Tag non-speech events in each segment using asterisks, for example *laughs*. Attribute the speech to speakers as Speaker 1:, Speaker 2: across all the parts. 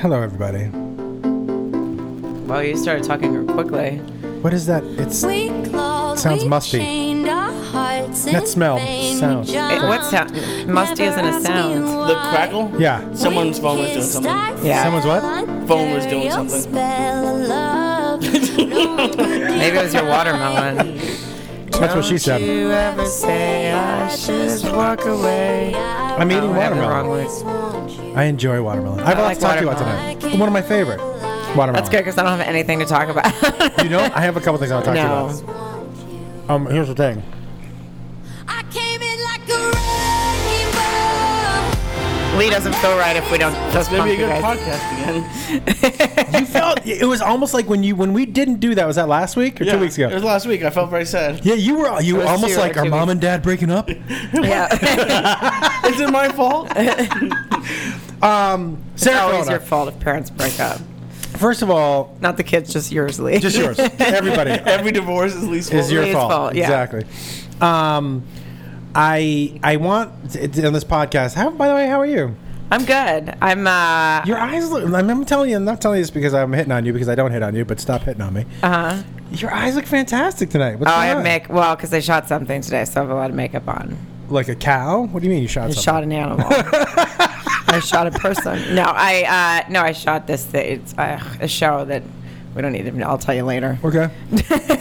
Speaker 1: Hello, everybody.
Speaker 2: Wow, you started talking quickly.
Speaker 1: What is that? It's
Speaker 3: We clawed,
Speaker 1: Sounds
Speaker 3: we
Speaker 1: musty.
Speaker 3: chained our hearts
Speaker 1: That
Speaker 3: in
Speaker 1: smell,
Speaker 3: vain. We
Speaker 1: sound. It-
Speaker 2: It, what
Speaker 3: jumped,
Speaker 2: sound? Musty
Speaker 3: Uh-huh. never
Speaker 2: isn't a
Speaker 3: asking
Speaker 2: sound.
Speaker 4: The
Speaker 3: why.
Speaker 4: crackle?
Speaker 1: yeah.
Speaker 4: Someone's
Speaker 3: We
Speaker 4: phone was doing
Speaker 3: kissed, I
Speaker 4: something.
Speaker 2: Yeah.
Speaker 1: Someone's what?
Speaker 3: fell
Speaker 4: Phone was doing
Speaker 3: under your
Speaker 4: something.
Speaker 3: spell of
Speaker 4: *laughs*
Speaker 3: love.
Speaker 2: Maybe it was your watermelon.
Speaker 1: That's what she said.
Speaker 2: You ever say I should just walk away?
Speaker 1: I'm eating
Speaker 2: Oh, I had the wrong
Speaker 1: watermelon.
Speaker 2: one.
Speaker 3: Always want you.
Speaker 1: I enjoy watermelon. I have a lot
Speaker 2: like
Speaker 1: to talk to you about
Speaker 2: watermelon.
Speaker 1: tonight. One of my favorite. Watermelon.
Speaker 2: That's good because I don't have anything to talk about. *laughs*
Speaker 1: You know, I have a couple things I want to talk to you
Speaker 2: no.
Speaker 1: about. Um, here's the thing.
Speaker 3: I came in like a wrecking
Speaker 2: Lee doesn't feel right if we don't just
Speaker 4: It's gonna be
Speaker 2: punk
Speaker 4: a
Speaker 2: you
Speaker 4: good
Speaker 2: guys.
Speaker 4: podcast again.
Speaker 2: *laughs*
Speaker 1: You felt it was almost like when you when we didn't do that. Was that last week or two weeks
Speaker 4: It
Speaker 1: ago?
Speaker 4: was last week. I felt very sad.
Speaker 1: Yeah, you were you were
Speaker 2: was
Speaker 1: almost
Speaker 2: two or
Speaker 1: like are
Speaker 2: two
Speaker 1: mom
Speaker 2: weeks.
Speaker 1: and dad breaking
Speaker 2: *laughs*
Speaker 1: up?
Speaker 2: Yeah.
Speaker 4: Is it my fault?
Speaker 1: Um,
Speaker 2: it's
Speaker 1: Sarah
Speaker 2: always
Speaker 1: Corona.
Speaker 2: your fault if parents break up.
Speaker 1: First of all,
Speaker 2: Not the kids, just yours, Lee.
Speaker 1: just
Speaker 2: *laughs*
Speaker 1: yours. Everybody.
Speaker 4: Every divorce is least
Speaker 1: is your
Speaker 2: Lee's
Speaker 1: fault.
Speaker 2: fault, yeah.
Speaker 1: Exactly. Um, I I want t- t- on this podcast. How by the way, how are you?
Speaker 2: I'm good. I'm uh
Speaker 1: Your eyes look. I'm- I'm telling you. I'm not telling you this because I'm hitting on you because I don't hit on you. But stop hitting on me.
Speaker 2: uh-huh.
Speaker 1: Your eyes look fantastic tonight. What's
Speaker 2: Oh, I
Speaker 1: going
Speaker 2: have
Speaker 1: on?
Speaker 2: make well, because I shot something today, so I have a lot of makeup on.
Speaker 1: like a cow. What do you mean you shot?
Speaker 2: I
Speaker 1: something?
Speaker 2: shot an animal. I shot a person. No, I uh, no, I shot this. Thing. It's uh, a show that we don't need to. I'll tell you later.
Speaker 1: Okay.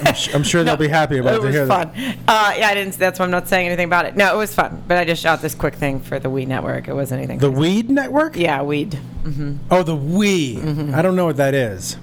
Speaker 1: I'm, sh-
Speaker 2: *laughs*
Speaker 1: I'm sure they'll be happy about
Speaker 2: It
Speaker 1: to
Speaker 2: was
Speaker 1: hear
Speaker 2: fun. Uh, yeah, I didn't. That's why I'm not saying anything about it. No, it was fun, but I just shot this quick thing for the Wii Network. It wasn't anything.
Speaker 1: that. The Weed Network.
Speaker 2: yeah, Mm-hmm. weed.
Speaker 1: Oh, the Wii. I don't know what that is.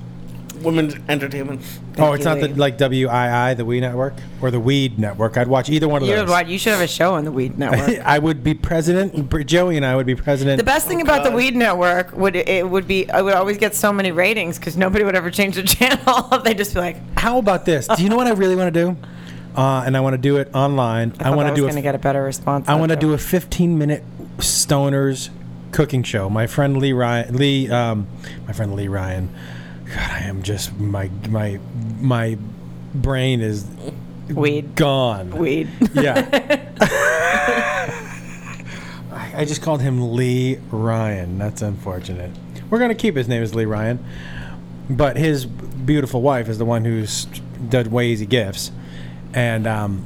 Speaker 4: Women's entertainment.
Speaker 1: oh, it's
Speaker 2: you,
Speaker 1: not the,
Speaker 2: Lee.
Speaker 1: like WII, the Wii Network, or the Weed Network. I'd watch either one of
Speaker 2: You
Speaker 1: those.
Speaker 2: would watch- You should have a show on the Weed Network.
Speaker 1: *laughs* I would be president. and Br- Joey and I would be president.
Speaker 2: The best thing about the
Speaker 4: God.
Speaker 2: Weed Network would it would be I would always get so many ratings because nobody would ever change the *laughs* channel. They'd just be like,
Speaker 1: How about this? Do you know what I really want to do? Uh, and I want to do it online. I,
Speaker 2: thought
Speaker 1: want
Speaker 2: that
Speaker 1: to do
Speaker 2: was gonna
Speaker 1: a.
Speaker 2: get a better response.
Speaker 1: I want to do a 15 minute stoners cooking show. My friend Lee Ryan. Lee. Um, my friend Lee Ryan. God, I am just my my my brain is
Speaker 2: Weed.
Speaker 1: gone.
Speaker 2: weed. *laughs*
Speaker 4: *laughs*
Speaker 1: Yeah. I I just called him Lee Ryan. That's unfortunate. We're going to keep his name as Lee Ryan. But his beautiful wife is the one who's did Wazy Gifts. And, um,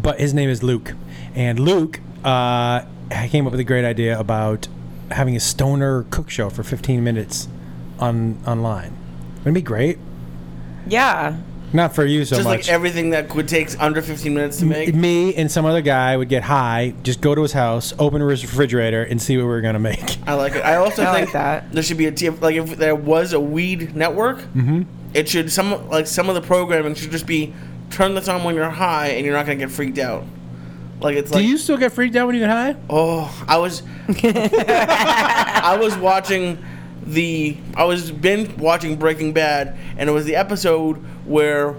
Speaker 1: but his name is Luke. And Luke, uh, I came up with a great idea about having a stoner cook show for 15 minutes on online. Wouldn't it be great?
Speaker 2: Yeah.
Speaker 1: Not for you so
Speaker 4: Just
Speaker 1: much.
Speaker 4: like everything that would take under 15 minutes to make.
Speaker 1: me and some other guy would get high, just go to his house, open his refrigerator, and see what we were gonna make.
Speaker 4: I like it. I also
Speaker 2: I like
Speaker 4: think
Speaker 2: that.
Speaker 4: there should be a TF like if there was a weed network,
Speaker 1: Mm-hmm.
Speaker 4: it should some like some of the programming should just be turn this on when you're high and you're not gonna get freaked out. Like it's like
Speaker 1: *laughs* Do you still get freaked out when you get *laughs* high?
Speaker 4: oh I was *laughs* I was watching the I was binge watching Breaking Bad and it was the episode where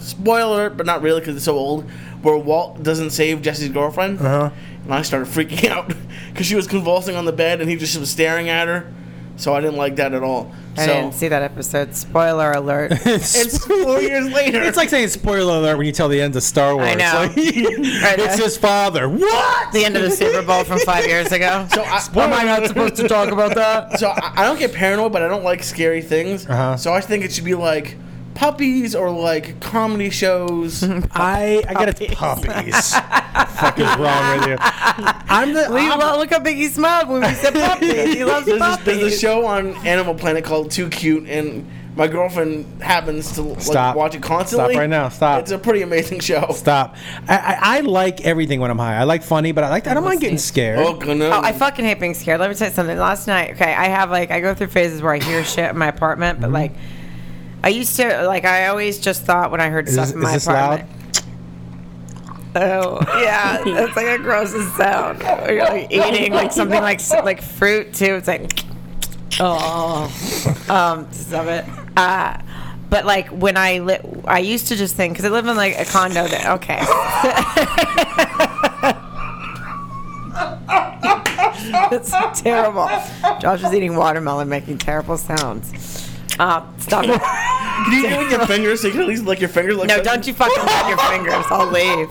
Speaker 4: spoiler alert, but not really because it's so old where Walt doesn't save Jesse's girlfriend.
Speaker 1: Uh-huh.
Speaker 4: And I started freaking *laughs* out because she was convulsing on the bed and he just was staring at her. So I didn't like that at all.
Speaker 2: I
Speaker 4: so
Speaker 2: didn't see that episode. Spoiler alert. *laughs*
Speaker 4: it's four years later.
Speaker 1: It's like saying spoiler alert when you tell the end of Star Wars.
Speaker 2: I know.
Speaker 1: *laughs* Like, it's his father. What?
Speaker 2: the end of the Super Bowl from five years ago.
Speaker 4: *laughs* so I,
Speaker 2: oh
Speaker 1: Am I not
Speaker 4: *laughs*
Speaker 1: supposed to talk about that?
Speaker 4: so I, I don't get paranoid, but I don't like scary things.
Speaker 1: Uh-huh.
Speaker 4: So I think it should be like puppies or like comedy
Speaker 2: *laughs*
Speaker 4: shows.
Speaker 1: I I got it. Puppies. Fuck is wrong with you? I'm the.
Speaker 2: Lee,
Speaker 1: I'm-
Speaker 2: lo- look how big he smiled when we said
Speaker 4: *laughs*
Speaker 2: puppies. He loves
Speaker 4: there's, this,
Speaker 2: puppies.
Speaker 4: there's a show on Animal Planet called Too Cute, and my girlfriend happens to like,
Speaker 1: Stop.
Speaker 4: watch it constantly.
Speaker 1: Stop right now. Stop.
Speaker 4: It's a pretty amazing show.
Speaker 1: Stop. I, I, I like everything when I'm high. I like funny, but I like I don't mind getting scared.
Speaker 4: Oh, goodness.
Speaker 2: Oh, I fucking hate being scared. Let me tell you something. Last night, okay, I have like I go through phases where I hear shit in my apartment, but
Speaker 4: Mm-hmm.
Speaker 2: like I used to like I always just thought when I heard
Speaker 1: Is
Speaker 2: stuff
Speaker 1: this-
Speaker 2: in
Speaker 1: is
Speaker 2: my
Speaker 1: this
Speaker 2: apartment. Oh yeah, that's like a gross sound. Or you're like eating like something like s- like fruit too. It's like *sniffs* oh, um, stop it. Uh, but like when I li- I used to just think because I live in like a condo that okay. *laughs* That's terrible. Josh is eating watermelon, making terrible sounds. Uh, stop it.
Speaker 4: Can you do it with your fingers so you can at least lick your fingers? Like
Speaker 2: No, don't you fucking
Speaker 1: *laughs*
Speaker 2: lick your fingers. I'll leave.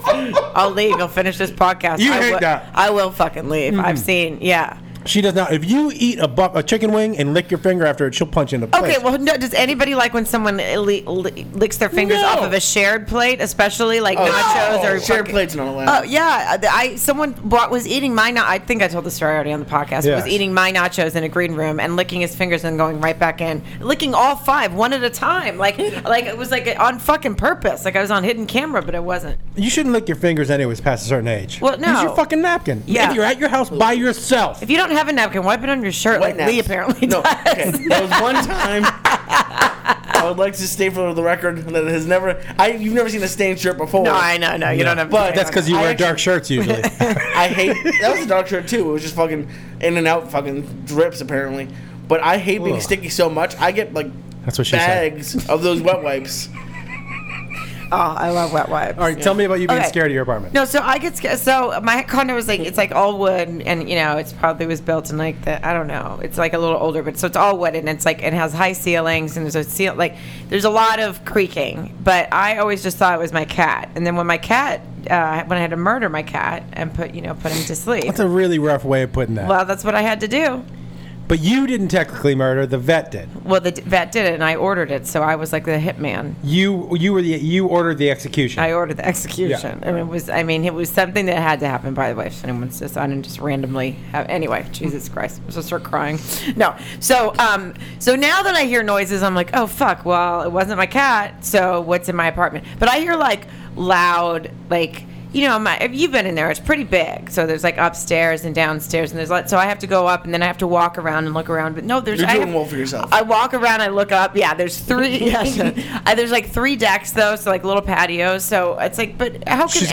Speaker 2: I'll leave. You'll finish this podcast.
Speaker 1: You
Speaker 2: I
Speaker 1: hate
Speaker 2: will-
Speaker 1: that. Mm-hmm.
Speaker 2: I will fucking leave. I've seen, yeah.
Speaker 1: She does not. If you eat a, bu- a chicken wing and lick your finger after it, she'll punch you in the face.
Speaker 2: Okay, well, no, does anybody like when someone li- li- licks their fingers
Speaker 4: No.
Speaker 2: off of a shared plate, especially like
Speaker 1: Oh,
Speaker 2: nachos or
Speaker 4: share
Speaker 2: fucking-
Speaker 4: plates and all
Speaker 2: Oh
Speaker 4: that.
Speaker 2: yeah, I someone bought, was eating my. na- I think I told the story already on the podcast.
Speaker 1: Yes.
Speaker 2: Was eating my nachos in a green room and licking his fingers and going right back in, licking all five one at a time, like like it was like on fucking purpose. Like I was on hidden camera, but it wasn't.
Speaker 1: you shouldn't lick your fingers anyways past a certain age.
Speaker 2: Well,
Speaker 1: Use your
Speaker 2: no.
Speaker 1: fucking napkin.
Speaker 2: Yeah.
Speaker 1: If you're at your house by yourself.
Speaker 2: If you don't have a napkin, wipe it under your shirt, like
Speaker 4: What
Speaker 2: Lee
Speaker 4: next?
Speaker 2: apparently
Speaker 4: no,
Speaker 2: does. *laughs*
Speaker 4: Okay. There was one time. I would like to state for the record that it has never. I you've never seen a stained shirt before.
Speaker 2: No, I know, no, you don't have.
Speaker 4: But-
Speaker 1: That's because you
Speaker 4: I
Speaker 1: wear
Speaker 4: actually-
Speaker 1: dark shirts
Speaker 2: *laughs*
Speaker 1: usually.
Speaker 4: I hate that was a dark shirt too. It was just fucking in and out fucking drips apparently. But I hate being
Speaker 1: Ugh.
Speaker 4: sticky so much. I get like
Speaker 1: That's what she said.
Speaker 4: bags of those wet wipes.
Speaker 2: oh, I love wet wipes.
Speaker 1: All right, tell me about you being
Speaker 2: Okay.
Speaker 1: scared of your apartment.
Speaker 2: No, so I get scared. So my condo was like it's like all wood, and you know it's probably was built in like the I don't know. It's like a little older, but so it's all wood, and it's like it has high ceilings, and there's a seal like there's a lot of creaking. But I always just thought it was my cat, and then when my cat uh, when I had to murder my cat and put you know put him to sleep.
Speaker 1: That's a really rough way of putting that.
Speaker 2: Well, that's what I had to do.
Speaker 1: but you didn't technically murder. The vet did.
Speaker 2: Well, the d- vet did it, and I ordered it, so I was like the hitman.
Speaker 1: You you were the you ordered the execution.
Speaker 2: I ordered the execution, and it was. I mean, it was something that had to happen. By the way, if anyone's just I didn't just randomly have. Anyway, Jesus Christ, I'm just start crying. No, so um, so now that I hear noises, I'm like, oh fuck. Well, it wasn't my cat. So what's in my apartment? But I hear like loud, like you know, my if you've been in there, it's pretty big. So there's like upstairs and downstairs, and there's like so I have to go up, and then I have to walk around and look around. But no, there's
Speaker 4: You're
Speaker 2: I
Speaker 4: doing
Speaker 2: have-
Speaker 4: well for yourself.
Speaker 2: I walk around, I look up. Yeah, there's three.
Speaker 1: *laughs*
Speaker 2: Yeah, *laughs* sure. Uh, there's like three decks though, so like little patios. So it's like, but how can
Speaker 1: She's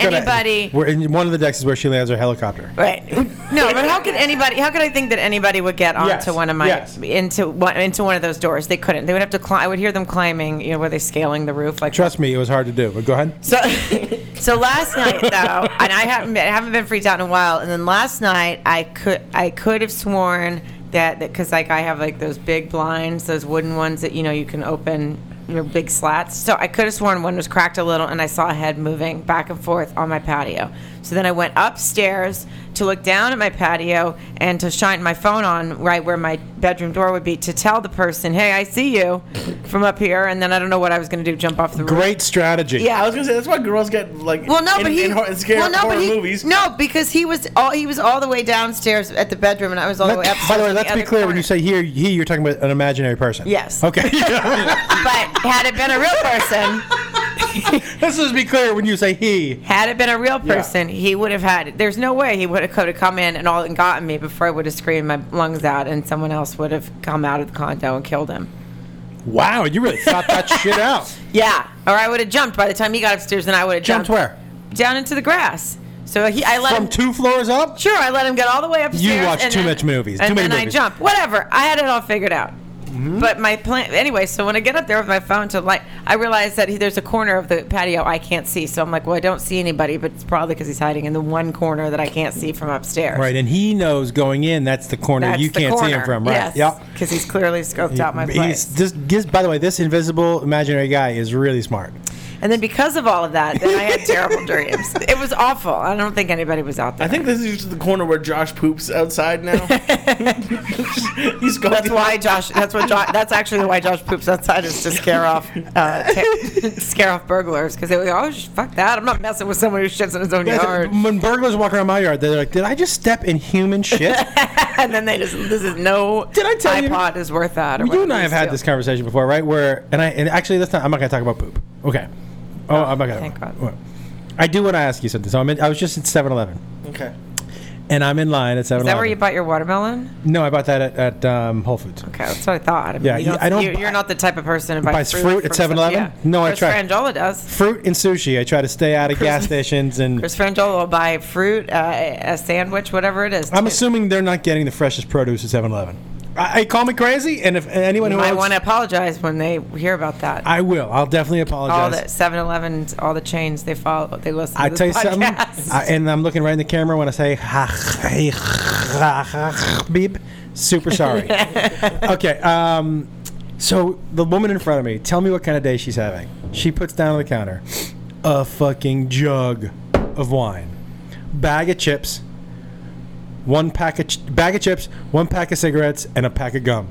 Speaker 1: *laughs*
Speaker 2: anybody?
Speaker 1: Gonna, we're in one of the decks is where she lands her helicopter.
Speaker 2: Right. *laughs* No, but how could anybody? How could I think that anybody would get onto
Speaker 1: Yes,
Speaker 2: one of my
Speaker 1: yes.
Speaker 2: into one into one of those doors? They couldn't. They would have to climb. I would hear them climbing. You know, were they scaling the roof? Like
Speaker 1: Trust me, it was hard to do. But go ahead.
Speaker 2: so, *laughs* so last night though, and I haven't been, I haven't been freaked out in a while. And then last night, I could I could have sworn that because like I have like those big blinds, those wooden ones that you know you can open, you know, big slats. So I could have sworn one was cracked a little, and I saw a head moving back and forth on my patio. So then I went upstairs to look down at my patio and to shine my phone on right where my bedroom door would be to tell the person, "Hey, I see you," from up here. And then I don't know what I was going to do, jump off the roof.
Speaker 1: Great strategy.
Speaker 2: Yeah.
Speaker 4: I was gonna say that's why girls get like
Speaker 2: Well, no,
Speaker 4: in,
Speaker 2: but he
Speaker 4: in, hor- in scary
Speaker 2: well, no,
Speaker 4: horror
Speaker 2: but he,
Speaker 4: movies.
Speaker 2: No, because he was all he was all the way downstairs at the bedroom, and I was all the way
Speaker 1: Let,
Speaker 2: upstairs.
Speaker 1: by the way,
Speaker 2: in
Speaker 1: let's be
Speaker 2: Oh, other
Speaker 1: clear. When
Speaker 2: corner.
Speaker 1: you say here, he, you're talking about an imaginary person.
Speaker 2: Yes.
Speaker 1: Okay. *laughs*
Speaker 2: but had it been a real person,
Speaker 1: let's just be clear. When you say he,
Speaker 2: had it been a real person, he would have had. There's no way he would have could have come in and all and gotten me before I would have screamed my lungs out, and someone else would have come out of the condo and killed him.
Speaker 1: wow, you really thought
Speaker 2: *laughs*
Speaker 1: that shit out.
Speaker 2: Yeah, or I would have jumped by the time he got upstairs, and I would have
Speaker 1: Jumped
Speaker 2: jumped,
Speaker 1: where?
Speaker 2: down into the grass. So he, I let
Speaker 1: From
Speaker 2: him,
Speaker 1: two floors up.
Speaker 2: Sure, I let him get all the way upstairs.
Speaker 1: watch
Speaker 2: and
Speaker 1: too
Speaker 2: then-
Speaker 1: much movies,
Speaker 2: And
Speaker 1: too many
Speaker 2: then
Speaker 1: movies. Mm-hmm.
Speaker 2: I jump. Whatever. I had it all figured out. But my plan, anyway. So when I get up there with my phone to light, I realize that he, there's a corner of the patio I can't see. So I'm like, well, I don't see anybody, but it's probably because he's hiding in the one corner that I can't see from upstairs.
Speaker 1: Right, and he knows going in. That's the corner
Speaker 2: That's
Speaker 1: you
Speaker 2: the
Speaker 1: can't see him
Speaker 2: corner.
Speaker 1: from. Right.
Speaker 2: Yes.
Speaker 1: Yep.
Speaker 2: Because he's clearly scoped out my place.
Speaker 1: He's this gives, by the way, this invisible imaginary guy is really smart.
Speaker 2: and then because of all of that, then I had terrible
Speaker 1: *laughs*
Speaker 2: dreams. It was awful. I don't think anybody was out there.
Speaker 4: I think this is the corner where Josh poops outside
Speaker 2: *laughs*
Speaker 4: now. *laughs* He's got
Speaker 2: That's why Josh. That's what Josh. That's actually why Josh poops outside is to scare off, uh, ta- scare off burglars because they were like, oh sh- fuck that. I'm not messing with someone who shits in his own yard.
Speaker 1: When burglars walk around my yard, they're like, "Did I just step in human shit?"
Speaker 2: and then they just this is no.
Speaker 1: Did I tell you-
Speaker 2: iPod is worth that? Or
Speaker 1: you and I
Speaker 2: whatever
Speaker 1: have had
Speaker 2: steal.
Speaker 1: this conversation before, right? Where and I and actually that's not. I'm not going to talk about poop. Okay. Oh, I'm not going to.
Speaker 2: thank God.
Speaker 1: I do want to ask you something. So I'm in, I was just at 7-Eleven,
Speaker 4: Okay.
Speaker 1: and I'm in line at 7-Eleven.
Speaker 2: Is that where you bought your watermelon?
Speaker 1: No, I bought that at, at um, Whole Foods.
Speaker 2: Okay, that's what I thought. I mean,
Speaker 1: Yeah,
Speaker 2: you
Speaker 1: you-
Speaker 2: don't,
Speaker 1: I don't
Speaker 2: You,
Speaker 1: buy-
Speaker 2: you're not the type of person who buys,
Speaker 1: Buys fruit at
Speaker 2: from some-
Speaker 1: 7-Eleven?
Speaker 2: yeah.
Speaker 1: No, I tried.
Speaker 2: Chris Frangiola does.
Speaker 1: Fruit and sushi. I try to stay out of gas stations, and
Speaker 2: Chris Frangiola will buy fruit, uh, a sandwich, whatever it is.
Speaker 1: I'm assuming they're not getting the freshest produce at 7-Eleven. I, I call me crazy, and if anyone
Speaker 2: You
Speaker 1: who
Speaker 2: might
Speaker 1: owns-
Speaker 2: want to apologize when they hear about that.
Speaker 1: I will. I'll definitely apologize.
Speaker 2: all the 7-Elevens, all the chains, they follow, they listen. To
Speaker 1: I
Speaker 2: this
Speaker 1: tell you
Speaker 2: podcast.
Speaker 1: something, *laughs* I, and I'm looking right in the camera when I say ha, hey, ha, ha, ha, beep. Super
Speaker 2: *laughs*
Speaker 1: sorry. okay. Um, so the woman in front of me, tell me what kind of day she's having. She puts down on the counter a fucking jug of wine, bag of chips, one pack of ch- bag of chips, one pack of cigarettes, and a pack of gum.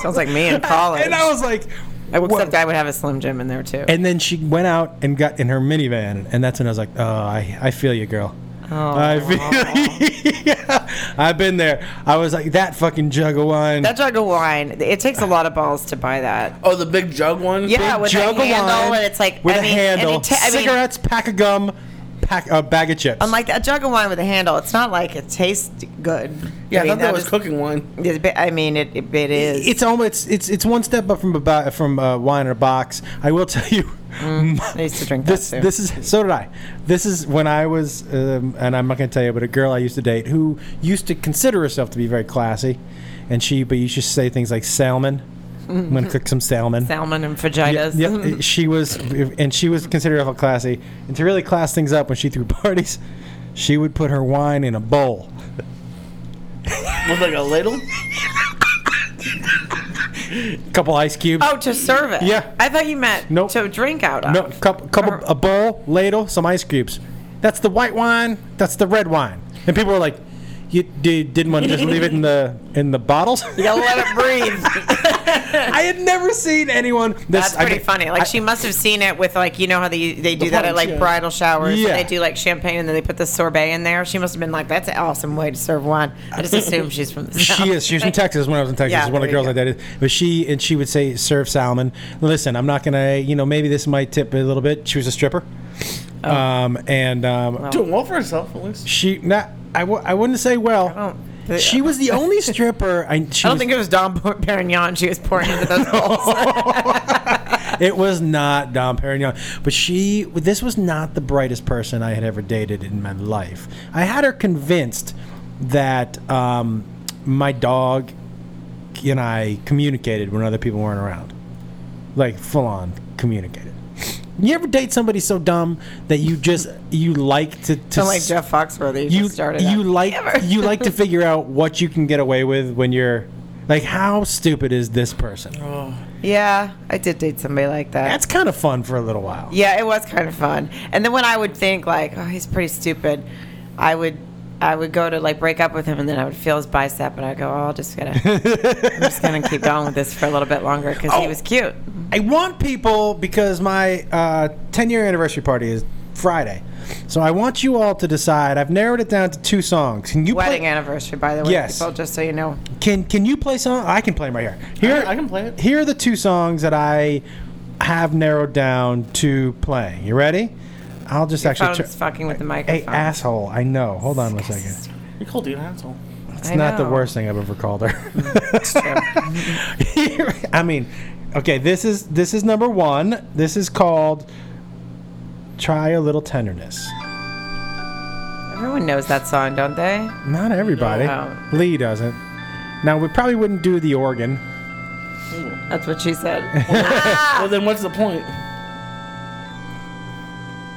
Speaker 2: Sounds like me in college.
Speaker 1: And I was like, "What?"
Speaker 2: Except I would have a Slim Jim in there too.
Speaker 1: And then she went out and got in her minivan, and that's when I was like, "Oh, I, I feel you, girl.
Speaker 2: Oh.
Speaker 1: I feel *laughs* you." I've been there. I was like that fucking jug of wine.
Speaker 2: that jug of wine, it takes a lot of balls to buy that.
Speaker 4: Oh, the big jug one.
Speaker 2: Yeah,
Speaker 1: Big
Speaker 2: with a
Speaker 1: jug of
Speaker 2: handle,
Speaker 1: wine
Speaker 2: and it's like
Speaker 1: with
Speaker 2: I
Speaker 1: a
Speaker 2: mean,
Speaker 1: handle,
Speaker 2: And it ta- I mean,
Speaker 1: cigarettes, pack of gum, pack a bag of chips.
Speaker 2: unlike that jug of wine with a handle, it's not like it tastes good.
Speaker 4: Yeah, I,
Speaker 2: mean,
Speaker 4: thought that was
Speaker 2: is-
Speaker 4: cooking one.
Speaker 2: it's a bit- I mean, it, it, it is.
Speaker 1: it's almost it's it's one step up from a ba- from uh, wine in a box. I will tell you.
Speaker 2: I used to drink
Speaker 1: This
Speaker 2: that too.
Speaker 1: this is so did I. This is when I was, um, and I'm not going to tell you, but a girl I used to date who used to consider herself to be very classy, and she but you should say things like salmon. I'm going to cook some salmon.
Speaker 2: salmon and
Speaker 1: Yeah,
Speaker 2: vaginas.
Speaker 1: yeah, eh, she was, and she was considered herself classy. And to really class things up when she threw *laughs* parties, she would put her wine in a bowl.
Speaker 4: With like a
Speaker 2: *laughs*
Speaker 4: ladle.
Speaker 1: A couple ice cubes.
Speaker 2: oh, to serve it.
Speaker 1: Yeah.
Speaker 2: I thought you meant
Speaker 1: Nope.
Speaker 2: to drink out of.
Speaker 1: No, cup, cup, of- a bowl, ladle, some ice cubes. That's the white wine. That's the red wine. And people were like, "You, you didn't want to just leave it in the in the bottles." *laughs*
Speaker 2: You gotta let it breathe.
Speaker 1: I had never seen anyone. This,
Speaker 2: That's
Speaker 1: I
Speaker 2: pretty
Speaker 1: mean,
Speaker 2: funny. Like
Speaker 1: I-
Speaker 2: she must have seen it with like you know how they they do that at like
Speaker 4: punch, yeah.
Speaker 2: bridal showers.
Speaker 1: Yeah.
Speaker 2: They do like champagne and then they put the sorbet in there. She must have been like, "That's an awesome way to serve wine." I just assume she's from the
Speaker 1: She is. She
Speaker 2: *laughs*
Speaker 1: was from Texas when I was in Texas.
Speaker 2: Yeah,
Speaker 1: one of the
Speaker 2: there
Speaker 1: girls
Speaker 2: you
Speaker 1: like that is. But she and she would say serve salmon. Listen, I'm not gonna. You know, maybe this might tip a little bit. She was a stripper,
Speaker 2: Oh.
Speaker 1: um, and um,
Speaker 4: Doing well for herself at least.
Speaker 1: she not. I w- I wouldn't say well.
Speaker 2: don't-
Speaker 1: she was the
Speaker 2: *laughs*
Speaker 1: only stripper. I, she
Speaker 2: I
Speaker 1: was-
Speaker 2: don't think it was Dom Perignon she was pouring
Speaker 1: *laughs*
Speaker 2: into those bowls.
Speaker 1: It was not Dom Perignon, but she. This was not the brightest person I had ever dated in my life. I had her convinced that um, my dog and I communicated when other people weren't around, like full on communicated. You ever date somebody so dumb that you just you like to, to
Speaker 2: *laughs* like
Speaker 1: s-
Speaker 2: Jeff Foxworthy. You,
Speaker 1: you
Speaker 2: just started.
Speaker 1: you
Speaker 2: *laughs* out.
Speaker 1: like
Speaker 2: Never.
Speaker 1: you like to figure out what you can get away with when you're like how stupid is this person?
Speaker 2: Yeah, I did date somebody like that.
Speaker 1: That's kind of fun for a little while.
Speaker 2: Yeah, it was kind of fun. And then when I would think like, oh, he's pretty stupid, I would I would go to like break up with him, and then I would feel his bicep, and I would go, oh, I'll just gonna I'm just gonna
Speaker 1: *laughs*
Speaker 2: keep going with this for a little bit longer because
Speaker 1: Oh.
Speaker 2: he was cute.
Speaker 1: I want people because my uh, 10 year anniversary party is Friday. So I want you all to decide. I've narrowed it down to two songs. Can you
Speaker 2: Wedding
Speaker 1: play?
Speaker 2: anniversary, by the way,
Speaker 1: Yes.
Speaker 2: people, just so you know.
Speaker 1: Can Can you play song? I can play 'em right here. Here
Speaker 4: I can play it.
Speaker 1: Here are the two songs that I have narrowed down to playing. You ready? I'll just actually.
Speaker 2: Phone's
Speaker 1: tur-
Speaker 2: fucking with the
Speaker 1: Hey,
Speaker 2: microphone.
Speaker 1: asshole! I know. Hold on one second.
Speaker 4: You called you an asshole.
Speaker 1: It's
Speaker 2: I
Speaker 1: not the
Speaker 2: know.
Speaker 1: worst thing I've ever called her.
Speaker 2: *laughs* True.
Speaker 1: *laughs* I mean, okay, this is this is number one. This is called "Try a Little Tenderness."
Speaker 2: Everyone knows that song, don't they?
Speaker 1: Not everybody.
Speaker 2: No.
Speaker 1: Lee doesn't. Now we probably wouldn't do the organ.
Speaker 2: That's what
Speaker 1: *laughs*
Speaker 2: she said. Ah.
Speaker 4: Well, then what's the point?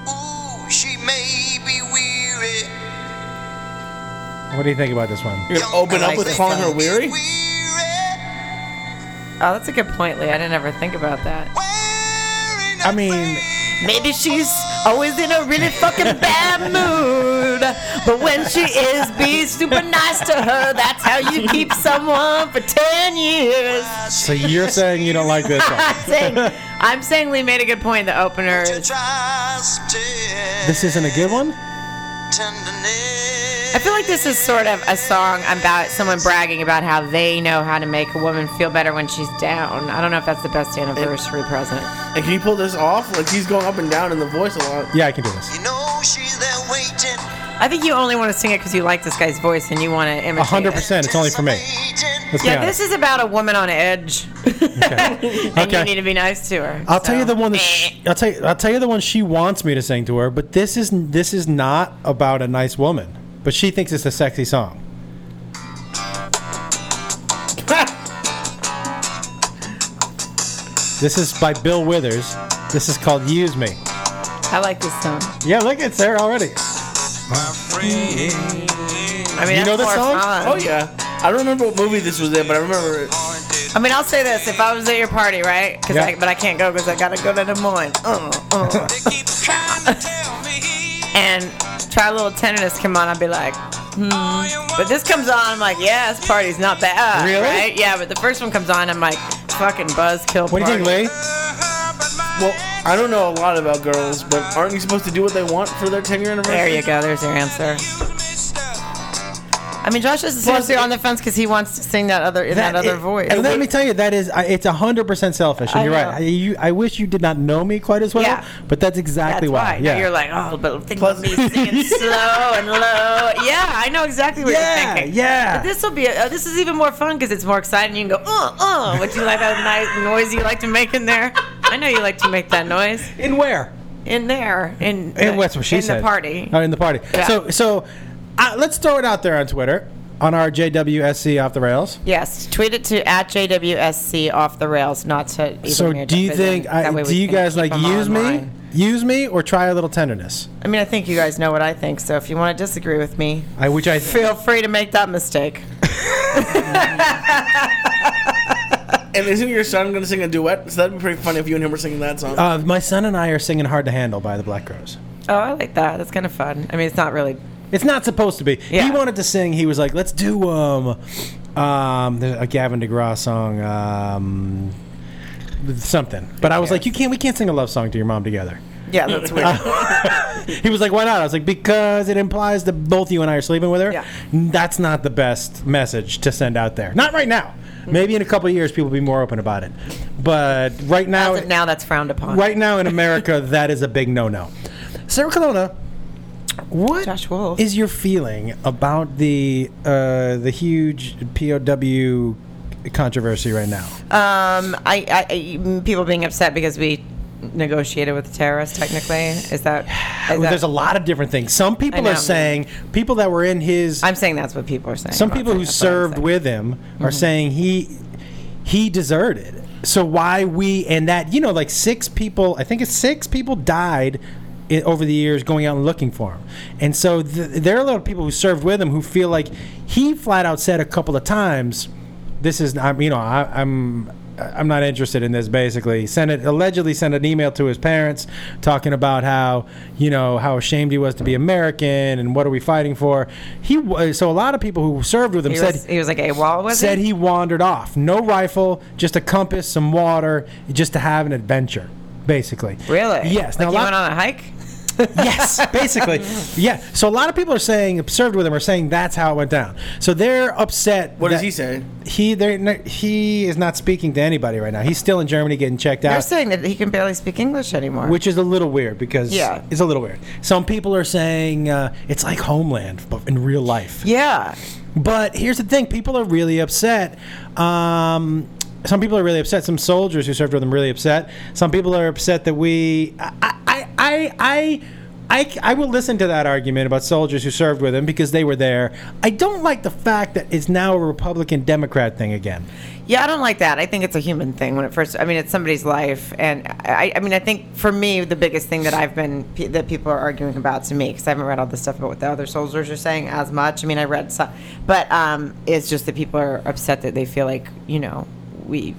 Speaker 5: Ooh, she may be weary.
Speaker 1: What do you think about this one?
Speaker 4: You're gonna open
Speaker 2: I
Speaker 4: up
Speaker 2: like
Speaker 4: with
Speaker 2: this
Speaker 4: calling her
Speaker 2: song.
Speaker 4: weary?
Speaker 5: Weary,
Speaker 2: Oh, that's a good point, Lee. I didn't ever think about that.
Speaker 5: wearing
Speaker 1: I mean,
Speaker 2: Maybe she's always in a really fucking bad mood. But when she is, be super nice to her. That's how you keep someone for 10 years. *laughs*
Speaker 1: so you're saying you don't like this one?
Speaker 2: I'm saying, I'm saying Lee made a good point. The opener
Speaker 5: to
Speaker 2: is.
Speaker 5: trust in
Speaker 1: This isn't a good one.
Speaker 5: tenderness.
Speaker 2: I feel like this is sort of a song about someone bragging about how they know how to make a woman feel better when she's down. I don't know if that's the best anniversary present.
Speaker 4: And can you pull this off? Like he's going up and down in the voice a lot.
Speaker 1: Yeah, I can do this.
Speaker 5: You know she's there waiting.
Speaker 2: I think you only want to sing it because you like this guy's voice and you want to
Speaker 1: A
Speaker 2: imitate.
Speaker 1: hundred
Speaker 2: it.
Speaker 1: percent. It's only for me. Let's be
Speaker 2: Yeah,
Speaker 1: honest.
Speaker 2: this is about a woman on edge. *laughs* and
Speaker 1: Okay.
Speaker 2: you need to be nice to her.
Speaker 1: I'll tell
Speaker 2: so.
Speaker 1: you the one that she, I'll tell you. I'll tell you the one she wants me to sing to her. But this is this is not about a nice woman. But she thinks it's a sexy song. This is by Bill Withers. This is called "Use Me."
Speaker 2: I like this song.
Speaker 1: Yeah, look, it's there already.
Speaker 2: I mean,
Speaker 1: You
Speaker 2: that's
Speaker 1: know this
Speaker 2: more
Speaker 1: song?
Speaker 2: fun.
Speaker 4: *laughs* Oh yeah. I don't remember what movie this was in, but I remember it.
Speaker 2: I mean, I'll say this: if I was at your party, right? 'Cause
Speaker 1: Yeah.
Speaker 2: I, but I
Speaker 1: *laughs*
Speaker 2: can't go because I gotta go to Des Moines. Uh, uh.
Speaker 5: They keep trying to tell me.
Speaker 2: And try a little tenderness come on, I'd be like, But this comes on, I'm like, yeah, this party's not bad.
Speaker 1: Really?
Speaker 2: Right? Yeah, but the first one comes on, I'm like, fucking buzzkill.
Speaker 1: What do you think,
Speaker 2: party.
Speaker 1: Lee?
Speaker 4: Well, I don't know a lot about girls, but aren't you supposed to do what they want for their 10 year anniversary?
Speaker 2: There you go. There's your answer. I mean, Josh is
Speaker 4: Plus,
Speaker 2: seriously
Speaker 4: it-
Speaker 2: on the fence because he wants to sing that other in that, other
Speaker 1: it-
Speaker 2: voice.
Speaker 1: And let me tell you, that is, I- it's hundred percent selfish. And
Speaker 2: I
Speaker 1: you're right.
Speaker 2: know.
Speaker 1: I, you, I wish you did not know me quite as well,
Speaker 2: Yeah.
Speaker 1: but that's exactly
Speaker 2: That's
Speaker 1: why.
Speaker 2: why.
Speaker 1: Yeah,
Speaker 2: You're like, oh, but think
Speaker 4: Plus-
Speaker 2: of
Speaker 1: *laughs*
Speaker 2: me singing slow and low. Yeah, I know exactly what
Speaker 1: yeah,
Speaker 2: you're thinking.
Speaker 1: yeah.
Speaker 2: But this will be uh, this is even more fun because it's more exciting. You can go, uh, uh. Would you like that nice noise you like to make in there? I know you like to make that noise
Speaker 1: In where?
Speaker 2: in there. In
Speaker 1: And what's what she
Speaker 2: in
Speaker 1: said?
Speaker 2: the party.
Speaker 1: Oh, in the party.
Speaker 2: Yeah.
Speaker 1: So, so uh, let's throw it out there on Twitter on our JWSC off the rails.
Speaker 2: Yes, tweet it to at JWSC off the rails, not to. Either
Speaker 1: So,
Speaker 2: me or
Speaker 1: do you
Speaker 2: Jeff, but
Speaker 1: think?
Speaker 2: then that
Speaker 1: I,
Speaker 2: way we
Speaker 1: do you
Speaker 2: can
Speaker 1: guys
Speaker 2: keep
Speaker 1: like
Speaker 2: them
Speaker 1: use me,
Speaker 2: online.
Speaker 1: use me, or try a little tenderness?
Speaker 2: I mean, I think you guys know what I think. So if you want to disagree with me,
Speaker 1: I, which I
Speaker 2: feel free to make that mistake.
Speaker 4: And isn't your son going to sing a duet? So that'd be pretty funny if you and him were singing that song.
Speaker 1: Uh, my son and I are singing "Hard to Handle" by the Black Crowes.
Speaker 2: Oh, I like that. That's kind of fun. I mean, it's not really.
Speaker 1: It's not supposed to be. He
Speaker 2: Yeah.
Speaker 1: wanted to sing. He was like, "Let's do um, um, there's a Gavin DeGraw song, um, something." But I was like, "You can't. We can't sing a love song to your mom together."
Speaker 2: Yeah, that's weird.
Speaker 1: He was like, "Why not?" I was like, "Because it implies that both you and I are sleeping with her.
Speaker 2: Yeah.
Speaker 1: That's not the best message to send out there. Not right now. Maybe in a couple of years, people will be more open about it. But right now,
Speaker 2: *laughs* As of now that's frowned upon.
Speaker 1: right now in America, that is a big no-no." Sarah Colonna, what is
Speaker 2: Josh Wolf.
Speaker 1: your feeling about the uh, the huge POW controversy right now?
Speaker 2: Um, I, I, I- people being upset because we negotiated with the terrorists. Technically, is that? Is
Speaker 1: Well,
Speaker 2: that-
Speaker 1: There's a lot of different things. Some people
Speaker 2: know.
Speaker 1: are saying people that were in his
Speaker 2: I'm saying that's what people are saying.
Speaker 1: some
Speaker 2: I'm not
Speaker 1: people
Speaker 2: saying
Speaker 1: who
Speaker 2: that's what I'm
Speaker 1: served
Speaker 2: saying. Mm-hmm.
Speaker 1: with him are saying he he deserted. So why we and that you know like six people I think it's six people died i over the years going out and looking for him. And so th- there are a lot of people who served with him who feel like he flat out said a couple of times, "This is I'm you know I, I'm." I'm not interested in this. Basically, sent it allegedly sent an email to his parents talking about how you know how ashamed he was to be American and what are we fighting for. He was so a lot of people who served with him
Speaker 2: He
Speaker 1: said
Speaker 2: was, he was like a wall. Was
Speaker 1: said
Speaker 2: he?
Speaker 1: he wandered off. No rifle, just a compass, some water, just to have an adventure, basically.
Speaker 2: Really?
Speaker 1: Yes.
Speaker 2: Like
Speaker 1: now, a
Speaker 2: he
Speaker 1: lot-
Speaker 2: went on a hike.
Speaker 1: *laughs* yes,
Speaker 2: *laughs*
Speaker 1: basically. yeah. So a lot of people are saying, served with him, are saying that's how it went down. So they're upset.
Speaker 4: What does
Speaker 1: that-
Speaker 4: he say?
Speaker 1: He they're not- he is not speaking to anybody right now. He's still in Germany getting checked
Speaker 2: They're
Speaker 1: out.
Speaker 2: saying that he can barely speak English anymore.
Speaker 1: Uh, Which is a little weird because
Speaker 2: Yeah.
Speaker 1: it's a little weird. Some people are saying uh, it's like Homeland, but in real life.
Speaker 2: yeah,
Speaker 1: But here's the thing: people are really upset. Um, some people are really upset. Some soldiers who served with them really upset. Some people are upset that we. I, I, I, I, I, I will listen to that argument about soldiers who served with him because they were there. I don't like the fact that it's now a Republican Democrat thing again.
Speaker 2: yeah. I don't like that. I think it's a human thing. When it first, I mean, it's somebody's life, and I, I mean, I think for me, the biggest thing that I've been pe- that people are arguing about to me because I haven't read all the stuff about what the other soldiers are saying as much. I mean, I read some, but um, it's just that people are upset that they feel like you know we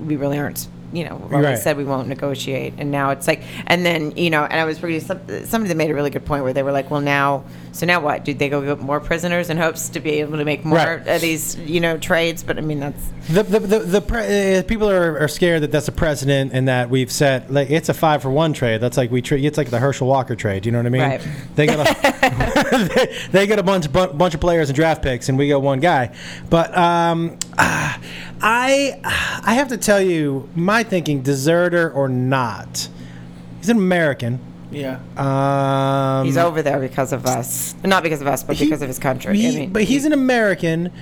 Speaker 2: we really aren't. You know, we
Speaker 1: Right.
Speaker 2: said we won't negotiate and now it's like and then you know and i was reading some, somebody that made a really good point where they were like well now so now what do they go get more prisoners in hopes to be able to make more
Speaker 1: Right.
Speaker 2: of these you know trades but i mean that's
Speaker 1: The the, the, the pre- uh, people are, are scared that that's a precedent and that we've set like it's a five for one trade. That's like we treat it's like the Herschel Walker trade. You know what I mean?
Speaker 2: Right.
Speaker 1: They got a, *laughs* they, they got a bunch bu- bunch of players and draft picks, and we got one guy. But um, *sighs* ah, I I have to tell you my thinking: deserter or not, he's an American.
Speaker 4: Yeah.
Speaker 1: Um,
Speaker 2: he's over there because of us not because of us but
Speaker 1: he-
Speaker 2: because of his country
Speaker 1: he-
Speaker 2: I mean,
Speaker 1: but he's an American,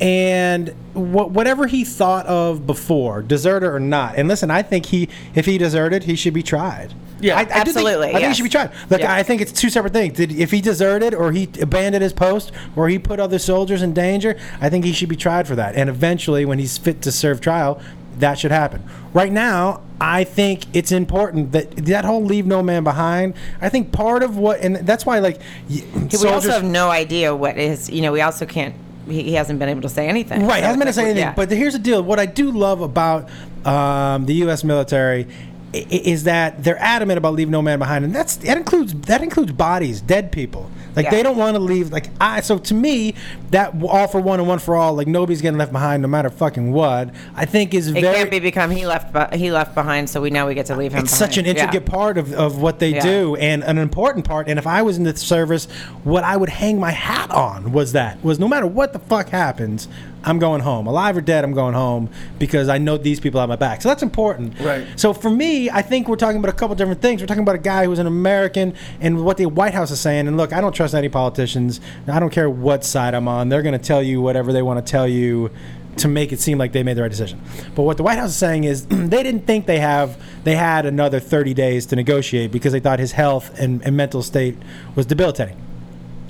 Speaker 1: and wh- whatever he thought of before, deserter or not. And listen, I think he, if he deserted, he should be tried.
Speaker 4: Yeah.
Speaker 1: I, I do think-
Speaker 2: Absolutely,
Speaker 1: I think he
Speaker 2: yes.
Speaker 1: should be tried. Look,
Speaker 2: Yeah.
Speaker 1: I think it's two separate things. Did if he deserted or he abandoned his post or he put other soldiers in danger, I think he should be tried for that. And eventually, when he's fit to serve trial, that should happen. Right now, I think it's important that that whole leave no man behind. I think part of what, and that's why, like, y-
Speaker 2: we also have no idea what is you know we also can't he, he hasn't been able to say anything
Speaker 1: Right,
Speaker 2: So
Speaker 1: hasn't been to
Speaker 2: it's
Speaker 1: say
Speaker 2: like,
Speaker 1: anything.
Speaker 2: yeah.
Speaker 1: But here's the deal: what I do love about um, the U.S. military i- i- is that they're adamant about leave no man behind, and that's that includes that includes bodies, dead people. Like
Speaker 2: Yeah.
Speaker 1: they don't want to leave. Like I. So to me, that w- all for one and one for all. Like nobody's getting left behind, no matter fucking what. I think is
Speaker 2: It
Speaker 1: very.
Speaker 2: can't be become he left be- he left behind, so we now we get to leave him.
Speaker 1: it's such an
Speaker 2: behind. Yeah.
Speaker 1: intricate part of, of what they
Speaker 2: Yeah.
Speaker 1: do and an important part and if i was in the service what i would hang my hat on was that was no matter what the fuck happens i'm going home alive or dead i'm going home because i know these people have my back so that's important
Speaker 4: Right.
Speaker 1: so for me i think we're talking about a couple different things we're talking about a guy who's an american and what the white house is saying and look i don't trust any politicians i don't care what side i'm on they're going to tell you whatever they want to tell you to make it seem like they made the right decision. But what the White House is saying is *clears throat* they didn't think they have they had another 30 days to negotiate because they thought his health and, and mental state was debilitating.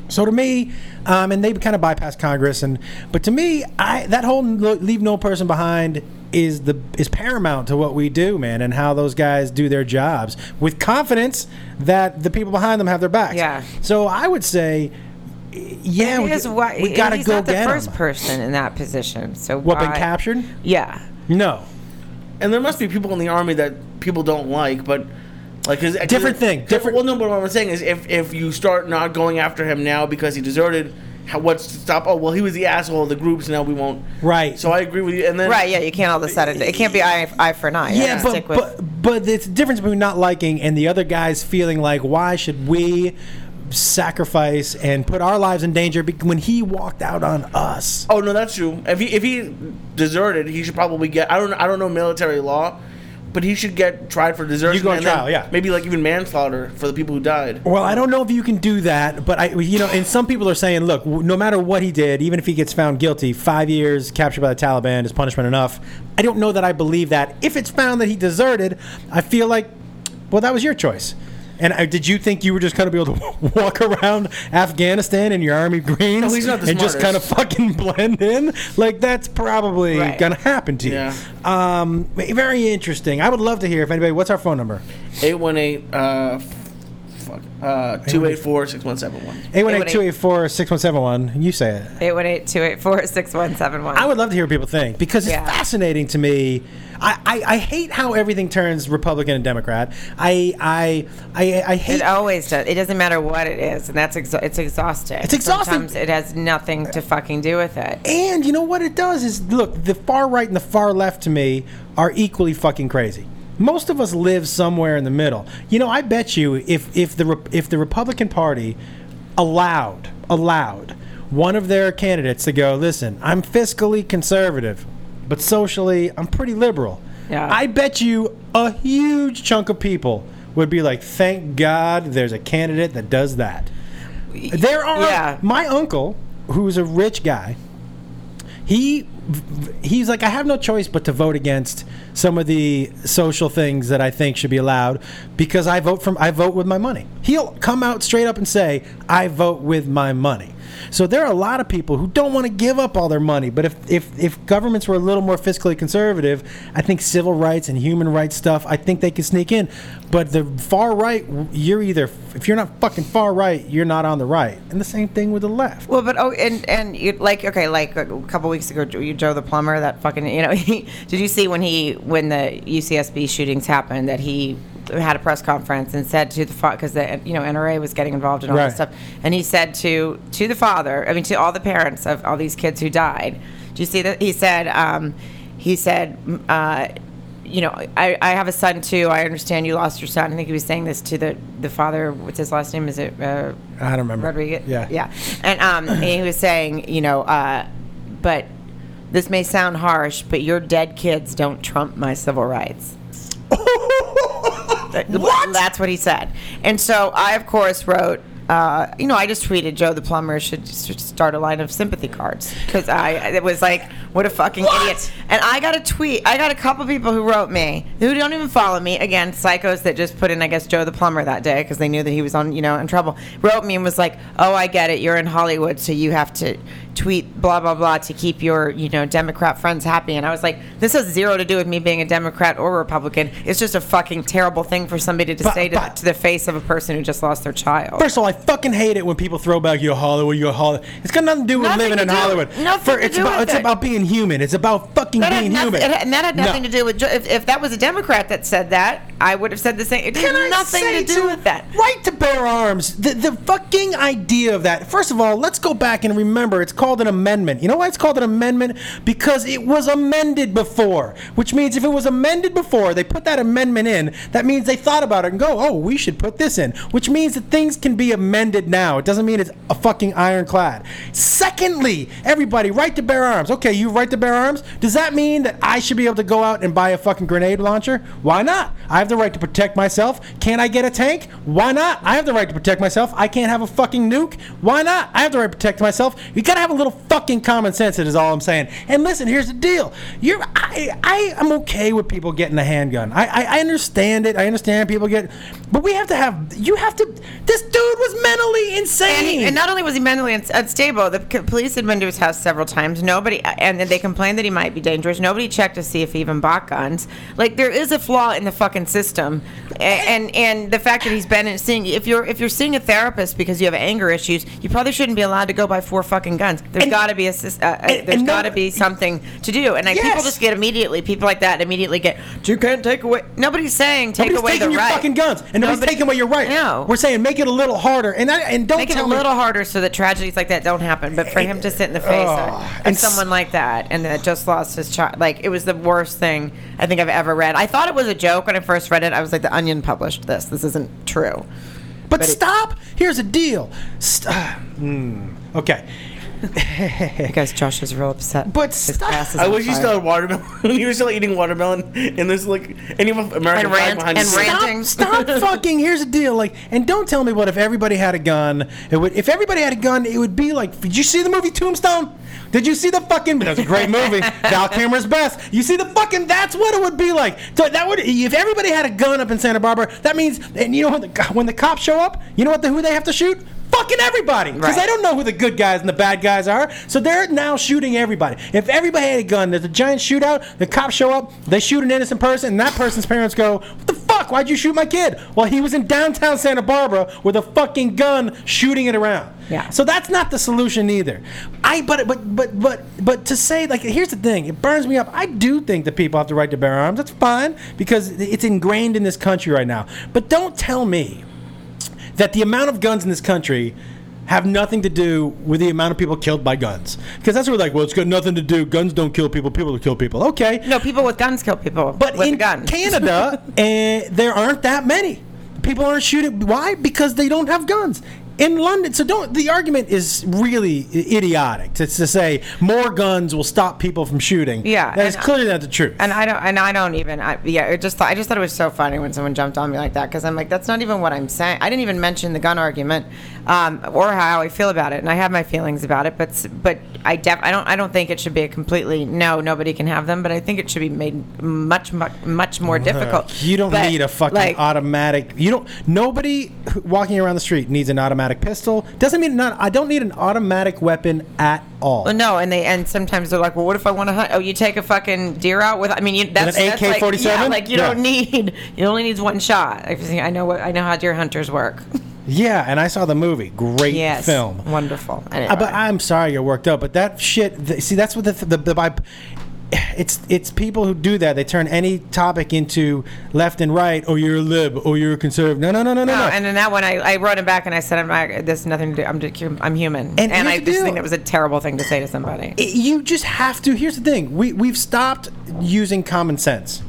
Speaker 1: So to me, um, and they kind of bypass Congress, and but to me, I that whole lo- leave no person behind is the is paramount to what we do, man, and how those guys do their jobs with confidence that the people behind them have their backs.
Speaker 2: Yeah.
Speaker 1: So I would say, yeah,
Speaker 2: He
Speaker 1: we,
Speaker 2: is why
Speaker 1: we gotta
Speaker 2: he's
Speaker 1: go
Speaker 2: not the
Speaker 1: get 'em.
Speaker 2: first person in that position. So
Speaker 1: What been
Speaker 2: why-
Speaker 1: captured?
Speaker 2: Yeah,
Speaker 1: No.
Speaker 4: And there must be people in the army that people don't like, but like his
Speaker 1: Different thing, different-
Speaker 4: Well, no, but what I'm saying is, if if you start not going after him now because he deserted, how, what's to stop? Oh, well, he was the asshole of the group, so now we won't.
Speaker 1: Right.
Speaker 4: So I agree with you. And then
Speaker 2: right. Yeah, you can't all of a sudden. It can't be eye, eye for an eye. You
Speaker 1: Yeah,
Speaker 2: gotta
Speaker 1: but,
Speaker 2: stick with-
Speaker 1: but but it's the difference between not liking and the other guys feeling like why should we sacrifice and put our lives in danger bec- when he walked out on us.
Speaker 4: Oh no, that's true. If he if he deserted, he should probably get. I don't I don't know military law, but he should get tried for desertion.
Speaker 1: You go on
Speaker 4: and then
Speaker 1: trial, yeah.
Speaker 4: Maybe like even manslaughter for the people who died.
Speaker 1: Well, I don't know if you can do that, but I, you know, and some people are saying, look, w- no matter what he did, even if he gets found guilty, five years captured by the Taliban is punishment enough. I don't know that I believe that. If it's found that he deserted, I feel like, well, that was your choice. And I, did you think you were just going to be able to *laughs* walk around Afghanistan in your army greens
Speaker 4: he's not the
Speaker 1: and just kind of
Speaker 4: smartest.
Speaker 1: fucking blend in? Like that's probably
Speaker 2: Right.
Speaker 1: going to happen to you.
Speaker 4: Yeah.
Speaker 1: Um, very interesting. I would love to hear if anybody. What's our phone number?
Speaker 4: 818 uh f- fuck uh 284 6171.
Speaker 1: 818-284-6171. You say it.
Speaker 2: 818-284-6171.
Speaker 1: I would love to hear what people think because it's
Speaker 2: Yeah.
Speaker 1: fascinating to me. I, I, I hate how everything turns Republican and Democrat. I I I, I hate
Speaker 2: It always does. It doesn't matter what it is, and that's exa- it's exhausting.
Speaker 1: It's exhausting.
Speaker 2: Sometimes it has nothing to fucking do with it.
Speaker 1: and you know what it does is look the far right and the far left to me are equally fucking crazy most of us live somewhere in the middle you know i bet you if if the Re- if the republican party allowed allowed one of their candidates to go listen i'm fiscally conservative but socially i'm pretty liberal
Speaker 2: Yeah.
Speaker 1: i bet you a huge chunk of people would be like thank god there's a candidate that does that there are
Speaker 2: Yeah.
Speaker 1: my uncle, who's a rich guy, he he's like I have no choice but to vote against some of the social things that I think should be allowed because I vote from I vote with my money. He'll come out straight up and say I vote with my money. So there are a lot of people who don't want to give up all their money, but if if if governments were a little more fiscally conservative, I think civil rights and human rights stuff, I think they could sneak in. But the far right, you're either if you're not fucking far right, you're not on the right. And the same thing with the left.
Speaker 2: Well, but oh, and and you like okay, like a couple weeks ago, Joe- you Joe the plumber, that fucking you know, *laughs* he, did you see when he when the UCSB shootings happened that he had a press conference and said to the father because the you know NRA was getting involved in all
Speaker 1: Right.
Speaker 2: this stuff, and he said to to the father, I mean to all the parents of all these kids who died. Do you see that he said? Um, he said. m- Uh, you know, I, I have a son too. I understand you lost your son. I think he was saying this to the, the father. What's his last name? Is it? Uh,
Speaker 1: I don't remember.
Speaker 2: Rodriguez.
Speaker 1: Yeah.
Speaker 2: yeah. And um, and he was saying, you know, uh, but this may sound harsh, but your dead kids don't trump my civil rights. What? That's what he said. And so I, of course, wrote. Uh, you know, I just tweeted Joe the plumber should should start a line of sympathy cards because I it was like what a fucking idiot. And I got a tweet. I got a couple people who wrote me who don't even follow me. Again, psychos that just put in I guess Joe the plumber that day because they knew that he was on you know in trouble. Wrote me and was like, oh I get it. You're in Hollywood, so you have to tweet blah blah blah to keep your you know Democrat friends happy. And I was like, this has zero to do with me being a Democrat or Republican. It's just a fucking terrible thing for somebody to
Speaker 1: But-
Speaker 2: say to,
Speaker 1: but-
Speaker 2: to the face of a person who just lost their child.
Speaker 1: First of all, I fucking hate it when people throw back your Hollywood, your Hollywood. It's got nothing to do with
Speaker 2: Nothing
Speaker 1: living
Speaker 2: to
Speaker 1: in
Speaker 2: do-
Speaker 1: Hollywood.
Speaker 2: nothing to
Speaker 1: it's
Speaker 2: do
Speaker 1: about
Speaker 2: with
Speaker 1: it's
Speaker 2: it.
Speaker 1: about being human. It's about fucking
Speaker 2: That had
Speaker 1: being
Speaker 2: noth-
Speaker 1: human.
Speaker 2: it had- and that had nothing to do with. If, if that was a Democrat that said that, I would have said the same. It had nothing to do with that.
Speaker 1: Right to with bare arms. The, the fucking idea of that. First of all, let's go back and remember it's called an amendment. You know why it's called an amendment? Because it was amended before. Which means if it was amended before, they put that amendment in. That means they thought about it and go, oh, we should put this in. Which means that things can be amended now. It doesn't mean it's a fucking ironclad. Secondly, everybody, right to bear arms. Okay, you right to bear arms. Does that mean that I should be able to go out and buy a fucking grenade launcher? Why not? I have the right to protect myself. Can't I get a tank? Why not? I have the right to protect myself. I can't have a fucking nuke. Why not? I have the right to protect myself. You gotta have a little fucking common sense. It is all I'm saying. And listen, here's the deal. You're, I, I am okay with people getting a handgun. I, I, I understand it. I understand people get, but we have to have. You have to. This dude was mentally insane.
Speaker 2: And, he, and not only was he mentally un- unstable, the c- police had been to his house several times. Nobody, and then they complained that he might be dangerous. Nobody checked to see if he even bought guns. Like there is a flaw in the fucking system, A- and and the fact that he's been in- seeing if you're if you're seeing a therapist because you have anger issues, you probably shouldn't be allowed to go buy four fucking guns. There's
Speaker 1: And-
Speaker 2: got to be a sys- uh, uh,
Speaker 1: and-
Speaker 2: there's
Speaker 1: and no-
Speaker 2: got to be something to do, and like, people
Speaker 1: Yes.
Speaker 2: just get immediately people like that immediately get you can't take away. Nobody's saying take
Speaker 1: nobody's
Speaker 2: away
Speaker 1: taking
Speaker 2: the
Speaker 1: your
Speaker 2: right.
Speaker 1: fucking guns, and nobody's
Speaker 2: Nobody-
Speaker 1: taking away your right.
Speaker 2: No.
Speaker 1: we're saying make it a little harder, and I, and don't
Speaker 2: Make it a
Speaker 1: tell me-
Speaker 2: little harder so that tragedies like that don't happen. But for him to sit in the face
Speaker 1: Ugh.
Speaker 2: of,
Speaker 1: And
Speaker 2: of
Speaker 1: s-
Speaker 2: someone like that and that just lost his child, like it was the worst thing I think I've ever read. I thought it was a joke when I first read it. I was like, The Onion published this. This isn't true.
Speaker 1: But,
Speaker 2: But it-
Speaker 1: stop. Here's the deal. St-
Speaker 2: Hmm.
Speaker 1: mm, okay.
Speaker 2: Because Josh is real upset.
Speaker 1: But
Speaker 2: His
Speaker 1: stop.
Speaker 2: ass is
Speaker 4: I
Speaker 2: on
Speaker 4: wish you
Speaker 2: fire.
Speaker 4: still had watermelon. *laughs* you were still eating watermelon, and there's like any of American
Speaker 2: And
Speaker 4: flag
Speaker 2: rant-
Speaker 4: behind
Speaker 2: and
Speaker 4: you.
Speaker 2: rant.
Speaker 1: Stop,
Speaker 2: Ranting. *laughs*
Speaker 1: stop fucking. Here's the deal. Like, and don't tell me what if everybody had a gun. It would. If everybody had a gun, it would be like. Did you see the movie Tombstone? Did you see the fucking? That's a great
Speaker 2: *laughs*
Speaker 1: movie. Val Cameron's best. You see the fucking. That's what it would be like. So that would. If everybody had a gun up in Santa Barbara, that means. And you know when the when the cops show up, you know what the who they have to shoot. Fucking everybody, because
Speaker 2: Right.
Speaker 1: they don't know who the good guys and the bad guys are. So they're now shooting everybody. If everybody had a gun, there's a giant shootout. The cops show up, they shoot an innocent person, and that person's parents go, "What the fuck? Why'd you shoot my kid?" Well, he was in downtown Santa Barbara with a fucking gun, shooting it around.
Speaker 2: Yeah.
Speaker 1: So that's not the solution either. I but but but but but to say like here's the thing, it burns me up. I do think that people have the right to bear arms. That's fine because it's ingrained in this country right now. But don't tell me that the amount of guns in this country have nothing to do with the amount of people killed by guns. Because that's what we're like, well, it's got nothing to do. Guns don't kill people. People kill people. Okay.
Speaker 2: No, people with guns kill people.
Speaker 1: But
Speaker 2: with
Speaker 1: in
Speaker 2: a gun. *laughs*
Speaker 1: Canada, eh, there aren't that many. People aren't shooting. Why? Because they don't have guns. In London, so don't. The argument is really i- idiotic. It's to say more guns will stop people from shooting.
Speaker 2: Yeah,
Speaker 1: that is
Speaker 2: and-
Speaker 1: clearly not the truth.
Speaker 2: And I don't, and I don't even, I, yeah. It just, I just thought it was so funny when someone jumped on me like that because I'm like, that's not even what I'm saying. I didn't even mention the gun argument, um, or how I feel about it, and I have my feelings about it. But, s- but I def, I don't, I don't think it should be a completely no, nobody can have them. But I think it should be made much, much, much more difficult.
Speaker 1: You don't
Speaker 2: But,
Speaker 1: need a fucking
Speaker 2: like,
Speaker 1: automatic. You don't. Nobody who- walking around the street needs an automatic pistol. Doesn't mean not. I don't need an automatic weapon at all.
Speaker 2: Well, no, and they and sometimes they're like, well, what if I want to hunt? Oh, you take a fucking deer out with? I mean, you, that's
Speaker 1: an
Speaker 2: that's like-
Speaker 1: AK-47?
Speaker 2: yeah, like you
Speaker 1: Yeah.
Speaker 2: don't need. It only needs one shot. I just think- I know what I know how deer hunters work. *laughs*
Speaker 1: Yeah, and I saw the movie. Great
Speaker 2: Yes.
Speaker 1: film.
Speaker 2: Wonderful.
Speaker 1: Uh, But I'm sorry you're worked up. But that shit. Th- see, that's what the th- the, the by, it's it's people who do that. They turn any topic into left and right. Oh, you're a lib. Oh, you're a conservative. No, no, no, no, no.
Speaker 2: No,
Speaker 1: no.
Speaker 2: and then that one, I, I wrote him back and I said, I'm not, this has nothing to do, I'm, just, hum- I'm human. And,
Speaker 1: here's
Speaker 2: I
Speaker 1: the
Speaker 2: just
Speaker 1: deal.
Speaker 2: think that was a terrible thing to say to somebody.
Speaker 1: it- you just have to. Here's the thing: we we've stopped using common sense,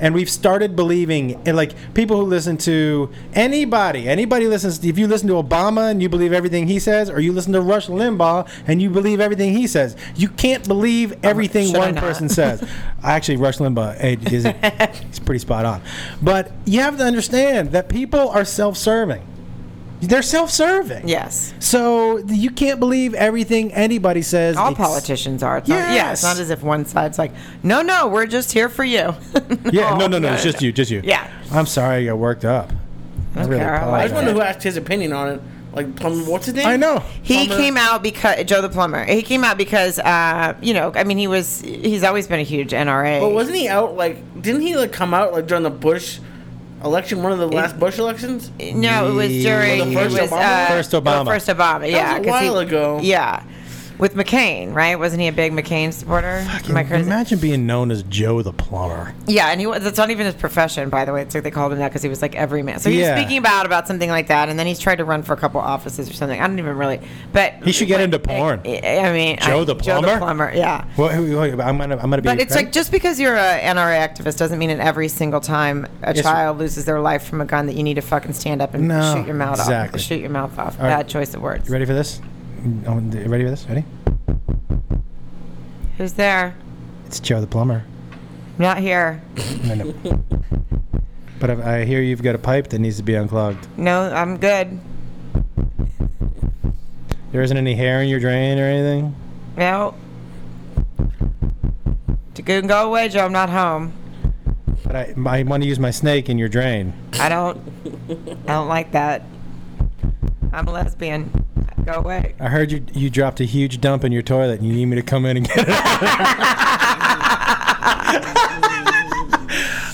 Speaker 1: and we've started believing. And like people who listen to anybody, anybody listens. If you listen to Obama and you believe everything he says, or you listen to Rush Limbaugh and you believe everything he says, you can't believe everything
Speaker 2: should I
Speaker 1: one
Speaker 2: not?
Speaker 1: person
Speaker 2: *laughs*
Speaker 1: says. Actually, Rush Limbaugh eh, is it's pretty spot on, but you have to understand that people are self-serving. They're self-serving.
Speaker 2: Yes.
Speaker 1: So you can't believe everything anybody says.
Speaker 2: All
Speaker 1: ex-
Speaker 2: politicians are. It's not, yeah,
Speaker 1: Yes.
Speaker 2: it's not as if one side's like, no, no, we're just here for you. *laughs*
Speaker 1: Yeah, no, no, no, it's just you, just you.
Speaker 2: Oh, Yeah.
Speaker 1: I'm sorry I got worked up. I really
Speaker 2: care,
Speaker 4: I
Speaker 2: I
Speaker 1: apologize.
Speaker 4: just wonder who asked his opinion on it. Like, Plum, what's his name?
Speaker 1: I know.
Speaker 2: He
Speaker 4: Plumber.
Speaker 2: came out because, Joe the Plumber, he came out because, uh, you know, I mean, he was, he's always been a huge NRA.
Speaker 4: But wasn't he out like? Didn't he like come out like during the Bush election, one of the last Bush elections?
Speaker 2: No, it was during
Speaker 4: Well, the first
Speaker 2: it was,
Speaker 4: Obama?
Speaker 2: uh,
Speaker 1: First Obama.
Speaker 2: the first Obama. Yeah,
Speaker 4: a
Speaker 2: 'cause
Speaker 4: while ago.
Speaker 2: Yeah, with McCain, right? Wasn't he a big McCain supporter? Am I crazy?
Speaker 1: Imagine being known as Joe the plumber.
Speaker 2: Yeah, and he was. That's not even his profession, by the way. It's like they called him that because he was like every man. So he
Speaker 1: Yeah.
Speaker 2: was speaking about about something like that, and then he's tried to run for a couple offices or something. I don't even really. But
Speaker 1: He should get into porn.
Speaker 2: I, I mean,
Speaker 1: Joe
Speaker 2: I-
Speaker 1: the
Speaker 2: Joe
Speaker 1: plumber?
Speaker 2: the plumber. Yeah.
Speaker 1: Well, who- who- I'm gonna, I'm gonna be.
Speaker 2: But it's like just because you're a NRA activist doesn't mean that every single time a
Speaker 1: Yes,
Speaker 2: child loses their life from a gun that you need to fucking stand up and
Speaker 1: No,
Speaker 2: shoot your mouth
Speaker 1: exactly.
Speaker 2: off. Shoot your mouth off.
Speaker 1: right.
Speaker 2: Bad choice of words.
Speaker 1: ready for this? Oh, you Ready for this? Ready?
Speaker 2: Who's there?
Speaker 1: It's Joe the plumber.
Speaker 2: I'm not here.
Speaker 1: I
Speaker 2: *laughs*
Speaker 1: know. but I, I hear you've got a pipe that needs to be unclogged.
Speaker 2: No, I'm good.
Speaker 1: There isn't any hair in your drain or anything.
Speaker 2: No. To go go away, Joe. I'm not home.
Speaker 1: But I, I want to use my snake in your drain.
Speaker 2: I don't. I don't like that. I'm a lesbian. Go away.
Speaker 1: I heard you you dropped a huge dump in your toilet, and you need me to come in and get it.
Speaker 2: *laughs*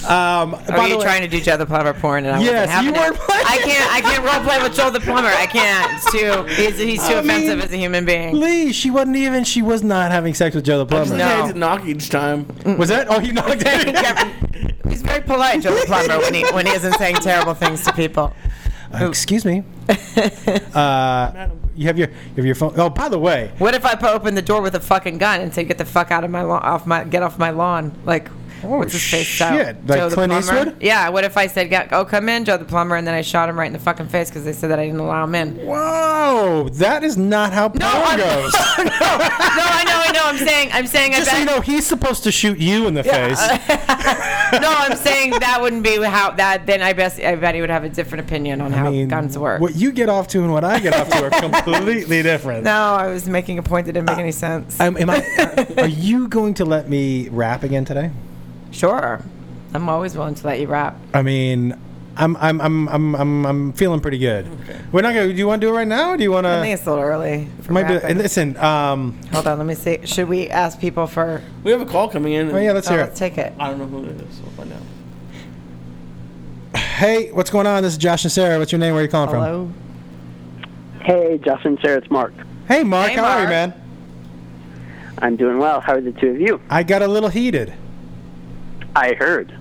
Speaker 1: um,
Speaker 2: Are
Speaker 1: by the
Speaker 2: you
Speaker 1: way-
Speaker 2: trying to do Joe the Plumber porn? And I wasn't
Speaker 1: Yes,
Speaker 2: having
Speaker 1: you
Speaker 2: it.
Speaker 1: were playing-
Speaker 2: I can't. I can't role play with Joe the Plumber. I can't. It's too. He's, he's too
Speaker 1: I mean,
Speaker 2: offensive as a
Speaker 1: *laughs*
Speaker 2: human being.
Speaker 1: Lee, she wasn't even. She was not having sex with Joe the plumber.
Speaker 2: No.
Speaker 4: I had to knock each time.
Speaker 1: Was that? Oh, you
Speaker 2: *laughs*
Speaker 1: knocked it.
Speaker 2: he's very polite, Joe the Plumber, when he when he isn't saying terrible things to people.
Speaker 1: Uh, excuse
Speaker 2: *laughs*
Speaker 1: me. Uh, you have your you have your phone. Oh, by the way,
Speaker 2: What if I po- open the door with a fucking gun and say, "Get the fuck out of my lawn, off my, get off my lawn"? Like, what's his face? so-
Speaker 1: Oh, shit. Like
Speaker 2: the
Speaker 1: Clint
Speaker 2: plumber?
Speaker 1: Eastwood?
Speaker 2: Yeah. What if I said, "Go- "Oh, come in, Joe the plumber," and then I shot him right in the fucking face because they said that I didn't allow
Speaker 1: *laughs*
Speaker 2: him in?
Speaker 1: whoa, that is not how porn
Speaker 2: I'm- *laughs*
Speaker 1: goes.
Speaker 2: no, I know, I know. I'm saying, I'm saying,
Speaker 1: Just so
Speaker 2: I
Speaker 1: you
Speaker 2: bet.
Speaker 1: know, he's supposed to shoot you in the
Speaker 2: uh,
Speaker 1: face.
Speaker 2: no, I'm saying that wouldn't be how that. Then I bet, I bet he would have a different opinion on how
Speaker 1: I mean,
Speaker 2: guns work.
Speaker 1: What you get off to and what I get off to
Speaker 2: *laughs*
Speaker 1: are completely different.
Speaker 2: no, I was making a point that didn't make any sense.
Speaker 1: Um, am *laughs* I? Are, are you going to let me rap again today?
Speaker 2: sure, I'm always willing to let you rap.
Speaker 1: I mean, I'm I'm I'm I'm I'm, I'm feeling pretty good. We're not gonna. Do you want to do it right now? Or do you want
Speaker 2: I think
Speaker 1: to?
Speaker 2: it's a little early. For
Speaker 1: Uh, Might be.
Speaker 2: rapping.
Speaker 1: and Listen. Um.
Speaker 2: Hold on, let me see. Should we ask people for?
Speaker 4: We have a call coming in.
Speaker 1: Oh yeah. Let's
Speaker 2: oh,
Speaker 1: hear
Speaker 2: let's
Speaker 1: it.
Speaker 2: take it.
Speaker 4: I don't know who it is. We'll find out.
Speaker 1: Hey, what's going on? This is Josh and Sarah. What's your name? Where are you calling
Speaker 2: Hello. *laughs*
Speaker 6: Hey, Justin, Sarah, it's Mark.
Speaker 1: from? Hey, Mark.
Speaker 2: Hey,
Speaker 1: how are you, man?
Speaker 2: Mark.
Speaker 6: I'm doing well. How are the two of you?
Speaker 1: I got a little heated.
Speaker 6: I heard.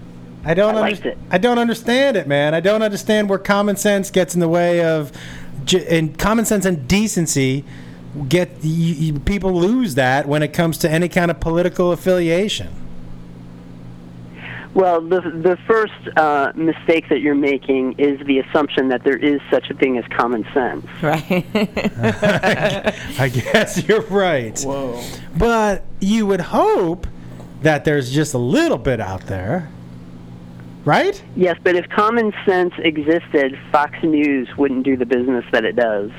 Speaker 1: I don't.
Speaker 6: I liked
Speaker 1: underst-
Speaker 6: it.
Speaker 1: I don't understand it, man. I don't understand where common sense gets in the way of, j- and common sense and decency get you, you, people lose that when it comes to any kind of political affiliation.
Speaker 6: Well, the the first uh, mistake that you're making is the assumption that there is such a thing as common sense.
Speaker 2: Right.
Speaker 1: *laughs* I guess you're right.
Speaker 4: Whoa.
Speaker 1: But you would hope that there's just a little bit out there, right?
Speaker 6: Yes, but if common sense existed, Fox News wouldn't do the business that it does.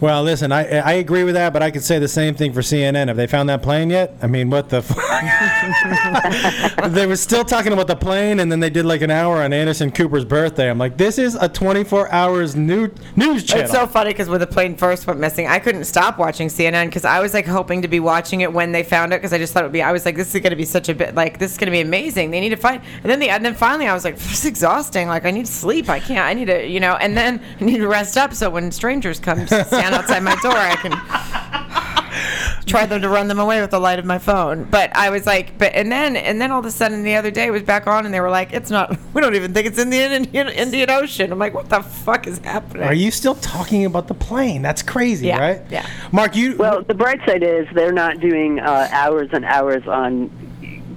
Speaker 1: Well, listen, I I agree with that, but I could say the same thing for CNN. Have they found that plane yet? I mean, what the fuck? *laughs* they were still talking about the plane, and then they did like an hour on Anderson Cooper's birthday. I'm like, this is a 24 hours new news channel.
Speaker 2: It's so funny because when the plane first went missing, I couldn't stop watching CNN because I was like hoping to be watching it when they found it because I just thought it would be. I was like, this is going to be such a bit like this is going to be amazing. They need to find. And then the and then finally I was like, this is exhausting. Like I need to sleep. I can't. I need to you know. And then I need to rest up so when strangers come to stand outside my door, I can. Try them to run them away with the light of my phone, but I was like, but and then and then all of a sudden the other day it was back on and they were like, it's not, *laughs* we don't even think it's in the Indian, Indian Ocean. I'm like, what the fuck is happening?
Speaker 1: Are you still talking about the plane? That's crazy,
Speaker 2: Yeah,
Speaker 1: right?
Speaker 2: yeah.
Speaker 1: Mark, you
Speaker 6: Well, the bright side is they're not doing uh, hours and hours on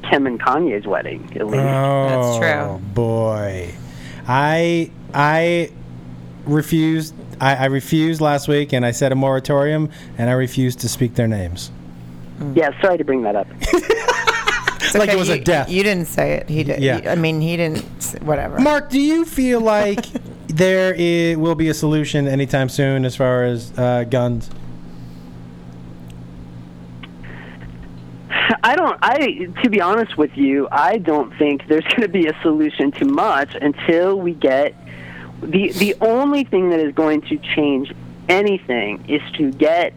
Speaker 6: Kim and Kanye's wedding. At least.
Speaker 1: Oh,
Speaker 2: true.
Speaker 1: Boy, I I refused. I, I refused last week, and I said a moratorium, and I refused to speak their names.
Speaker 6: yeah, sorry to bring that up.
Speaker 1: like
Speaker 2: Okay,
Speaker 1: it was
Speaker 2: you,
Speaker 1: a death.
Speaker 2: You didn't say it. He did.
Speaker 1: Yeah.
Speaker 2: I mean, he didn't. s- Whatever.
Speaker 1: Mark, do you feel *laughs* like there i will be a solution anytime soon as far as uh, guns?
Speaker 6: *laughs* I don't. I to be honest with you, I don't think there's going to be a solution to much until we get the the only thing that is going to change anything is to get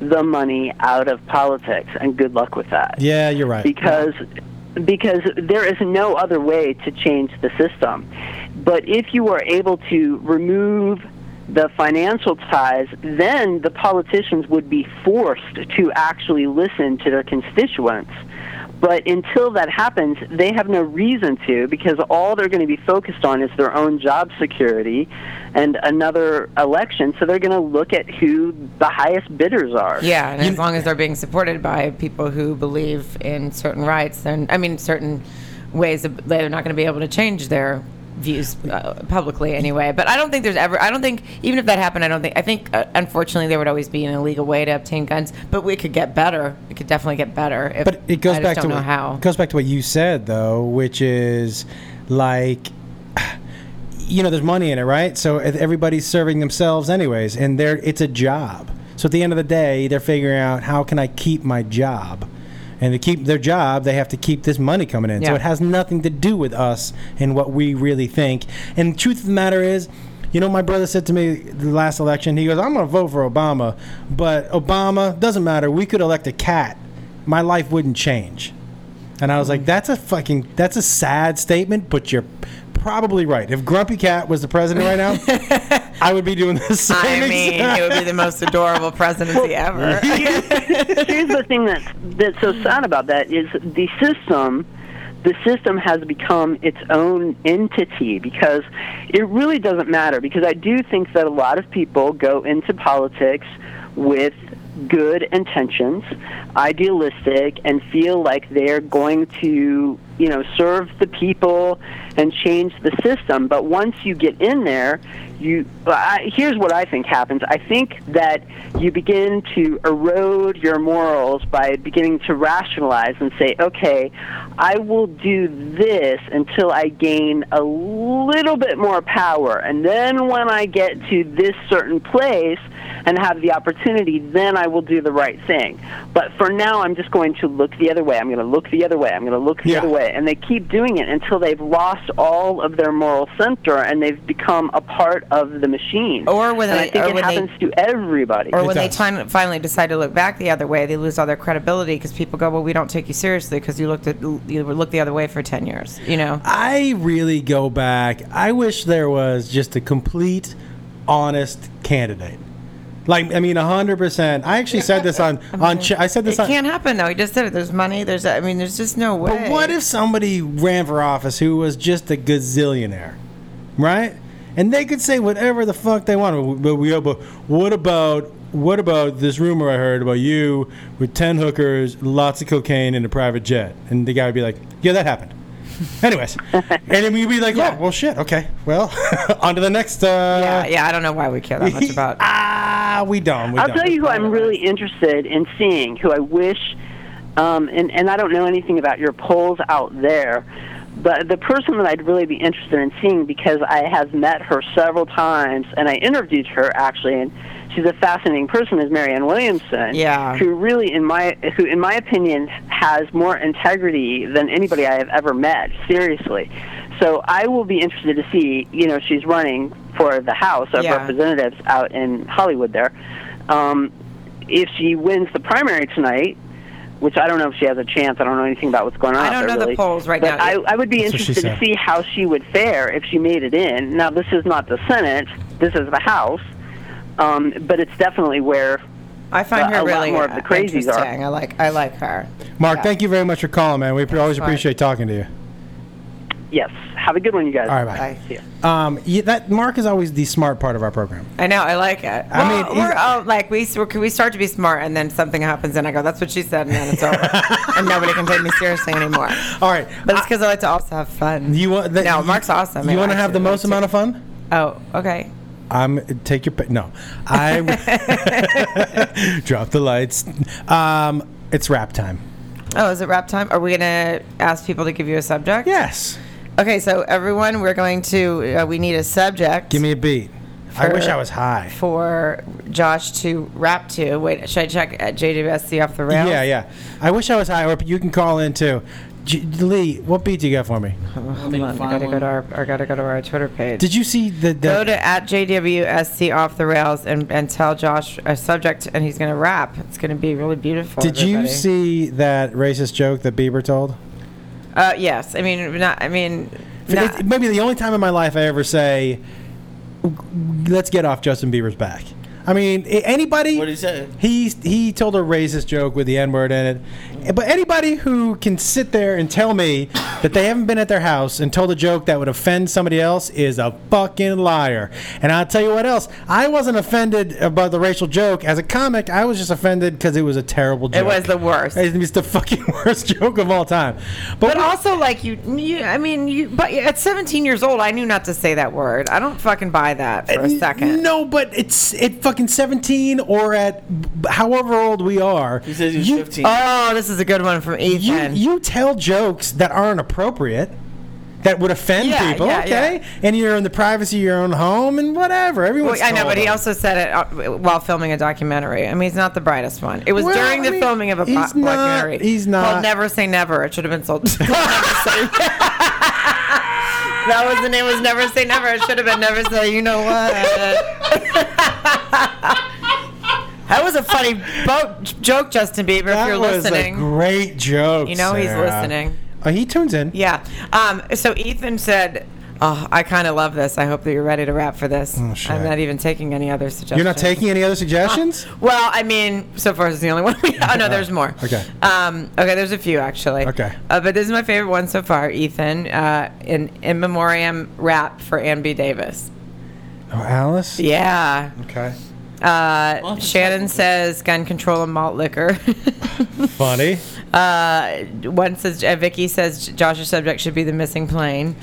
Speaker 6: the money out of politics, and good luck with that
Speaker 1: Yeah, you're right.
Speaker 6: because because there is no other way to change the system. But if you are able to remove the financial ties, then the politicians would be forced to actually listen to their constituents. But until that happens, they have no reason to because all they're going to be focused on is their own job security and another election. So they're going to look at who the highest bidders are.
Speaker 2: Yeah, and as long as they're being supported by people who believe in certain rights, then I mean certain ways of, they're not going to be able to change their views uh, publicly anyway. But I don't think there's ever. I don't think even if that happened, I don't think. I think uh, unfortunately there would always be an illegal way to obtain guns, but we could get better. We could definitely get better. If,
Speaker 1: But it goes
Speaker 2: I just
Speaker 1: back
Speaker 2: don't
Speaker 1: to
Speaker 2: know
Speaker 1: what,
Speaker 2: how.
Speaker 1: It goes back to what you said though, which is like you know, there's money in it, right? So ev- everybody's serving themselves anyways, and they're it's a job. So at the end of the day, they're figuring out how can I keep my job. And to keep their job, they have to keep this money coming in. So
Speaker 2: Yeah.
Speaker 1: it has nothing to do with us and what we really think. And the truth of the matter is, you know, my brother said to me the last election, he goes, I'm going to vote for Obama. But Obama, doesn't matter. We could elect a cat. My life wouldn't change. And I was
Speaker 2: Mm.
Speaker 1: like, that's a fucking, that's a sad statement, but you're probably right. If Grumpy Cat was the president right now,
Speaker 2: *laughs*
Speaker 1: I would be doing the same. *laughs*
Speaker 2: I mean,
Speaker 1: exact-
Speaker 2: it would be the most adorable presidency ever.
Speaker 6: here's the thing that's that's so sad about that is the system the system has become its own entity because it really doesn't matter because I do think that a lot of people go into politics with good intentions, idealistic and feel like they're going to, you know, serve the people and change the system. But once you get in there, you I, here's what I think happens. I think that you begin to erode your morals by beginning to rationalize and say, okay, I will do this until I gain a little bit more power. And then when I get to this certain place and have the opportunity, then I will do the right thing. But for now, I'm just going to look the other way. I'm going to look the other way. I'm going to look the
Speaker 1: Yeah.
Speaker 6: other way. And they keep doing it until they've lost all of their moral center and they've become a part of the machine.
Speaker 2: Or when
Speaker 6: and
Speaker 2: they-
Speaker 6: I think
Speaker 2: or
Speaker 6: it
Speaker 2: when they-
Speaker 6: happens to everybody.
Speaker 2: Or when they
Speaker 1: does.
Speaker 2: fin- finally decide to look back the other way, they lose all their credibility because people go, "Well, we don't take you seriously because you looked at you looked the other way for ten years." You know,
Speaker 1: I really go back. I wish there was just a complete, honest candidate. Like, I mean, 100%. I actually said this
Speaker 2: *laughs*
Speaker 1: on, on, Ch- I said this
Speaker 2: it
Speaker 1: on.
Speaker 2: can't happen though. He just did it. There's money. There's I mean, there's just no way.
Speaker 1: But what if somebody ran for office who was just a gazillionaire, right? And they could say whatever the fuck they wanted. But we, but what about what about this rumor I heard about you with ten hookers, lots of cocaine, and a private jet? And the guy would be like, "Yeah, that
Speaker 2: *laughs*
Speaker 1: happened." Anyways, and then we'd be like,
Speaker 2: Yeah.
Speaker 1: "Oh, well, shit. Okay, well, *laughs* on to the next." Uh,
Speaker 2: Yeah, yeah. I don't know why we care
Speaker 1: *laughs*
Speaker 2: that much about.
Speaker 1: ah, we don't. We
Speaker 6: I'll
Speaker 1: don't.
Speaker 6: tell you who I'm really interested in seeing, who I wish, um, and, and I don't know anything about your polls out there, but the person that I'd really be interested in seeing because I have met her several times and I interviewed her actually, and she's a fascinating person is Marianne Williamson,
Speaker 2: Yeah.
Speaker 6: who really in my who in my opinion has more integrity than anybody I have ever met. Seriously. So I will be interested to see, you know, she's running for the House of
Speaker 2: Yeah.
Speaker 6: Representatives representatives out in Hollywood there. Um, if she wins the primary tonight, which I don't know if she has a chance, I don't know anything about what's going on.
Speaker 2: I
Speaker 6: out
Speaker 2: don't
Speaker 6: there,
Speaker 2: know the
Speaker 6: really.
Speaker 2: polls right
Speaker 6: But
Speaker 2: now.
Speaker 6: I, I would be
Speaker 1: That's what she
Speaker 6: interested to
Speaker 1: said.
Speaker 6: see how she would fare if she made it in. Now, this is not the Senate, this is the House, um, but it's definitely where.
Speaker 2: I find
Speaker 6: uh, a
Speaker 2: her
Speaker 6: lot
Speaker 2: really
Speaker 6: more of the crazies are.
Speaker 2: interesting. I like I like her.
Speaker 1: Mark,
Speaker 2: Yeah.
Speaker 1: thank you very much for calling, man. We always
Speaker 2: fine.
Speaker 1: appreciate talking to you.
Speaker 6: Yes. Have a good one, you guys.
Speaker 1: All right, bye.
Speaker 2: I,
Speaker 1: Um, yeah, that Mark is always the smart part of our program.
Speaker 2: I know I like it.
Speaker 1: I
Speaker 2: Well,
Speaker 1: mean,
Speaker 2: we're
Speaker 1: it-
Speaker 2: all like we we're, we start to be smart, and then something happens, and I go, "That's what she said," and then
Speaker 1: *laughs*
Speaker 2: it's over, and nobody can take me seriously anymore.
Speaker 1: All right,
Speaker 2: But it's because I like to also have fun.
Speaker 1: you want that,
Speaker 2: no,
Speaker 1: you-
Speaker 2: Mark's awesome.
Speaker 1: You
Speaker 2: I
Speaker 1: want to have the
Speaker 2: actually
Speaker 1: most
Speaker 2: like
Speaker 1: amount of fun?
Speaker 2: to- Oh, okay.
Speaker 1: I'm take your pick. No, I *laughs* drop the lights. Um, it's rap time.
Speaker 2: Oh, is it wrap time? Are we gonna ask people to give you a subject?
Speaker 1: Yes,
Speaker 2: Okay, so everyone, we're going to uh, we need a subject.
Speaker 1: give me a beat. I wish
Speaker 2: For-
Speaker 1: I was high.
Speaker 2: for Josh to rap to. Wait, should I check at JWSC off the rails?
Speaker 1: Yeah, yeah. I wish I was high. Or you can call in too. J- Lee, what beat do you got for me?
Speaker 2: Hold on, I gotta go to our I gotta go to our Twitter page.
Speaker 1: Did you see the? the
Speaker 2: go to at JWSC off the rails and, and tell Josh a subject, and he's gonna rap. It's gonna be really beautiful.
Speaker 1: did you
Speaker 2: everybody.
Speaker 1: see that racist joke that Bieber told?
Speaker 2: Uh, yes, I mean not. I mean. Not,
Speaker 1: It's maybe the only time in my life I ever say, let's get off Justin Bieber's back. I mean, a- anybody.
Speaker 4: What'd he say?
Speaker 1: He he told a racist joke with the N word in it. But anybody who can sit there and tell me that they haven't been at their house and told a joke that would offend somebody else is a fucking liar. And I'll tell you what else. I wasn't offended about the racial joke as a comic. I was just offended because it was a terrible joke.
Speaker 2: It was the worst.
Speaker 1: It's the fucking *laughs* worst joke of all time. But,
Speaker 2: But also, like you, you, I mean, you. But at 17 years old, I knew not to say that word. I don't fucking buy that for a second.
Speaker 1: No, but it's at fucking 17 or at however old we are.
Speaker 4: He says he was
Speaker 1: you- uh,
Speaker 4: 15.
Speaker 2: Oh, this is a good one from
Speaker 1: you
Speaker 2: Ethan.
Speaker 1: you tell jokes that aren't appropriate that would offend
Speaker 2: Yeah,
Speaker 1: people
Speaker 2: yeah,
Speaker 1: okay
Speaker 2: yeah.
Speaker 1: and you're in the privacy of your own home and whatever
Speaker 2: Well,
Speaker 1: everyone's
Speaker 2: I know,
Speaker 1: told
Speaker 2: but he
Speaker 1: them.
Speaker 2: also said it uh, while filming a documentary. I mean, he's not the brightest one. It was
Speaker 1: Well,
Speaker 2: during
Speaker 1: I
Speaker 2: the
Speaker 1: mean,
Speaker 2: filming of a
Speaker 1: he's
Speaker 2: black
Speaker 1: not-
Speaker 2: documentary.
Speaker 1: he's
Speaker 2: Called
Speaker 1: not-
Speaker 2: Never Say Never. It should have been
Speaker 1: *laughs*
Speaker 2: sold. *laughs* that was the name. Was Never Say Never. It should have been Never Say. You know what? that was a funny boat joke, Justin Bieber. if
Speaker 1: that
Speaker 2: you're
Speaker 1: was
Speaker 2: listening,
Speaker 1: a great joke
Speaker 2: You know he's
Speaker 1: Sarah.
Speaker 2: listening.
Speaker 1: oh, he tunes in
Speaker 2: Yeah. Um, so Ethan said, "Oh, I kind of love this. I hope that you're ready to wrap for this.
Speaker 1: Oh, shit.
Speaker 2: I'm not even taking any other suggestions.
Speaker 1: you're not taking any other
Speaker 2: *laughs*
Speaker 1: suggestions
Speaker 2: Well, I mean, so far this is the only *laughs* one. We, oh no, there's more.
Speaker 1: Okay.
Speaker 2: Um, okay, there's a few actually.
Speaker 1: Okay.
Speaker 2: Uh, but this is my favorite one so far. Ethan, uh, an in memoriam rap for Ann B. Davis.
Speaker 1: oh alice
Speaker 2: Yeah.
Speaker 1: okay
Speaker 2: Uh, Shannon says gun control and malt liquor. *laughs*
Speaker 1: funny
Speaker 2: Uh, one says uh, Vicky says Josh's subject should be the missing plane.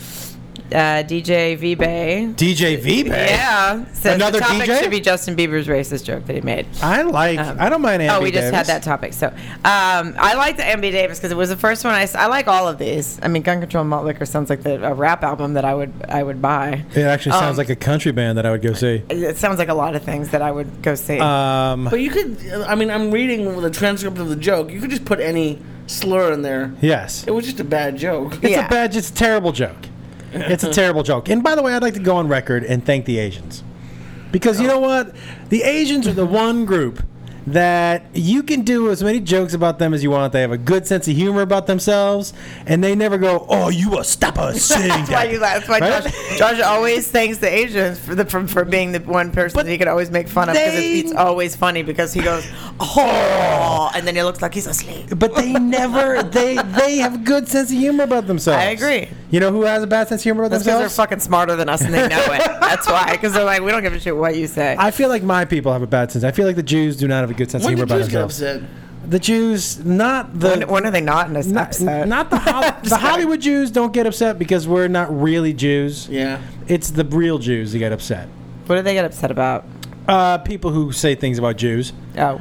Speaker 2: Uh, DJ V Bay.
Speaker 1: dj v
Speaker 2: Yeah, says
Speaker 1: Another
Speaker 2: the topic
Speaker 1: DJ?
Speaker 2: should be Justin Bieber's racist joke that he made.
Speaker 1: i like i don't mind
Speaker 2: oh,
Speaker 1: Andy
Speaker 2: we just had
Speaker 1: Davis.
Speaker 2: that topic. So um, I like the MB Davis because it was the first one I, s- I like all of these. I mean, Gun Control and Malt Liquor sounds like the, a rap album that I would I would buy.
Speaker 1: it actually sounds
Speaker 2: Um,
Speaker 1: like a country band that i would go see
Speaker 2: It sounds like a lot of things that I would go see.
Speaker 1: um
Speaker 4: But you could, I mean, I'm reading the transcript of the joke. You could just put any slur in there.
Speaker 1: yes
Speaker 4: It was just a bad
Speaker 1: *laughs*
Speaker 4: joke.
Speaker 1: It's
Speaker 2: Yeah.
Speaker 1: a bad, it's a terrible joke. It's a terrible joke. And by the way, I'd like to go on record and thank the Asians. Because you know what? The Asians are the one group that you can do as many jokes about them as you want. They have a good sense of humor about themselves, and they never go, "Oh, you will stop
Speaker 2: *laughs*
Speaker 1: us saying
Speaker 2: *laughs* that's why
Speaker 1: that."
Speaker 2: you laugh. That's why
Speaker 1: Right?
Speaker 2: Josh, Josh always thanks the Asians for the for, for being the one person that he could always make fun of because
Speaker 1: they-
Speaker 2: it's, it's always funny because he goes oh and then he looks like he's asleep.
Speaker 1: But they never they they have a good sense of humor about themselves.
Speaker 2: I agree.
Speaker 1: You know who has a bad sense of humor about
Speaker 2: That's because they're
Speaker 1: themselves?
Speaker 2: fucking smarter than us and they know
Speaker 1: *laughs*
Speaker 2: it. That's why. Because they're like, we don't give a shit what you say.
Speaker 1: I feel like my people have a bad sense. I feel like the Jews do not have a good sense
Speaker 4: When
Speaker 1: of humor
Speaker 4: did Jews
Speaker 1: about
Speaker 4: get
Speaker 1: themselves.
Speaker 4: upset?
Speaker 1: The Jews, not the
Speaker 2: when, when are they not in a
Speaker 1: not,
Speaker 2: upset?
Speaker 1: not
Speaker 2: *laughs*
Speaker 1: the, Hol- the
Speaker 2: Just kidding.
Speaker 1: Hollywood Jews don't get upset because we're not really Jews.
Speaker 2: *laughs*
Speaker 4: Yeah.
Speaker 1: It's the real Jews who get upset.
Speaker 2: What do they get upset about?
Speaker 1: Uh, people who say things about
Speaker 2: *laughs*
Speaker 1: Jews.
Speaker 2: Oh,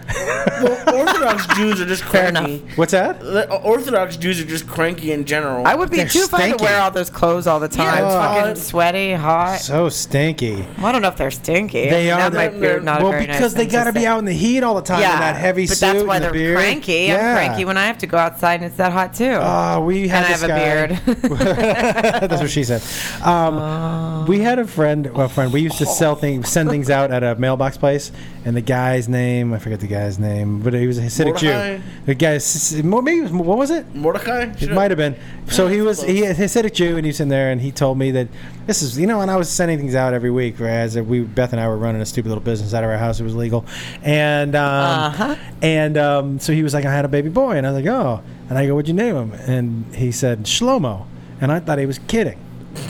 Speaker 4: Well, Orthodox Jews are just
Speaker 2: Fair
Speaker 4: cranky.
Speaker 1: What's that?
Speaker 4: The uh, Orthodox Jews are just cranky in general.
Speaker 2: I would be
Speaker 1: They're
Speaker 2: too fun to
Speaker 1: stinky.
Speaker 2: wear all those clothes all the time.
Speaker 4: it's
Speaker 2: fucking
Speaker 4: hot.
Speaker 2: sweaty, hot.
Speaker 1: So stinky.
Speaker 2: Well, I don't know if they're stinky.
Speaker 1: They
Speaker 2: I mean,
Speaker 1: are-
Speaker 2: That might be not a
Speaker 1: well,
Speaker 2: very nice
Speaker 1: because they
Speaker 2: thing to
Speaker 1: got to be
Speaker 2: say.
Speaker 1: out in the heat all the time in that heavy
Speaker 2: but
Speaker 1: suit.
Speaker 2: that's why
Speaker 1: and the
Speaker 2: they're
Speaker 1: beard.
Speaker 2: cranky.
Speaker 1: Yeah.
Speaker 2: I'm cranky when I have to go outside and it's that hot too.
Speaker 1: Oh, we had
Speaker 2: And I
Speaker 1: this
Speaker 2: have a
Speaker 1: guy- *laughs* That's what she said. Um, We had a friend, well, friend. We used to sell things, send things out at a mailbox place, and the guy's name I forget the guy's name, but he was a Hasidic
Speaker 4: Mordecai?
Speaker 1: Jew. The guy, maybe it was, what was it?
Speaker 4: Mordecai?
Speaker 1: It might have been. So he was
Speaker 4: that's
Speaker 1: he a Hasidic Jew, and he was in there, and he told me that this is you know, and I was sending things out every week. right, As we Beth and I were running a stupid little business out of our house, it was legal, and um,
Speaker 2: Uh-huh.
Speaker 1: and um, so he was like, I had a baby boy, and I was like, oh, and I go, what'd you name him? And he said Shlomo, and I thought he was kidding.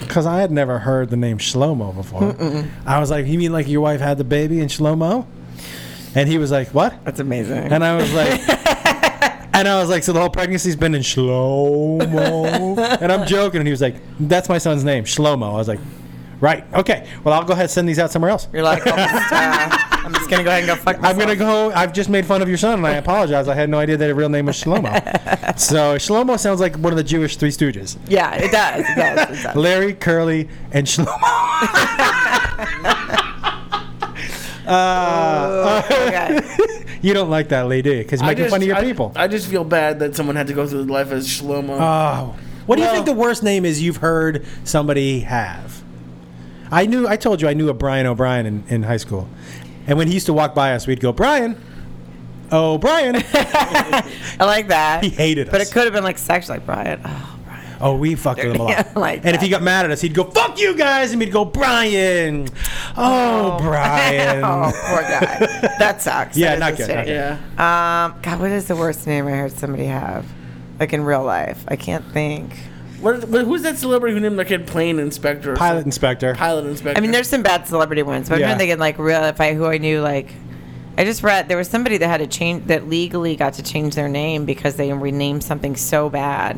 Speaker 1: Because I had never heard the name Shlomo before. I was like, You mean like your wife had the baby in Shlomo? And he was like, What?
Speaker 2: that's amazing.
Speaker 1: And I was
Speaker 2: *laughs*
Speaker 1: like, and I was like, so the whole pregnancy's been in Shlomo. and I'm joking. And he was like, that's my son's name, Shlomo. I was like, right, okay. Well, I'll go ahead and send these out somewhere else.
Speaker 2: You're like, oh, uh, I'm just gonna go ahead and go fuck. Myself.
Speaker 1: I'm gonna go. I've just made fun of your son, and I apologize. I had no idea that his real name was
Speaker 2: *laughs*
Speaker 1: Shlomo. so Shlomo sounds like one of the Jewish Three Stooges:
Speaker 2: Yeah, it does. It does.
Speaker 1: *laughs*
Speaker 2: It does.
Speaker 1: Larry, Curly, and Shlomo.
Speaker 2: Okay.
Speaker 1: You don't like that, lady, because you're
Speaker 4: I
Speaker 1: making
Speaker 4: just-
Speaker 1: fun of your
Speaker 4: I-
Speaker 1: people.
Speaker 4: I just feel bad that someone had to go through life as Shlomo.
Speaker 1: Oh. What do you
Speaker 4: Well-
Speaker 1: think the worst name is you've heard somebody have? I knew I told you I knew a Brian O'Brien in, in high school. And when he used to walk by us, we'd go, Brian. Oh, Brian.
Speaker 2: I like that.
Speaker 1: He hated
Speaker 2: But
Speaker 1: us.
Speaker 2: *laughs* it could have been like sex, like Brian. Oh, Brian.
Speaker 1: Oh, we fucked with him a lot.
Speaker 2: *laughs* Yeah, like
Speaker 1: and if he
Speaker 2: that.
Speaker 1: got mad at us, he'd go, fuck you guys. And we'd go, Brian. Oh, Brian.
Speaker 2: *laughs* oh, poor guy. That sucks.
Speaker 1: Yeah,
Speaker 2: That is
Speaker 1: not good, not
Speaker 2: shitty.
Speaker 1: good.
Speaker 4: Yeah.
Speaker 2: Um, God, what is the worst name I heard somebody have? Like in real life, I can't think.
Speaker 4: What, what, who's that celebrity who named their kid Plane Inspector? or
Speaker 1: Pilot
Speaker 4: something?
Speaker 1: inspector.
Speaker 4: Pilot Inspector.
Speaker 2: I mean, there's some bad celebrity ones, but
Speaker 1: Yeah.
Speaker 2: I'm trying to thinking like real if I who I knew like. I just read there was somebody that had to change that legally got to change their name because they renamed something so bad.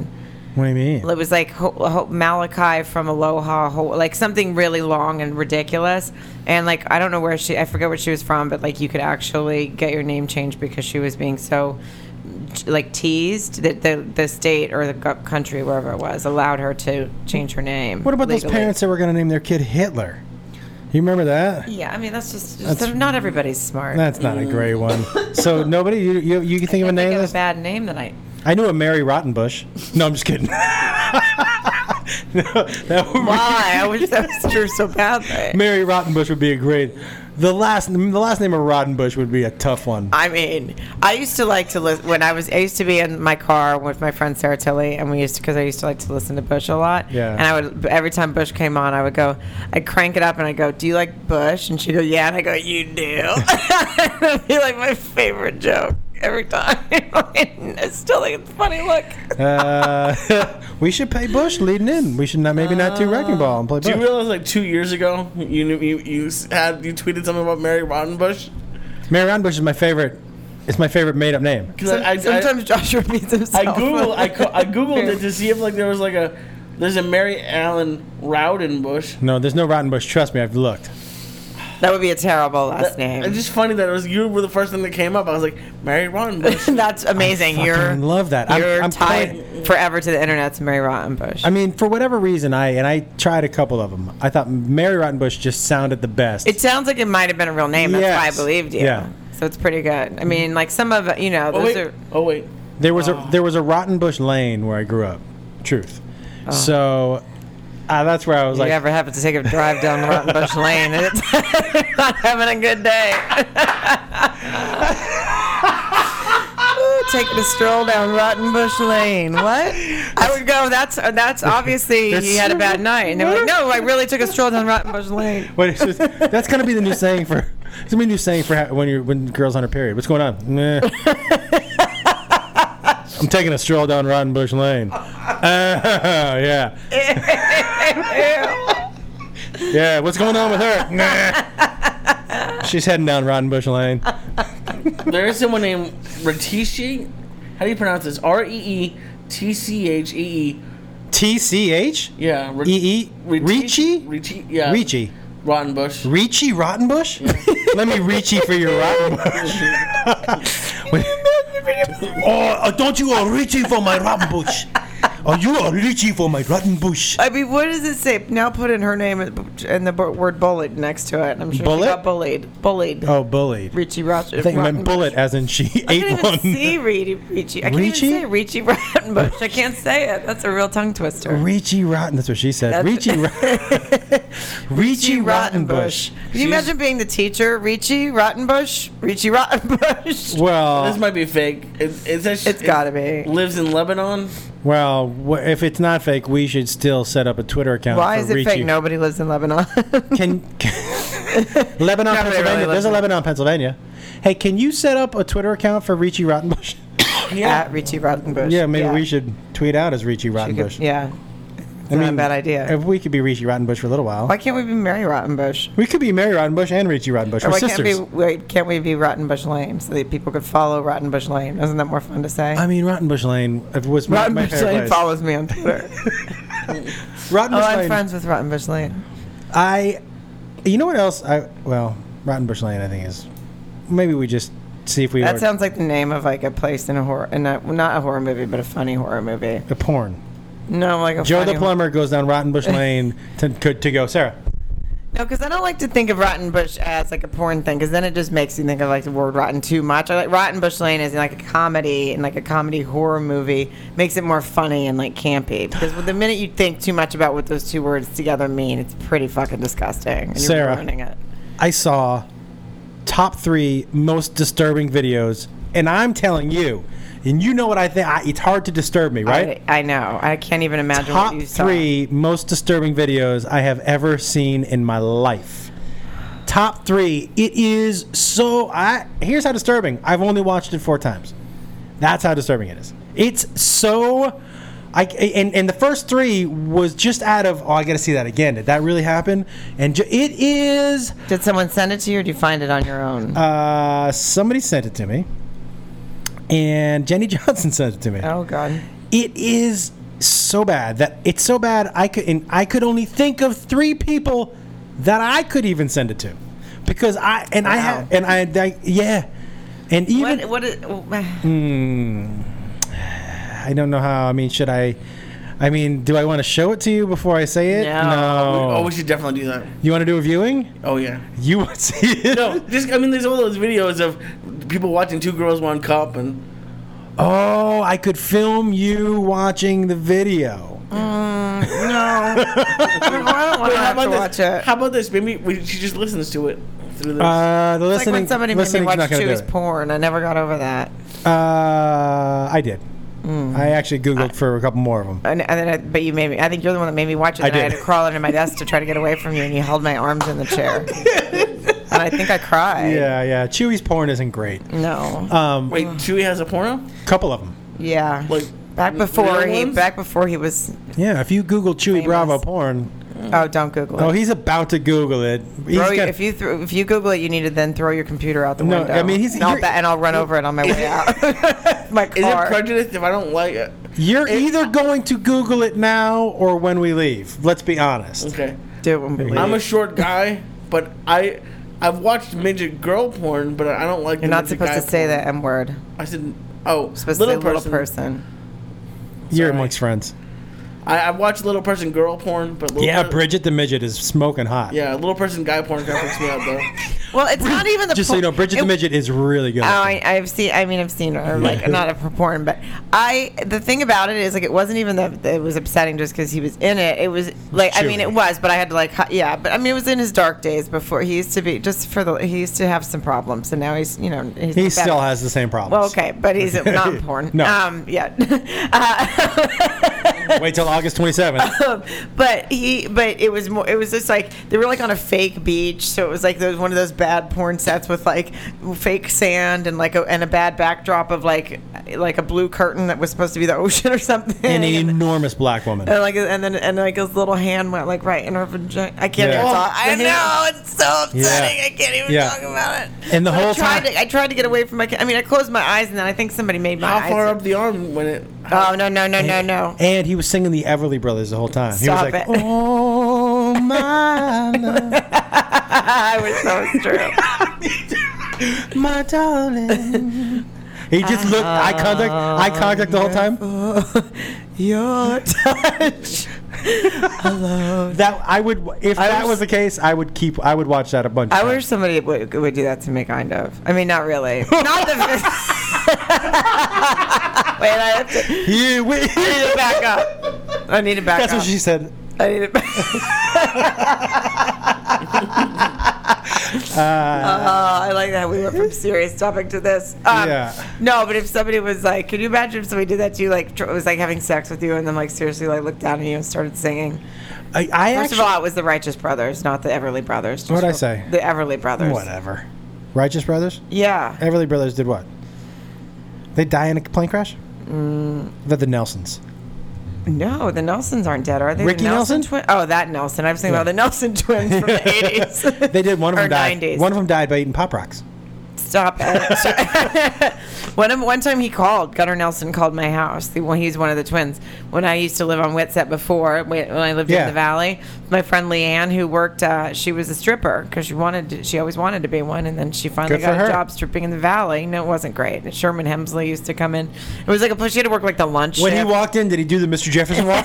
Speaker 1: What do you mean?
Speaker 2: It was like Ho- Ho- Malachi from Aloha, Ho- like something really long and ridiculous. And like I don't know where she, I forget where she was from, but like you could actually get your name changed because she was being so like teased that the the state or the gu- country wherever it was allowed her to change her name.
Speaker 1: What about those
Speaker 2: legally.
Speaker 1: parents that were going to name their kid Hitler? You remember that?
Speaker 2: Yeah, I mean that's just, just not everybody's smart.
Speaker 1: That's not a great
Speaker 2: *laughs*
Speaker 1: one. So nobody, you you, you can think of a
Speaker 2: mm. I
Speaker 1: name.
Speaker 2: think of a
Speaker 1: That's,
Speaker 2: bad name that I.
Speaker 1: I knew a Mary Rottenbush. No, I'm just kidding. *laughs* no, that would be,
Speaker 2: Why? I wish that was true so badly.
Speaker 1: Mary Rottenbush would be a great. The last the last name of Rottenbush would be a tough one.
Speaker 2: I mean, I used to like to listen when I was. I used to be in my car with my friend Sarah Tilly, and we used to because I used to like to listen to Bush a lot.
Speaker 1: Yeah.
Speaker 2: And I would every time Bush came on, I would go, I would crank it up, and I go, "Do you like Bush?" And she go, "Yeah," and I go, "You do."
Speaker 4: *laughs*
Speaker 2: *laughs* That'd be like my favorite joke every time. *laughs* I still think it's a funny. Look,
Speaker 1: Uh, *laughs* we should pay Bush leading in. We should not maybe not
Speaker 2: Uh,
Speaker 1: do Wrecking Ball and play
Speaker 4: Do you
Speaker 1: Bush.
Speaker 4: realize like two years ago you knew, you you s- had you tweeted something about Mary Rottenbush?
Speaker 1: Mary Rottenbush is my favorite. It's my favorite made up name.
Speaker 4: Because I, I,
Speaker 2: sometimes Joshua *laughs* beats
Speaker 4: I, I
Speaker 2: himself.
Speaker 4: googled I, co- I googled
Speaker 1: *laughs*
Speaker 4: it to see if like there was like a there's a Mary Allen Rowdenbush.
Speaker 1: No, there's no Rottenbush. Trust me, I've looked.
Speaker 2: That would be a terrible last name.
Speaker 4: It's just funny that it was you were the first thing that came up. I was like Mary Rottenbush.
Speaker 2: *laughs* That's amazing. You're
Speaker 1: fucking love that. I'm-
Speaker 2: you're
Speaker 1: I'm
Speaker 2: tied
Speaker 1: playing-
Speaker 2: forever to the internet's Mary Rottenbush.
Speaker 1: I mean, for whatever reason, I and I tried a couple of them. I thought Mary Rottenbush just sounded the best.
Speaker 2: it sounds like it might have been a real name. That's why I
Speaker 1: Yes.
Speaker 2: believed you.
Speaker 1: Yeah.
Speaker 2: So it's pretty good. I mean, like some of you know
Speaker 4: oh
Speaker 2: *laughs* those
Speaker 4: wait,
Speaker 2: are.
Speaker 4: oh wait.
Speaker 1: There was a there was a rotten bush lane where I grew up. Truth. So uh, that's where I was
Speaker 2: You
Speaker 1: like, *laughs*
Speaker 2: ever happen to take a drive down Rottenbush Lane and it's *laughs* not having a
Speaker 1: *laughs*
Speaker 2: good day? Ooh, Taking a stroll down Rottenbush Lane. What? I would go. That's that's obviously
Speaker 1: That's-
Speaker 2: you had a bad night. And they're like, no, I really took a stroll down Rottenbush Lane.
Speaker 1: Wait, it's just- that's gonna be the new saying for. *laughs* It's gonna be a new saying for ha- when you're when girls on her period. What's going on? Nah. *laughs* I'm taking a stroll down Rotten Bush Lane. *laughs* Uh, yeah, yeah. What's going on with her? Nah. She's heading down Rotten Bush Lane.
Speaker 4: There is someone named Retishi. How do you pronounce this? R e e t c h e e.
Speaker 1: T C H
Speaker 4: Yeah. Re-
Speaker 1: E E Ricci
Speaker 4: Retishi. Yeah.
Speaker 1: Ricci
Speaker 4: Rottenbush.
Speaker 1: Ricci Rottenbush. *laughs* Let me Ricci for your Rottenbush. *laughs* oh, uh, don't you are Ricci for my Rottenbush? Oh, you are Ricci for my Rottenbush.
Speaker 2: I mean, what does it say? Now put in her name and- and the bu- word bullied next to it. and I'm sure
Speaker 1: Bullet?
Speaker 2: she got bullied. Bullied.
Speaker 1: Oh, bullied.
Speaker 2: Richie Rogers.
Speaker 1: I think you meant bullet, as in she
Speaker 2: I
Speaker 1: ate
Speaker 2: can't
Speaker 1: one.
Speaker 2: even
Speaker 1: *laughs*
Speaker 2: see Reedy, Richie. I can't
Speaker 1: Ricci?
Speaker 2: even say Richie Rottenbush. I can't say it. That's a real tongue twister.
Speaker 1: Ricci Rotten. That's what she said.
Speaker 2: That's-
Speaker 1: Ricci Rotten. *laughs* Ricci Rottenbush.
Speaker 2: Can you imagine being the teacher? Richie Rottenbush?
Speaker 1: *laughs*
Speaker 2: Richie Rottenbush?
Speaker 4: This
Speaker 1: Well,
Speaker 4: might be fake. It, it says she-
Speaker 2: It's gotta be.
Speaker 4: Lives in Lebanon.
Speaker 1: well, wh- if it's not fake, we should still set up a Twitter account.
Speaker 2: Why
Speaker 1: for
Speaker 2: is it
Speaker 1: Ricci.
Speaker 2: fake? Nobody lives in Lebanon. *laughs*
Speaker 1: Can, can Lebanon,
Speaker 2: Nobody
Speaker 1: Pennsylvania?
Speaker 2: really
Speaker 1: There's
Speaker 2: lives
Speaker 1: a
Speaker 2: in-
Speaker 1: Lebanon, Pennsylvania. Hey, can you set up a Twitter account for Ricci
Speaker 2: *laughs*
Speaker 1: Rottenbush?
Speaker 2: At Richie Rottenbush.
Speaker 1: yeah, maybe we should tweet out as Ricci
Speaker 2: You could-
Speaker 1: Rottenbush.
Speaker 2: yeah.
Speaker 1: I
Speaker 2: not a bad idea.
Speaker 1: If we could be Ricci Rottenbush for a little while,
Speaker 2: Why can't we be Mary Rottenbush?
Speaker 1: we could be Mary Rottenbush and Ricci Rottenbush.
Speaker 2: Or
Speaker 1: We're
Speaker 2: why
Speaker 1: sisters.
Speaker 2: can't we, why can't we be Rottenbush Lane so that people could follow Rottenbush Lane? Isn't that more fun to say?
Speaker 1: I mean, Rottenbush Lane it was my, my
Speaker 2: Rottenbush
Speaker 1: favorite
Speaker 2: Lane
Speaker 1: place.
Speaker 2: follows me on Twitter.
Speaker 1: Rottenbush
Speaker 2: oh, I'm
Speaker 1: Lane.
Speaker 2: friends with Rottenbush Lane.
Speaker 1: I, you know what else? I well, Rottenbush Lane. I think is maybe we just see if we
Speaker 2: That
Speaker 1: were-
Speaker 2: sounds like the name of like a place in a horror, in a, not a horror movie, but a funny horror movie.
Speaker 1: a porn.
Speaker 2: No, like a
Speaker 1: Joe
Speaker 2: funny
Speaker 1: the
Speaker 2: hor-
Speaker 1: plumber goes down
Speaker 2: *laughs*
Speaker 1: Rottenbush Lane to, to, to go. Sarah,
Speaker 2: No, because I don't like to think of Rotten Bush as like a porn thing, because then it just makes you think of like the word rotten too much. I like Rotten Bush Lane is like a comedy and like a comedy horror movie makes it more funny and like campy. Because the minute you think too much about what those two words together mean, it's pretty fucking disgusting. And
Speaker 1: Sarah.
Speaker 2: you're ruining it.
Speaker 1: I saw top three most disturbing videos and I'm telling you, and you know what I think. I, it's hard to disturb me, right?
Speaker 2: I, I know. I can't even imagine
Speaker 1: Top
Speaker 2: what you saw.
Speaker 1: three most disturbing videos I have ever seen in my life. Top three. It is so. I here's how disturbing. I've only watched it four times. That's how disturbing it is. It's so. I, and, and the first three was just out of oh I gotta see that again did that really happen and ju- it is
Speaker 2: Did someone send it to you, or did you find it on your own?
Speaker 1: uh, somebody sent it to me, and Jenny *laughs* Johnson sent it to me.
Speaker 2: oh God.
Speaker 1: It is so bad that it's so bad I could and I could only think of three people that I could even send it to, because I and I
Speaker 2: Wow.
Speaker 1: have and I, I yeah, and even
Speaker 2: What? What is? *laughs*
Speaker 1: I don't know how. I mean, should I? I mean, do I want to show it to you before I say it?
Speaker 2: No.
Speaker 4: Oh,
Speaker 1: No.
Speaker 4: we should definitely do that.
Speaker 1: You want to do a viewing?
Speaker 4: Oh yeah.
Speaker 1: You want to see it?
Speaker 4: No, just I mean, there's all those videos of people watching Two Girls One Cup, and
Speaker 1: *laughs* Oh, I could film you watching the video.
Speaker 2: I don't want to have to watch
Speaker 4: this?
Speaker 2: it.
Speaker 4: How about this? Maybe we, she just listens to it through this.
Speaker 1: Uh, the
Speaker 2: It's
Speaker 1: listening,
Speaker 2: like when somebody made me
Speaker 1: listening's
Speaker 2: watch
Speaker 1: not gonna do
Speaker 2: Jewish
Speaker 1: it.
Speaker 2: porn. I never got over that.
Speaker 1: Uh, I did. I actually googled for a couple more of them.
Speaker 2: And, and then Mm. I, but you made me. I think you're the one that made me watch it.
Speaker 1: I
Speaker 2: And I, had
Speaker 1: did.
Speaker 2: to crawl under my desk to try to get away from you, and you held my arms in the chair.
Speaker 1: *laughs*
Speaker 2: and I think I cried.
Speaker 1: Yeah, yeah. Chewy's porn isn't great.
Speaker 2: Mm. No.
Speaker 1: Um,
Speaker 4: Wait, Chewie has a porno?
Speaker 1: couple of them.
Speaker 2: yeah.
Speaker 4: Like
Speaker 2: back before
Speaker 4: real
Speaker 2: he.
Speaker 4: ones?
Speaker 2: Back before he was.
Speaker 1: Yeah, if you Google Chewy
Speaker 2: Famous.
Speaker 1: Bravo porn,
Speaker 2: Oh, don't Google it.
Speaker 1: oh, he's about to Google it. He's
Speaker 2: Throw,
Speaker 1: got-
Speaker 2: if you throw, if you Google it, you need to then throw your computer out the
Speaker 1: No,
Speaker 2: window.
Speaker 1: I mean, he's-
Speaker 2: and I'll,
Speaker 1: *laughs* you're-
Speaker 2: ba- and I'll run over it on my
Speaker 1: *laughs*
Speaker 2: way out. my
Speaker 4: is
Speaker 2: car.
Speaker 4: it prejudiced if I don't like it?
Speaker 1: *laughs* you're either going to Google it now or when we leave. Let's be honest.
Speaker 4: Okay,
Speaker 2: Do it when we leave.
Speaker 4: I'm a short guy, but I I've watched midget girl porn, but I don't like.
Speaker 2: You're not supposed to say that M word.
Speaker 4: I said, oh,
Speaker 2: You're supposed
Speaker 4: little,
Speaker 2: to say
Speaker 4: person.
Speaker 2: little person.
Speaker 1: You're
Speaker 4: Sorry.
Speaker 1: amongst friends.
Speaker 4: I, I watched little person girl porn, but little
Speaker 1: Yeah,
Speaker 4: per-
Speaker 1: Bridget the midget is smoking hot.
Speaker 4: Yeah, little person guy porn kind of freaks me out though.
Speaker 2: Well, it's not even the.
Speaker 1: Just so you
Speaker 2: po-
Speaker 1: know, Bridget
Speaker 2: it-
Speaker 1: the midget is really good.
Speaker 2: Oh, I,
Speaker 1: looking.
Speaker 2: I've seen. I mean, I've seen her. Like,
Speaker 1: *laughs*
Speaker 2: not a porn, but I. The thing about it is, like, it wasn't even that that it was upsetting just because he was in it. It was like, I mean,
Speaker 1: Chewy.
Speaker 2: it was, but I had to like, hu- yeah. But I mean, it was in his dark days before he used to be just for the. He used to have some problems, and now he's, you know, he's
Speaker 1: he
Speaker 2: better.
Speaker 1: still has the same
Speaker 2: Well,
Speaker 1: problems.
Speaker 2: okay, but he's
Speaker 1: *laughs*
Speaker 2: not porn.
Speaker 1: No.
Speaker 2: Um, yeah. *laughs* Uh, *laughs*
Speaker 1: Wait till August 27th.
Speaker 2: but he, but it was more. It was just like they were like on a fake beach, so it was like those one of those bad porn sets with like fake sand and like a, and a bad backdrop of like like a blue curtain that was supposed to be the *laughs* ocean or something.
Speaker 1: An
Speaker 2: and,
Speaker 1: enormous black woman.
Speaker 2: and like and then and like his little hand went like right in her vagina. I can't
Speaker 1: Yeah.
Speaker 2: even
Speaker 1: Oh,
Speaker 2: talk. I
Speaker 4: the hand-
Speaker 2: know it's so upsetting.
Speaker 1: Yeah.
Speaker 2: I can't even
Speaker 1: Yeah.
Speaker 2: talk about it.
Speaker 1: And the
Speaker 2: But I
Speaker 1: whole
Speaker 2: tried
Speaker 1: time-
Speaker 2: To, I tried to get away from my. ca- I mean, I closed my eyes and then I think somebody made my
Speaker 4: How
Speaker 2: eyes.
Speaker 4: far up the arm when it?
Speaker 2: Oh no no no no no. *laughs*
Speaker 1: And he was singing the Everly Brothers the whole time.
Speaker 2: Stop
Speaker 1: he was like,
Speaker 2: it.
Speaker 1: "Oh my, love,
Speaker 2: I wish that
Speaker 1: *laughs*
Speaker 2: was true.
Speaker 1: my darling." He just
Speaker 2: Uh-huh.
Speaker 1: looked eye contact, eye contact the whole time.
Speaker 2: Your touch.
Speaker 1: That I would, if
Speaker 2: I
Speaker 1: that
Speaker 2: was-
Speaker 1: was the case, I would keep, I would watch that a bunch.
Speaker 2: I
Speaker 1: of *laughs*
Speaker 2: wish
Speaker 1: times.
Speaker 2: somebody would, would do that to me, kind of. I mean, not really. Not the.
Speaker 1: *laughs*
Speaker 2: Wait, I have to. *laughs*
Speaker 1: Yeah, we-
Speaker 2: I need to back up. I need to back
Speaker 1: that's
Speaker 2: up.
Speaker 1: what she said.
Speaker 2: I need
Speaker 1: *laughs*
Speaker 2: to back. *laughs* Uh, I like that we went from serious topic to this. Um,
Speaker 1: Yeah.
Speaker 2: No, but if somebody was like, "Can you imagine if somebody did that to you? Like, tr- was like having sex with you, and then like seriously like looked down at you and started singing."
Speaker 1: I, I
Speaker 2: First
Speaker 1: actually,
Speaker 2: of all, it was the Righteous Brothers, not the Everly Brothers. Just
Speaker 1: What'd I
Speaker 2: real-
Speaker 1: say?
Speaker 2: The Everly Brothers.
Speaker 1: whatever. Righteous Brothers,
Speaker 2: Yeah.
Speaker 1: Everly Brothers did what? They die in a plane crash.
Speaker 2: Mm.
Speaker 1: They're the Nelsons.
Speaker 2: No, the Nelsons aren't dead, are they? The
Speaker 1: Ricky Nelson?
Speaker 2: twin- oh, that Nelson. I was thinking about the Nelson twins from the
Speaker 1: *laughs*
Speaker 2: eighties.
Speaker 1: They did. One of them
Speaker 2: *laughs* Or
Speaker 1: died.
Speaker 2: 90s.
Speaker 1: One of them died by eating pop rocks. *laughs*
Speaker 2: Stop it. *laughs* one, of- one time he called, Gunnar Nelson called my house. The- Well, he's one of the twins. When I used to live on Witsat before, when when I lived
Speaker 1: Yeah.
Speaker 2: in the Valley, my friend Leanne, who worked, uh, she was a stripper because she wanted, to, she always wanted to be one, and then she finally
Speaker 1: Good for
Speaker 2: got a
Speaker 1: her.
Speaker 2: job stripping in the Valley. No, it wasn't great. And Sherman Hemsley used to come in. It was like a push. She had to work like the lunch.
Speaker 1: When he
Speaker 2: shift.
Speaker 1: walked in, did he do the Mr. Jefferson
Speaker 2: *laughs*
Speaker 1: walk?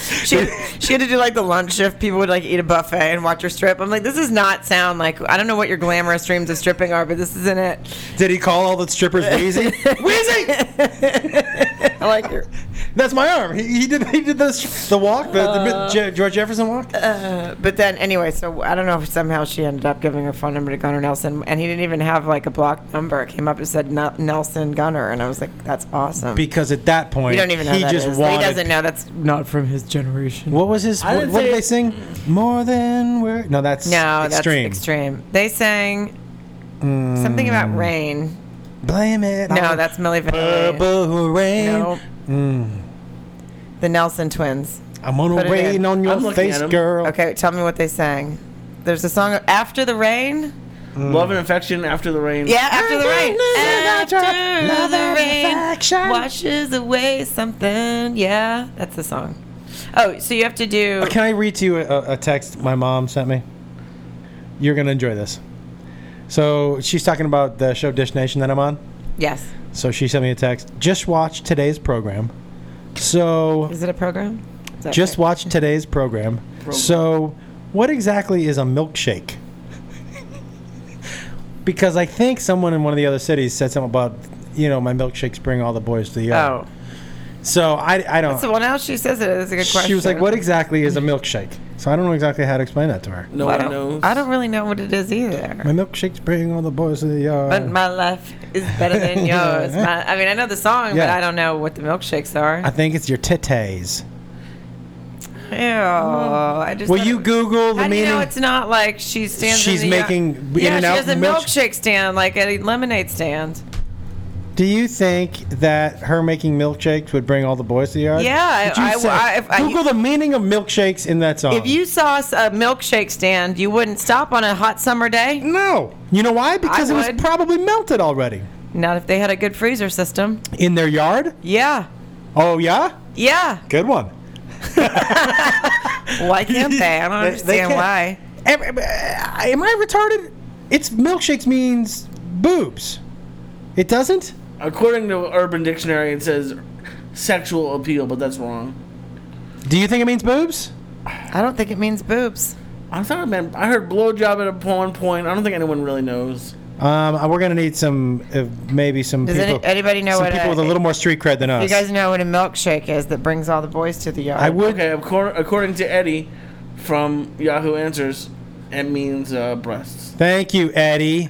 Speaker 2: she, she had to do like the lunch shift. People would like eat a buffet and watch her strip. I'm like, this does not sound like I don't know what your glamorous dreams of stripping are, but this isn't it. *laughs*
Speaker 1: Did he call all the strippers Wheezy?
Speaker 2: Wheezy, I like your
Speaker 1: That's my arm. He, he did. He did this. The walk. The, the
Speaker 2: Uh.
Speaker 1: Je- George Jefferson walk.
Speaker 2: But then, anyway, so I don't know if somehow she ended up giving her phone number to Gunnar Nelson, and he didn't even have like a blocked number. It came up and said Nel- Nelson Gunnar, and I was like, that's awesome.
Speaker 1: because at that point,
Speaker 2: we don't even know
Speaker 1: he
Speaker 2: who that
Speaker 1: just
Speaker 2: is.
Speaker 1: wanted.
Speaker 2: he doesn't know that's not from his generation.
Speaker 1: What was his?
Speaker 4: I
Speaker 1: What,
Speaker 4: didn't
Speaker 1: what did
Speaker 4: say-
Speaker 1: they sing? More than we're. No, that's
Speaker 2: No,
Speaker 1: extreme. Mm.
Speaker 2: that's extreme. They sang something about rain.
Speaker 1: Blame it.
Speaker 2: No,
Speaker 1: on
Speaker 2: that's Millie
Speaker 1: Uh,
Speaker 2: Vanilli.
Speaker 1: purple rain.
Speaker 2: No.
Speaker 1: Mm.
Speaker 2: The Nelson twins.
Speaker 1: I'm gonna
Speaker 2: Put it
Speaker 1: rain
Speaker 2: in.
Speaker 1: on your
Speaker 4: I'm looking
Speaker 1: face,
Speaker 4: at 'em.
Speaker 1: girl.
Speaker 2: Okay, tell me what they sang. There's a song after the rain.
Speaker 4: Love and affection after the rain.
Speaker 2: Yeah, after the rain.
Speaker 1: After
Speaker 2: After the
Speaker 1: another infection.
Speaker 2: rain washes away something. Yeah, that's the song. Oh, so you have to do.
Speaker 1: Can I read to you a, a text my mom sent me? You're gonna enjoy this. So she's talking about the show Dish Nation that I'm on.
Speaker 2: Yes.
Speaker 1: So she sent me a text. Just watch today's program. So
Speaker 2: Is it a program? Is that
Speaker 1: just
Speaker 2: right?
Speaker 1: watch today's program. So what exactly is a milkshake? because I think someone in one of the other cities said something about you know my milkshakes bring all the boys to the yard.
Speaker 2: Oh.
Speaker 1: So I I don't.
Speaker 2: So, well, now she says it. That's a good question.
Speaker 1: she was like, "What exactly is a milkshake?" So I don't know exactly how to explain that to her.
Speaker 4: No
Speaker 2: I
Speaker 4: one knows.
Speaker 2: don't, I don't really know what it is either.
Speaker 1: My milkshake's bringing all the boys to the yard.
Speaker 2: But my life is
Speaker 1: *laughs*
Speaker 2: better than yours. My, I mean, I know the song, but
Speaker 1: Yeah.
Speaker 2: I don't know what the milkshakes
Speaker 1: I
Speaker 2: are.
Speaker 1: think it's your titties.
Speaker 2: Ew. I just.
Speaker 1: Will
Speaker 2: thought
Speaker 1: you
Speaker 2: it-
Speaker 1: Google the
Speaker 2: How do you
Speaker 1: meaning?
Speaker 2: know it's not like she stands? in
Speaker 1: She's
Speaker 2: the yard-
Speaker 1: making
Speaker 2: Yeah,
Speaker 1: In-N-Out
Speaker 2: she does a
Speaker 1: milksh-
Speaker 2: milkshake stand, like a lemonade stand.
Speaker 1: Do you think that her making milkshakes would bring all the boys to the yard?
Speaker 2: Yeah,
Speaker 1: Did you
Speaker 2: I-
Speaker 1: say-
Speaker 2: I- if I-
Speaker 1: Google the meaning of milkshakes in that song.
Speaker 2: If you saw s- a milkshake stand, you wouldn't stop on a hot summer day.
Speaker 1: no, you know why? Because it was
Speaker 2: would.
Speaker 1: probably melted already
Speaker 2: Not if they had a good freezer system.
Speaker 1: in their yard.
Speaker 2: Yeah,
Speaker 1: Oh yeah,
Speaker 2: yeah.
Speaker 1: good one.
Speaker 2: Why can't they? I don't
Speaker 1: *laughs* They- they
Speaker 2: understand
Speaker 1: can't.
Speaker 2: why.
Speaker 1: Am, am- am I retarded? It's milkshakes means boobs. It doesn't.
Speaker 4: According to Urban Dictionary, it says sexual appeal, but that's wrong.
Speaker 1: Do you think it means boobs?
Speaker 2: I don't think it means boobs.
Speaker 4: I thought it meant I heard blowjob at a one point. I don't think anyone really knows.
Speaker 1: Um, we're gonna need some, uh, maybe some
Speaker 2: Does any-
Speaker 1: people.
Speaker 2: anybody know
Speaker 1: some
Speaker 2: what
Speaker 1: people
Speaker 2: a-
Speaker 1: with a little more street cred than us?
Speaker 2: You guys know what a milkshake is that brings all the boys to the yard.
Speaker 1: I would.
Speaker 4: Okay, according, according to Eddie from Yahoo Answers, it means uh, breasts.
Speaker 1: Thank you, Eddie.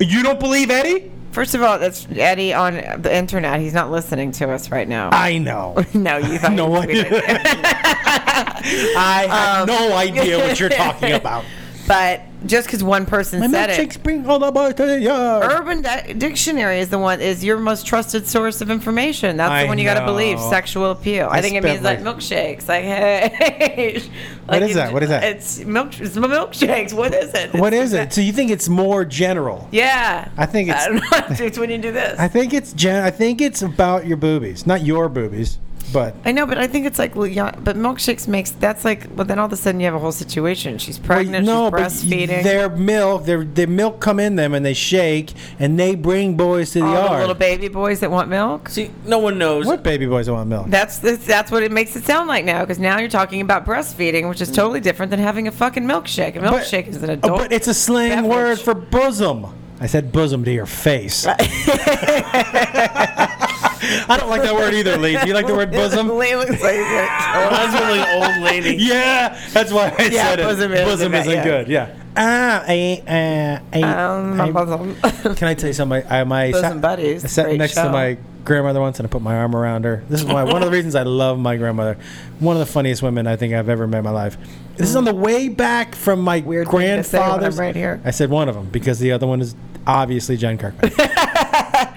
Speaker 1: You don't believe Eddie?
Speaker 2: First of all, that's Eddie on the internet. He's not listening to us right now.
Speaker 1: I know.
Speaker 2: *laughs* no, you
Speaker 1: *laughs*
Speaker 2: thought
Speaker 1: No
Speaker 2: he was
Speaker 1: idea.
Speaker 2: tweeting.
Speaker 1: I have
Speaker 2: Um,
Speaker 1: no idea what you're
Speaker 2: *laughs*
Speaker 1: talking about.
Speaker 2: But just because one person
Speaker 1: My
Speaker 2: said it,
Speaker 1: milkshakes bring all the boys to the yard.
Speaker 2: Urban Di- Dictionary is the one is your most trusted source of information. That's
Speaker 1: I
Speaker 2: the one you got to
Speaker 1: know.
Speaker 2: believe. Sexual appeal. I,
Speaker 1: I
Speaker 2: think it
Speaker 1: spent
Speaker 2: means like
Speaker 1: like-
Speaker 2: milkshakes. Like *laughs* hey,
Speaker 1: What
Speaker 2: Like,
Speaker 1: is
Speaker 2: you-
Speaker 1: that? What is that?
Speaker 2: It's milk. It's milkshakes. What is it?
Speaker 1: What
Speaker 2: It's-
Speaker 1: is it? So you think it's more general?
Speaker 2: *laughs* Yeah.
Speaker 1: I think it's-
Speaker 2: I don't know. *laughs* It's when you do this.
Speaker 1: I think it's gen. I think it's about your boobies, not your boobies, but
Speaker 2: I know, but I think it's like, well, yeah, but milkshakes makes that's like, but then all of a sudden you have a whole situation. She's pregnant, she's
Speaker 1: y-
Speaker 2: breastfeeding.
Speaker 1: their milk, their their milk come in them and they shake and they bring boys to the
Speaker 2: all Oh, the
Speaker 1: yard.
Speaker 2: little baby boys that want milk.
Speaker 4: See, no one knows.
Speaker 1: what baby boys want milk?
Speaker 2: That's that's that's what it makes it sound like now, because now you're talking about breastfeeding, which is totally different than having a fucking milkshake. A
Speaker 1: Mm. But-
Speaker 2: milkshake is an
Speaker 1: Oh,
Speaker 2: adult.
Speaker 1: but it's a slang
Speaker 2: beverage.
Speaker 1: word for bosom. I said bosom to your face. *laughs*
Speaker 2: *laughs*
Speaker 1: I don't like that word either, Lee. Do you like the word bosom? *laughs*
Speaker 2: Lee looks like he's *laughs* gonna kill us.
Speaker 4: That's really old lady.
Speaker 1: Yeah, that's why I
Speaker 2: Yeah,
Speaker 1: said it.
Speaker 2: bosom isn't
Speaker 1: bosom
Speaker 2: that-
Speaker 1: isn't
Speaker 2: yeah.
Speaker 1: good. Yeah. Ah, I, uh, I,
Speaker 2: Um,
Speaker 1: I-
Speaker 2: my bosom.
Speaker 1: *laughs* Can I tell you something? I, my
Speaker 2: Bosom buddies,
Speaker 1: I sat
Speaker 2: great
Speaker 1: next to
Speaker 2: show.
Speaker 1: my grandmother once, and I put my arm around her. This is why one of the reasons I love my grandmother. One of the funniest women I think I've ever met in my life. This is on the way back from my
Speaker 2: Weird thing to say when I'm
Speaker 1: grandfather's.
Speaker 2: right here.
Speaker 1: I said one of them because the other one is obviously Jen
Speaker 2: *laughs*
Speaker 1: Kirkman.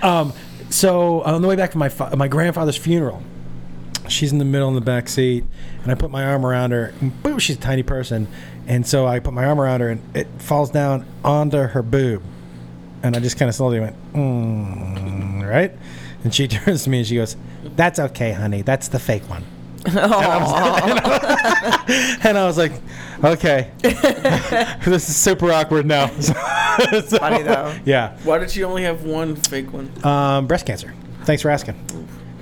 Speaker 1: um, so on the way back from my fa- my grandfather's funeral, she's in the middle in the back seat, and I put my arm around her. And boom, she's a tiny person, and so I put my arm around her, and it falls down onto her boob, and I just kind of slowly went, mm, right, and she *laughs* turns to me and she goes, "That's okay, honey. That's the fake one." And I was like, "Okay, *laughs* this is super awkward now." *laughs* So-
Speaker 2: Funny though.
Speaker 1: yeah,
Speaker 4: Why did she only have one fake one?
Speaker 1: um, breast cancer. Thanks for asking.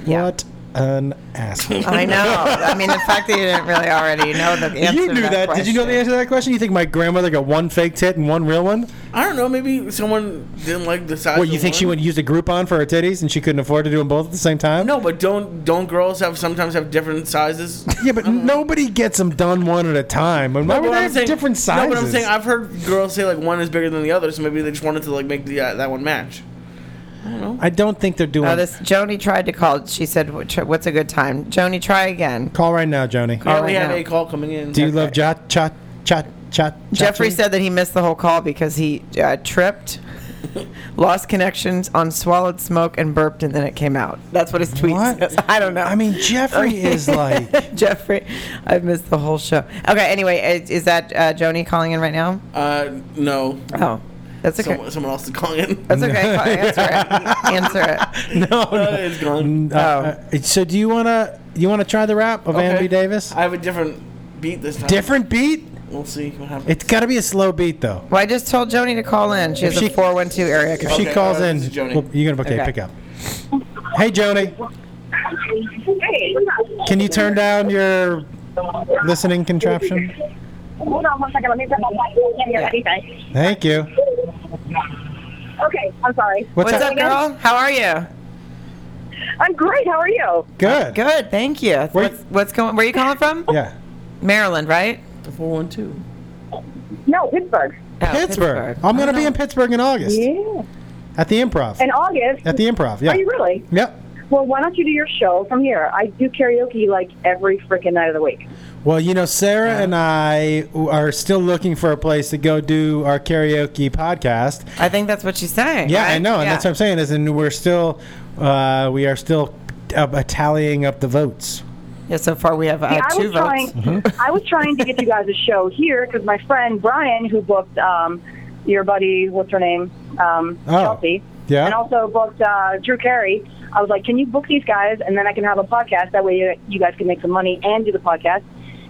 Speaker 2: Yeah.
Speaker 1: What an
Speaker 4: *laughs*
Speaker 1: asshole.
Speaker 2: I know. I mean, the fact that you didn't really already know the answer.
Speaker 1: you
Speaker 2: to
Speaker 1: knew that. Did you know the
Speaker 2: question.
Speaker 1: answer to that question? You think my grandmother got one fake tit and one real one?
Speaker 4: I don't know. Maybe someone didn't like the size.
Speaker 1: What
Speaker 4: of
Speaker 1: you think she
Speaker 4: one?
Speaker 1: would use a Groupon for her titties and she couldn't afford to do them both at the same time?
Speaker 4: No, but don't don't girls have sometimes have different sizes?
Speaker 1: Yeah, but nobody gets them done one at a time. And why
Speaker 4: Uh-huh.
Speaker 1: would
Speaker 4: But
Speaker 1: they
Speaker 4: I'm
Speaker 1: have
Speaker 4: saying-
Speaker 1: different sizes?
Speaker 4: No, but I'm saying I've heard girls say like one is bigger than the other, so maybe they just wanted to like make the uh, that one match.
Speaker 1: I don't think they're doing.
Speaker 2: Oh, this Joni tried to call. She said, "What- tr- "What's a good time?" Joni, try again.
Speaker 1: Call Oh, right now, Joni.
Speaker 4: Yeah,
Speaker 2: All
Speaker 4: we
Speaker 2: right
Speaker 4: have
Speaker 2: now.
Speaker 4: a call coming in.
Speaker 1: Do you love cha cha cha cha?
Speaker 2: Jeffrey
Speaker 1: chachi?
Speaker 2: said that he missed the whole call because he uh,
Speaker 1: *laughs*
Speaker 2: tripped, lost connections on swallowed smoke, and burped, and then it came out. That's what his tweet
Speaker 1: What?
Speaker 2: says. I don't know.
Speaker 1: I mean, Jeffrey is like.
Speaker 2: *laughs* Jeffrey, I've missed the whole show. Okay, anyway, is, is that uh, Joni calling in right now?
Speaker 4: Uh, no.
Speaker 2: Oh, that's okay.
Speaker 4: Someone, someone else is calling in. *laughs*
Speaker 2: that's okay. Call- answer it. Answer it.
Speaker 1: No,
Speaker 4: Uh,
Speaker 1: no.
Speaker 4: it's gone.
Speaker 1: Uh, uh, so do you wanna you wanna try the rap of Ann B.
Speaker 4: Okay.
Speaker 1: Davis?
Speaker 4: I have a different beat this time.
Speaker 1: Different beat.
Speaker 4: We'll see what happens.
Speaker 1: It's got to be a slow beat though.
Speaker 2: Well, I just told Joni to call in. She has
Speaker 1: she-
Speaker 2: a 412 area
Speaker 1: If
Speaker 2: code.
Speaker 1: she
Speaker 4: Okay,
Speaker 1: calls
Speaker 4: alright,
Speaker 1: in,
Speaker 4: this is Joni.
Speaker 1: well, you're gonna okay,
Speaker 2: Okay.
Speaker 1: pick up. Hey Joni, can you turn down your listening contraption?
Speaker 7: Hold on one second. Let me put my mic in here. Okay.
Speaker 1: Thank you.
Speaker 7: Okay, I'm sorry.
Speaker 1: What's,
Speaker 2: What's
Speaker 1: up?
Speaker 2: up, girl? How are you?
Speaker 7: I'm great. How are you?
Speaker 1: Good.
Speaker 2: Good, thank you.
Speaker 1: Where- Oh.
Speaker 2: What's, what's going? Where are you calling from?
Speaker 1: Yeah.
Speaker 2: Maryland, right?
Speaker 4: the 412.
Speaker 7: No, Pittsburgh.
Speaker 2: Oh,
Speaker 1: Pittsburgh. I'm gonna be in Pittsburgh in August
Speaker 7: Yeah.
Speaker 1: at the Improv.
Speaker 7: In August.
Speaker 1: At the Improv. Yeah.
Speaker 7: Are you really?
Speaker 1: Yep.
Speaker 7: Well, why don't you do your show from here? I do karaoke like every freaking night of the week.
Speaker 1: Well, you know, Sarah and I are still looking for a place to go do our karaoke podcast.
Speaker 2: I think that's what she's saying.
Speaker 1: Yeah, I
Speaker 2: right?
Speaker 1: know, and that's what I'm saying. Is and we're still, uh, we are still uh, tallying up the votes.
Speaker 2: Yeah, so far we have uh,
Speaker 7: See, I
Speaker 2: two
Speaker 7: was
Speaker 2: votes.
Speaker 7: trying.
Speaker 2: *laughs*
Speaker 7: *laughs*
Speaker 1: Mm-hmm.
Speaker 7: I was trying to get you guys a show here because my friend Brian, who booked um, your buddy, what's her name, um,
Speaker 1: Oh,
Speaker 7: Chelsea,
Speaker 1: yeah.
Speaker 7: and also booked uh, Drew Carey. I was like, can you book these guys and then I can have a podcast? That way, you, you guys can make some money and do the podcast.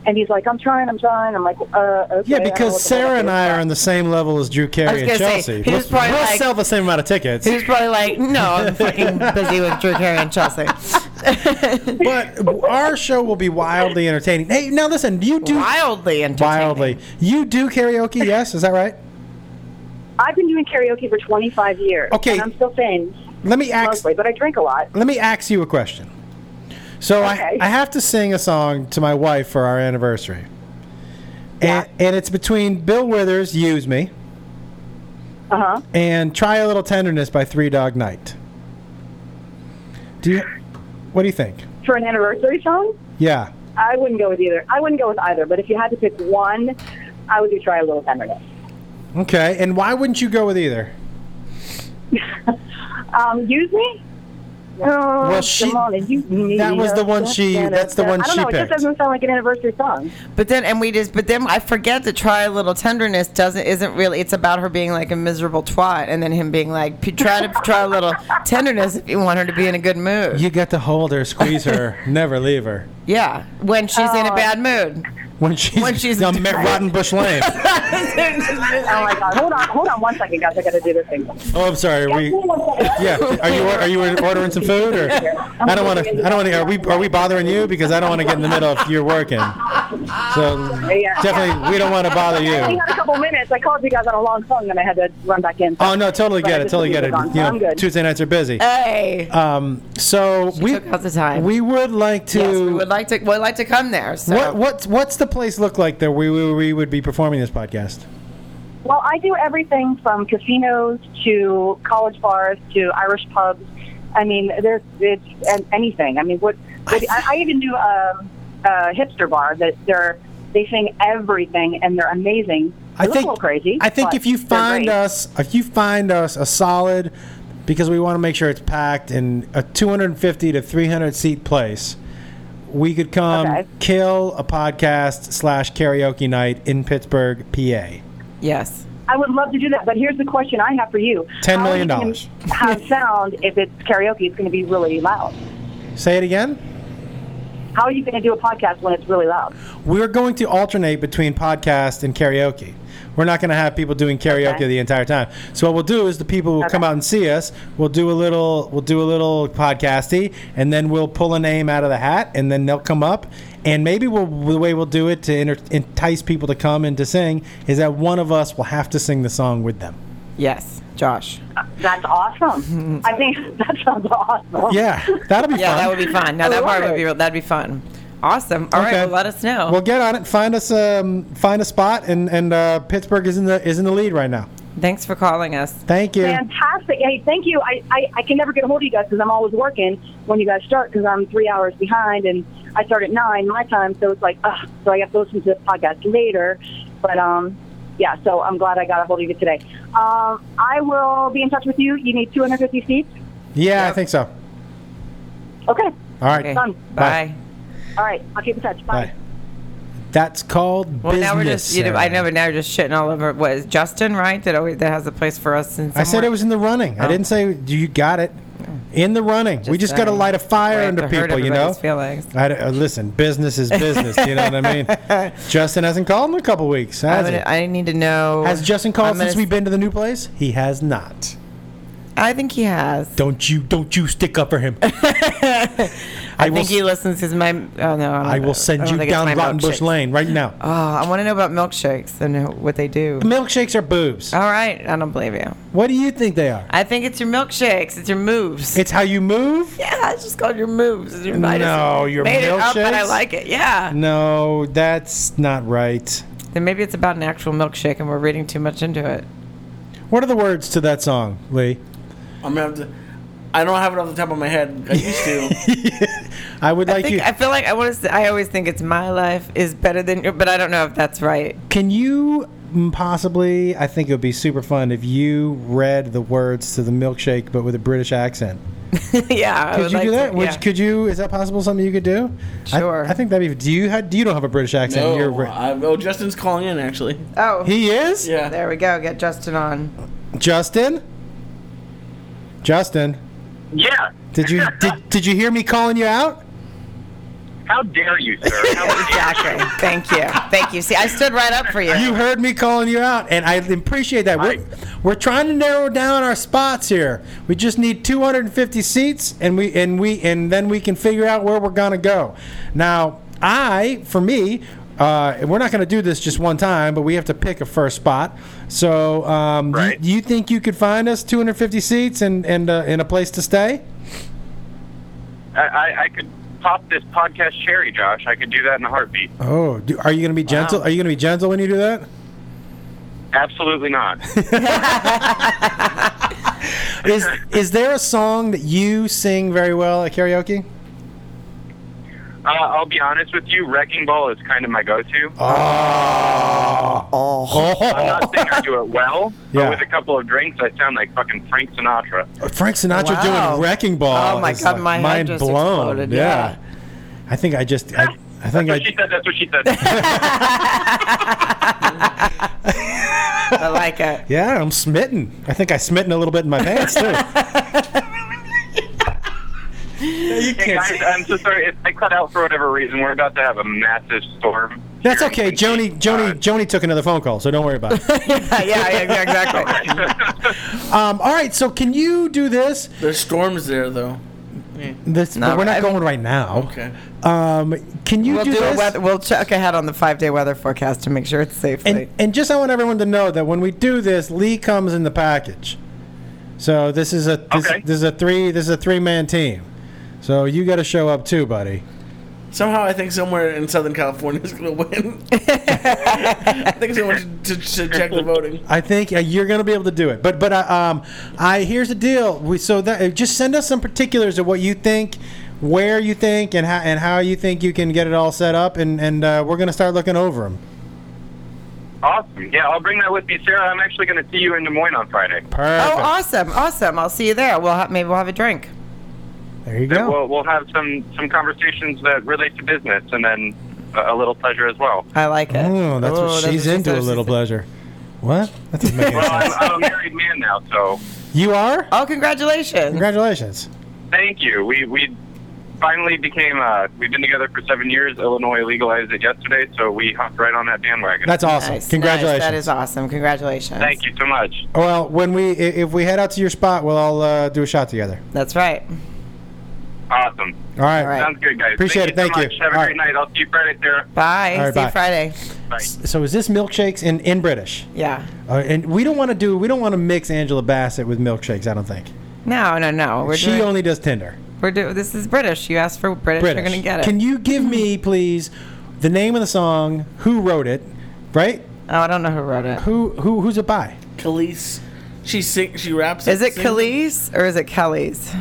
Speaker 7: And he's like, I'm trying, I'm trying. I'm like, uh, okay.
Speaker 1: Yeah, because Sarah and I are on the same level as Drew Carey and
Speaker 2: gonna say,
Speaker 1: Chelsea.
Speaker 2: he
Speaker 1: we'll
Speaker 2: was probably
Speaker 1: we'll
Speaker 2: like-
Speaker 1: sell the same amount of
Speaker 2: *laughs*
Speaker 1: tickets.
Speaker 2: Who's probably like, no, I'm fucking busy with Drew Carey
Speaker 1: *laughs*
Speaker 2: and Chelsea.
Speaker 1: but our show will be wildly entertaining. Hey, now listen, you do
Speaker 2: Wildly entertaining.
Speaker 1: wildly. You do karaoke, yes? Is that right?
Speaker 7: I've been doing karaoke for 25 years.
Speaker 1: Okay.
Speaker 7: And I'm still thin,
Speaker 1: Let me ask.
Speaker 7: mostly, but I drink a lot.
Speaker 1: let me ask you a question. So
Speaker 7: Okay.
Speaker 1: I, I have to sing a song to my wife for our anniversary. And, and it's between Bill Withers, Use Me,
Speaker 7: Uh huh.
Speaker 1: and Try a Little Tenderness by Three Dog Night. Do you, what do you think?
Speaker 7: For an anniversary song,
Speaker 1: Yeah.
Speaker 7: I wouldn't go with either. I wouldn't go with either. But if you had to pick one, I would do try a little tenderness.
Speaker 1: Okay. And why wouldn't you go with either?
Speaker 7: Um, use me. Oh,
Speaker 1: Well, she-
Speaker 7: Simone, use me.
Speaker 1: that was the one she- that's the one
Speaker 7: I don't
Speaker 1: she
Speaker 7: know, It
Speaker 1: picked.
Speaker 7: just doesn't sound like an anniversary song.
Speaker 2: But then, and we just, but then I forget to try a little tenderness. Doesn't isn't really. It's about her being like a miserable twat, and then him being like, "P- try to try
Speaker 1: *laughs*
Speaker 2: a little tenderness if you want her to be in a good mood.
Speaker 1: You got to hold her, squeeze *laughs* her, never leave her.
Speaker 2: yeah, when she's in a
Speaker 1: Uh,
Speaker 2: bad mood.
Speaker 1: When she's,
Speaker 2: When she's-
Speaker 1: on Ma- Rotten Bush Lane.
Speaker 7: Oh my god! Hold on, hold on one second, guys. I gotta do this thing.
Speaker 1: oh, I'm sorry. Are we, yeah. Are you are you ordering some food or? I don't want to. I don't want to. Are we are we bothering you? Because I don't want to get in the middle of your working. So
Speaker 7: Yeah.
Speaker 1: definitely, we don't want to bother
Speaker 7: I only
Speaker 1: you.
Speaker 7: had a couple minutes. I called you guys on a long phone, then I had to run back in.
Speaker 1: Oh no, totally get it. Totally get it. You
Speaker 7: I'm
Speaker 1: know,
Speaker 7: good.
Speaker 1: Tuesday nights are busy.
Speaker 2: Hey,
Speaker 1: Um, so we
Speaker 2: took out the time.
Speaker 1: we would like to.
Speaker 2: yes, we would like to. Would like to come there. So
Speaker 1: what what's what's the place look like that we, we we would be performing this podcast?
Speaker 7: Well, I do everything from casinos to college bars to Irish pubs. I mean, there's it's an, anything. I mean, what, what I, I even do um, a hipster bar that they're they sing everything and they're amazing.
Speaker 1: I
Speaker 7: They're
Speaker 1: think
Speaker 7: a little crazy.
Speaker 1: I think
Speaker 7: but
Speaker 1: if you
Speaker 7: they're
Speaker 1: find uh,
Speaker 7: great.
Speaker 1: us, if you find us a solid, because we want to make sure it's packed in a 250 to 300 seat place, we could come
Speaker 7: Okay.
Speaker 1: kill a podcast slash karaoke night in Pittsburgh, PA.
Speaker 2: Yes.
Speaker 7: I would love to do that. But here's the question I have for you:
Speaker 1: $10
Speaker 7: How
Speaker 1: million
Speaker 7: you
Speaker 1: dollars.
Speaker 7: can
Speaker 1: *laughs*
Speaker 7: Have sound if it's karaoke, it's going to be really loud.
Speaker 1: Say it again.
Speaker 8: How are you going to do a podcast when it's really loud?
Speaker 1: We're going to alternate between podcast and karaoke. We're not going to have people doing karaoke
Speaker 8: Okay.
Speaker 1: the entire time. So what we'll do is the people will come out and see us. We'll do a little, we'll do a little podcasty, and then we'll pull a name out of the hat, and then they'll come up. And maybe we'll, the way we'll do it to enter, entice people to come and to sing is that one of us will have to sing the song with them.
Speaker 2: Yes, Josh.
Speaker 8: That's awesome. I
Speaker 7: *laughs*
Speaker 8: think that sounds awesome.
Speaker 1: Yeah, that'll be
Speaker 2: Yeah,
Speaker 1: fun.
Speaker 2: that would be fun.
Speaker 8: I
Speaker 2: No, that
Speaker 8: love
Speaker 2: part would
Speaker 8: it.
Speaker 2: be real. That'd be fun. Awesome. All right,
Speaker 1: Okay.
Speaker 2: well, let us know.
Speaker 1: Well, get on it. Find us. Um, find a spot, and and uh, Pittsburgh is in the is in the lead right now.
Speaker 2: Thanks for calling us.
Speaker 1: Thank you.
Speaker 8: Fantastic. Hey, thank you. I, I, I can never get a hold of you guys because I'm always working when you guys start because I'm three hours behind and I start at nine my time. So it's like, ugh, so I have to listen to the podcast later. But um, yeah, so I'm glad I got a hold of you today. Um, I will be in touch with you. You need 250 seats.
Speaker 1: yeah, I think so. All
Speaker 8: Okay.
Speaker 1: right.
Speaker 2: Okay.
Speaker 8: Done.
Speaker 2: Bye.
Speaker 8: All right. I'll keep in touch. Bye.
Speaker 1: Bye. That's called
Speaker 2: Well,
Speaker 1: business.
Speaker 2: now we're just, you know, I
Speaker 1: Sarah.
Speaker 2: know, but now we're just shitting all over. What is Justin, right? That always that has a place for us in
Speaker 1: I said
Speaker 2: somewhere?
Speaker 1: it was in the running. I
Speaker 2: Oh.
Speaker 1: didn't say you got it. In the running. we just got to
Speaker 2: saying.
Speaker 1: light a fire
Speaker 2: uh, Right,
Speaker 1: under
Speaker 2: to hurt
Speaker 1: people, you know.
Speaker 2: everybody's feelings.
Speaker 1: I, d- uh, listen, business is business. you know what I
Speaker 2: *laughs*
Speaker 1: mean? Justin hasn't called in a couple weeks.
Speaker 2: I'm
Speaker 1: Has,
Speaker 2: gonna-
Speaker 1: he?
Speaker 2: I need to know.
Speaker 1: has Justin called
Speaker 2: I'm gonna
Speaker 1: since
Speaker 2: s-
Speaker 1: we've been to the new place? He has not.
Speaker 2: I think he has.
Speaker 1: Don't you? Don't you stick up for him?
Speaker 2: *laughs* I,
Speaker 1: will
Speaker 2: think
Speaker 1: s-
Speaker 2: he listens to my. Oh no!
Speaker 1: I will
Speaker 2: I
Speaker 1: send
Speaker 2: don't
Speaker 1: you
Speaker 2: think it's
Speaker 1: down
Speaker 2: my
Speaker 1: Rotten Bush
Speaker 2: milkshakes.
Speaker 1: Lane right now.
Speaker 2: Oh, I want to know about milkshakes and who- what they do.
Speaker 1: Milkshakes are boobs.
Speaker 2: All right, I don't believe you.
Speaker 1: What do you think they are?
Speaker 2: I think it's your milkshakes. It's your moves.
Speaker 1: It's how you move?
Speaker 2: yeah, it's just called your moves. It's your, I just
Speaker 1: No, your
Speaker 2: made it up, but I
Speaker 1: milkshakes?
Speaker 2: like it. Yeah.
Speaker 1: No, that's not right.
Speaker 2: Then maybe it's about an actual milkshake, and we're reading too much into it.
Speaker 1: What are the words to that song, Lee?
Speaker 4: I'm gonna have to. I don't have it off the top of my head. I used
Speaker 1: *laughs*
Speaker 4: to.
Speaker 1: I would
Speaker 2: I
Speaker 1: like
Speaker 2: think
Speaker 1: you.
Speaker 2: I feel like I want to. Say, I always think it's my life is better than your, but I don't know if that's right. *laughs*
Speaker 1: Can you mm, possibly? I think it would be super fun if you read the words to the milkshake, but with a British accent.
Speaker 2: yeah. I
Speaker 1: Could
Speaker 2: would
Speaker 1: you
Speaker 2: like
Speaker 1: do that?
Speaker 2: To,
Speaker 1: Would-
Speaker 2: yeah.
Speaker 1: Could you? Is that possible? Something you could do? I-
Speaker 2: Sure.
Speaker 1: I, think that'd be. Do you? ha- Do you don't have a British accent? You're
Speaker 4: no,
Speaker 1: Brit-
Speaker 4: I, oh, Justin's calling in actually.
Speaker 2: oh,
Speaker 1: he is.
Speaker 4: Yeah.
Speaker 2: there we go. Get Justin on.
Speaker 1: Justin. Justin,
Speaker 9: Yeah. *laughs*
Speaker 1: did you did, did you hear me calling you out?
Speaker 9: How dare you, sir?
Speaker 1: *laughs*
Speaker 9: How dare
Speaker 2: Exactly. Thank you. Thank you. See, I stood right up for you.
Speaker 1: You heard me calling you out, and I appreciate that. We're, we're trying to narrow down our spots here. We just need 250 seats, and we and we and then we can figure out where we're gonna go. Now, I for me. Uh, we're not going to do this just one time, but we have to pick a first spot. So, um, do you-
Speaker 9: Right.
Speaker 1: do, you, think you could find us 250 seats and and, uh, and a place to stay?
Speaker 9: I, I, I could pop this podcast cherry, Josh. I could do that in a heartbeat.
Speaker 1: Oh, do, are you going to be gentle? Are you going to be gentle when you do that?
Speaker 9: Absolutely
Speaker 1: *laughs*
Speaker 9: not.
Speaker 2: *laughs*
Speaker 1: Is is there a song that you sing very well at karaoke?
Speaker 9: Uh, I'll be honest with you. Wrecking Ball is kind of my go-to.
Speaker 1: Oh.
Speaker 9: I'm not saying I do it well,
Speaker 1: *laughs* Yeah.
Speaker 9: but with a couple of drinks, I sound like fucking Frank Sinatra.
Speaker 1: *laughs* Frank Sinatra
Speaker 2: Wow.
Speaker 1: doing wrecking ball.
Speaker 2: Oh my
Speaker 1: is,
Speaker 2: God,
Speaker 1: like,
Speaker 2: my head
Speaker 1: mind
Speaker 2: just
Speaker 1: blown.
Speaker 2: exploded,
Speaker 1: Yeah. I think I just. I, I think I.
Speaker 9: That's what
Speaker 2: *laughs*
Speaker 9: she said. That's what she said.
Speaker 1: *laughs*
Speaker 2: I
Speaker 1: *laughs*
Speaker 2: like it. *laughs*
Speaker 1: Yeah, I'm smitten. I think I smitten a little bit in my pants too.
Speaker 9: hey
Speaker 1: you can't.
Speaker 9: guys, I'm so sorry if I cut out for whatever reason. We're about to have a massive storm.
Speaker 1: That's okay. Joni, Joni, Joni took another phone call, so don't worry about
Speaker 2: *laughs*
Speaker 1: it.
Speaker 2: yeah, yeah, yeah, exactly.
Speaker 1: Um, all right, so can you do this?
Speaker 4: There's storms there though.
Speaker 1: This
Speaker 2: No,
Speaker 1: we're not
Speaker 2: I mean-
Speaker 1: going right now.
Speaker 4: Okay.
Speaker 1: Um, can you
Speaker 2: We'll
Speaker 1: do,
Speaker 2: do a
Speaker 1: this?
Speaker 2: weather. We'll check ahead on the five-day weather forecast to make sure it's safe.
Speaker 1: And and just I want everyone to know that when we do this, Lee comes in the package. So this is a this,
Speaker 9: Okay.
Speaker 1: this is a three this is a three man team. So you got to show up too, buddy.
Speaker 4: Somehow I think somewhere in Southern California is gonna
Speaker 2: *laughs*
Speaker 4: win. I think someone should, should check the voting.
Speaker 1: I think uh, you're going to be able to do it. But but uh, um, I here's the deal. We so that uh, just send us some particulars of what you think, where you think, and how and how you think you can get it all set up, and and uh, we're going to start looking over them.
Speaker 9: Uh, Awesome. Yeah, I'll bring that with me, Sarah. I'm actually going to see you in Des Moines on Friday.
Speaker 1: Perfect.
Speaker 2: oh, awesome, awesome! I'll see you there. We'll have, maybe we'll have a drink.
Speaker 1: There you
Speaker 9: That
Speaker 1: go.
Speaker 9: We'll, we'll have some, some conversations that relate to business and then a, a little pleasure as well.
Speaker 2: I like it.
Speaker 1: Oh, that's
Speaker 2: Oh,
Speaker 1: what she's
Speaker 2: she
Speaker 1: into.
Speaker 2: said.
Speaker 1: a little
Speaker 2: She said-
Speaker 1: pleasure. What? That doesn't make
Speaker 9: *laughs*
Speaker 1: any
Speaker 9: Well, I'm,
Speaker 1: sense.
Speaker 9: I'm a married man now, so
Speaker 1: You are.
Speaker 2: Oh, congratulations!
Speaker 1: Congratulations.
Speaker 9: thank you. We we finally became. Uh, we've been together for seven years. Illinois legalized it yesterday, so we hopped right on that bandwagon.
Speaker 1: That's awesome.
Speaker 2: Nice, nice.
Speaker 1: Congratulations.
Speaker 2: That is awesome. Congratulations.
Speaker 9: Thank you so much.
Speaker 1: Well, when we i- if we head out to your spot, we'll all uh, do a shot together.
Speaker 2: That's right.
Speaker 9: Awesome.
Speaker 1: All right.
Speaker 2: All right.
Speaker 9: Sounds good, guys.
Speaker 1: Appreciate it.
Speaker 9: so
Speaker 1: Thank you.
Speaker 9: much. Have a
Speaker 1: All
Speaker 9: great
Speaker 1: right.
Speaker 9: night. I'll see you Friday, Sarah.
Speaker 2: Bye.
Speaker 1: All right,
Speaker 2: See you
Speaker 1: bye.
Speaker 2: Friday.
Speaker 9: Bye.
Speaker 1: So is this milkshakes in in British?
Speaker 2: Yeah.
Speaker 1: Uh, and we don't want to do we don't want to mix Angela Bassett with milkshakes. I don't think
Speaker 2: No, no, no. We're
Speaker 1: she
Speaker 2: doing,
Speaker 1: only does Tinder.
Speaker 2: we're do, this is British. You asked for British,
Speaker 1: British.
Speaker 2: you're gonna get it.
Speaker 1: Can you give me please the name of the song, who wrote it, right?
Speaker 2: oh, I don't know who wrote it.
Speaker 1: Who who who's it by?
Speaker 4: Khalees. She sing, she raps.
Speaker 2: Is it
Speaker 4: sings-
Speaker 2: Khalees or is it Kelly's?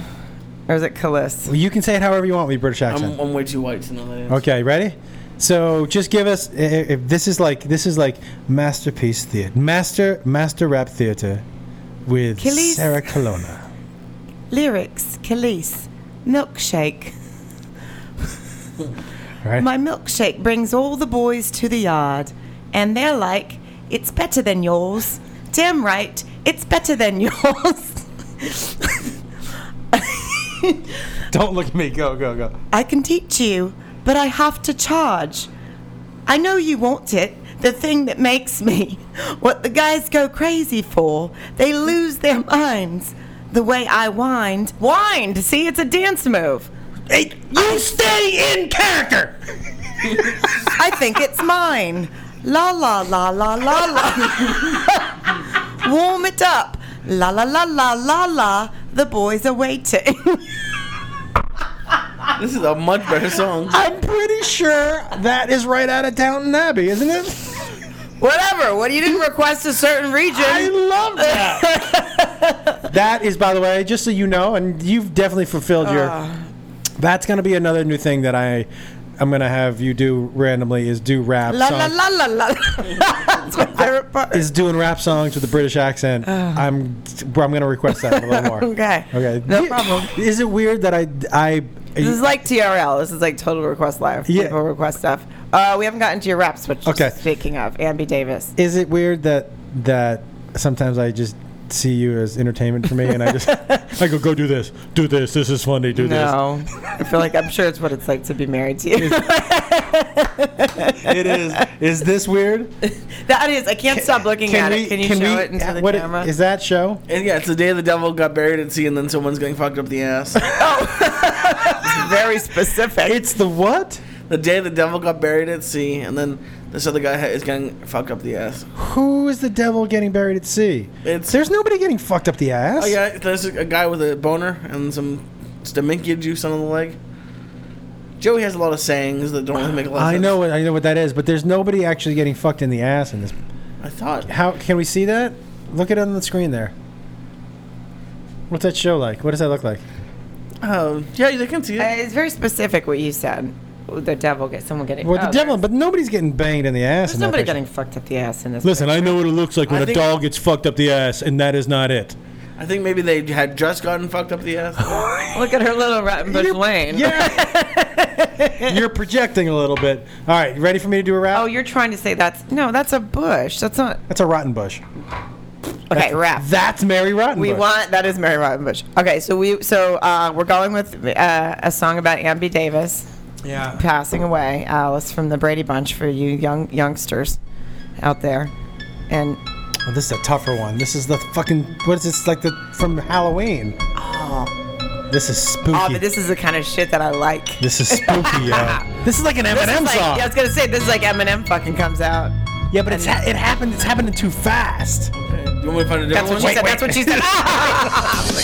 Speaker 2: Or is it Callis?
Speaker 1: Well, you can say it however you want with your British
Speaker 4: I'm,
Speaker 1: accent.
Speaker 4: I'm way too white to know that. answer.
Speaker 1: Okay, ready? So just give us i- i- if this is like this is like masterpiece theater, master master rap theater with
Speaker 2: Khalees.
Speaker 1: Sarah Colonna.
Speaker 2: Lyrics, Calise, milkshake.
Speaker 1: Right?
Speaker 2: My milkshake brings all the boys to the yard, and they're like, it's better than yours. Damn right, it's better than *laughs* yours.
Speaker 1: *laughs* Don't look at me. Go go go.
Speaker 2: I can teach you, but I have to charge. I know you want it, the thing that makes me. *laughs* What the guys go crazy for, they lose their minds. The way I wind, wind, see, it's a dance move. you stay in character! I think *laughs* it's mine. La la la la la la. Warm it up. La la la la la la. The boys are waiting. *laughs*
Speaker 4: This is a much better song.
Speaker 1: I'm pretty sure that is right out of Downton Abbey, isn't it?
Speaker 2: Whatever. What you didn't request a certain region.
Speaker 1: I love that. *laughs* that is, by the way, just so you know, and you've definitely fulfilled your. That's gonna be another new thing that I, I'm gonna have you do randomly is do rap.
Speaker 2: La la
Speaker 1: songs.
Speaker 2: la la la. *laughs* That's my favorite part.
Speaker 1: is doing rap songs with a British accent, I'm bro, I'm gonna request that a
Speaker 2: *laughs*
Speaker 1: little more.
Speaker 2: Okay.
Speaker 1: Okay.
Speaker 2: No
Speaker 1: Yeah.
Speaker 2: problem.
Speaker 1: Is it weird that I I
Speaker 2: This is like TRL. This is like total request live.
Speaker 1: Yeah.
Speaker 2: People request stuff. Uh, we haven't gotten to your raps, which
Speaker 1: Okay.
Speaker 2: speaking of, Ambi Davis.
Speaker 1: is it weird that that sometimes I just see you as entertainment for me and I
Speaker 2: *laughs*
Speaker 1: just I go go do this do this this is funny do
Speaker 2: No. I feel like I'm sure it's what it's like to be married to you.
Speaker 1: this it is is this weird
Speaker 2: *laughs* that is. I can't stop looking at it. Can you show it into the
Speaker 1: what
Speaker 2: camera?
Speaker 1: is that show
Speaker 4: *laughs* And yeah, it's the day the devil got buried at sea, and then someone's getting fucked up the ass.
Speaker 2: Oh. *laughs* very specific.
Speaker 1: it's the what
Speaker 4: the day the devil got buried at sea, and then this other guy ha- is getting fucked up the ass.
Speaker 1: who is the devil getting buried at sea
Speaker 4: It's-
Speaker 1: there's nobody getting fucked up the ass
Speaker 4: Oh yeah, there's a guy with a boner and some staminkia juice on the leg. Joey has a lot of sayings that don't really make a lot of
Speaker 1: I
Speaker 4: sense.
Speaker 1: know what I know what that is but there's nobody actually getting fucked in the ass in this
Speaker 4: I thought.
Speaker 1: How can we see that? Look at it on the screen there. What's that show like? What does that look like?
Speaker 4: Um, yeah, they can see
Speaker 2: Uh,
Speaker 4: it.
Speaker 2: it's very specific what you said. The devil get someone getting.
Speaker 1: Well,
Speaker 2: oh,
Speaker 1: the devil, but nobody's getting banged in the ass.
Speaker 2: There's
Speaker 1: in that
Speaker 2: nobody
Speaker 1: picture.
Speaker 2: getting fucked up the ass in this.
Speaker 1: Listen, I know what it looks like when
Speaker 4: I
Speaker 1: a
Speaker 4: think-
Speaker 1: dog gets fucked up the ass, and that is not it.
Speaker 4: I think maybe they had just gotten fuckted up the ass.
Speaker 2: Look at her little rat bush *laughs* lane.
Speaker 1: Yeah. *laughs* You're projecting a little bit. All right, you ready for me to do a rap?
Speaker 2: Oh, you're trying to say that's no, that's a bush. That's not
Speaker 1: That's a rotten bush.
Speaker 2: okay. Wrap.
Speaker 1: That's Mary Rotten.
Speaker 2: We want that is Mary Rottenbush. Okay, so we so uh, we're going with uh, a song about Ambi Davis
Speaker 1: Yeah.
Speaker 2: passing away. Alice from the Brady Bunch for you young youngsters out there, and
Speaker 1: Well, this is a tougher one. This is the fucking. What is this like the from Halloween? This is spooky.
Speaker 2: oh, but this is the kind of shit that I like.
Speaker 1: This is
Speaker 2: *laughs*
Speaker 1: spooky, yo. This is like an
Speaker 2: This is
Speaker 1: Eminem
Speaker 2: like-
Speaker 1: song.
Speaker 2: yeah, I was gonna say this is like Eminem fucking comes out.
Speaker 1: Yeah, but it's ha- it happened. It's happening too fast.
Speaker 4: you want me to find a different
Speaker 2: That's what she
Speaker 4: one?
Speaker 2: said. That's what she
Speaker 1: *laughs*
Speaker 2: said. *laughs*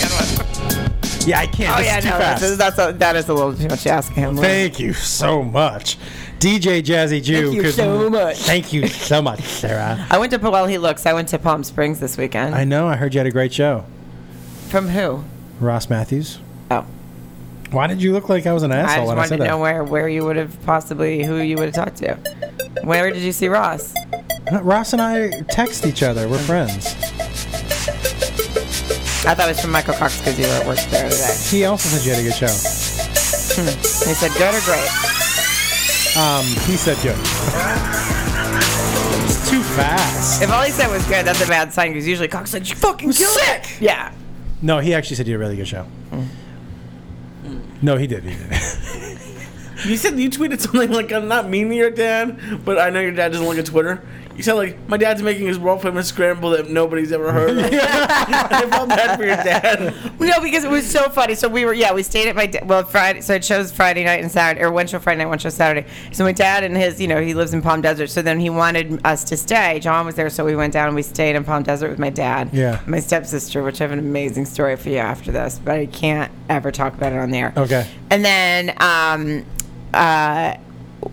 Speaker 1: Yeah, I can't.
Speaker 2: oh
Speaker 1: this
Speaker 2: yeah,
Speaker 1: is too
Speaker 2: no,
Speaker 1: fast.
Speaker 2: that's, that's a, that is a little too much to ask
Speaker 1: *laughs*
Speaker 2: him.
Speaker 1: Thank you so much, DJ Jazzy Jew.
Speaker 2: Thank you
Speaker 1: 'cause-
Speaker 2: so much.
Speaker 1: Thank you so much,
Speaker 2: *laughs*
Speaker 1: Sarah.
Speaker 2: I went to while he looks. I went to Palm Springs this weekend.
Speaker 1: I know. I heard you had a great show,
Speaker 2: From who?
Speaker 1: Ross Matthews.
Speaker 2: Oh.
Speaker 1: Why did you look like I was an
Speaker 2: I
Speaker 1: asshole
Speaker 2: just
Speaker 1: when I
Speaker 2: wanted to
Speaker 1: said that?
Speaker 2: know where, where you would have possibly who you would have talked to. Where did you see Ross?
Speaker 1: No, Ross and I text each other.
Speaker 2: *laughs*
Speaker 1: We're friends.
Speaker 2: I thought it was from Michael Cox because you were at work there today.
Speaker 1: He also said you had a good show.
Speaker 2: And he said, "Good or great."
Speaker 1: Um, he said good. it's too fast.
Speaker 2: If all he said was good, that's a bad sign because usually Cox is like, "You fucking killed it." Yeah. Mm.
Speaker 1: No, he actually said you had a really good show. No, he did. *laughs* He did.
Speaker 4: You said you tweeted something like, "I'm not mean to your dad, but I know your dad doesn't look at Twitter." You said like, "My dad's making his world famous scramble that nobody's ever heard."
Speaker 2: *laughs*
Speaker 4: of. *laughs* I felt bad for your dad.
Speaker 2: No, because it was so funny. So we were, yeah, we stayed at my da- well Friday. So it shows Friday night and Saturday, or one show Friday night, one show Saturday. So my dad and his, you know, he lives in Palm Desert. So then he wanted us to stay. John was there, so we went down and we stayed in Palm Desert with my dad.
Speaker 1: Yeah.
Speaker 2: and My stepsister, which I have an amazing story for you after this, but I can't ever talk about it on the air.
Speaker 1: Okay.
Speaker 2: And then, um, uh,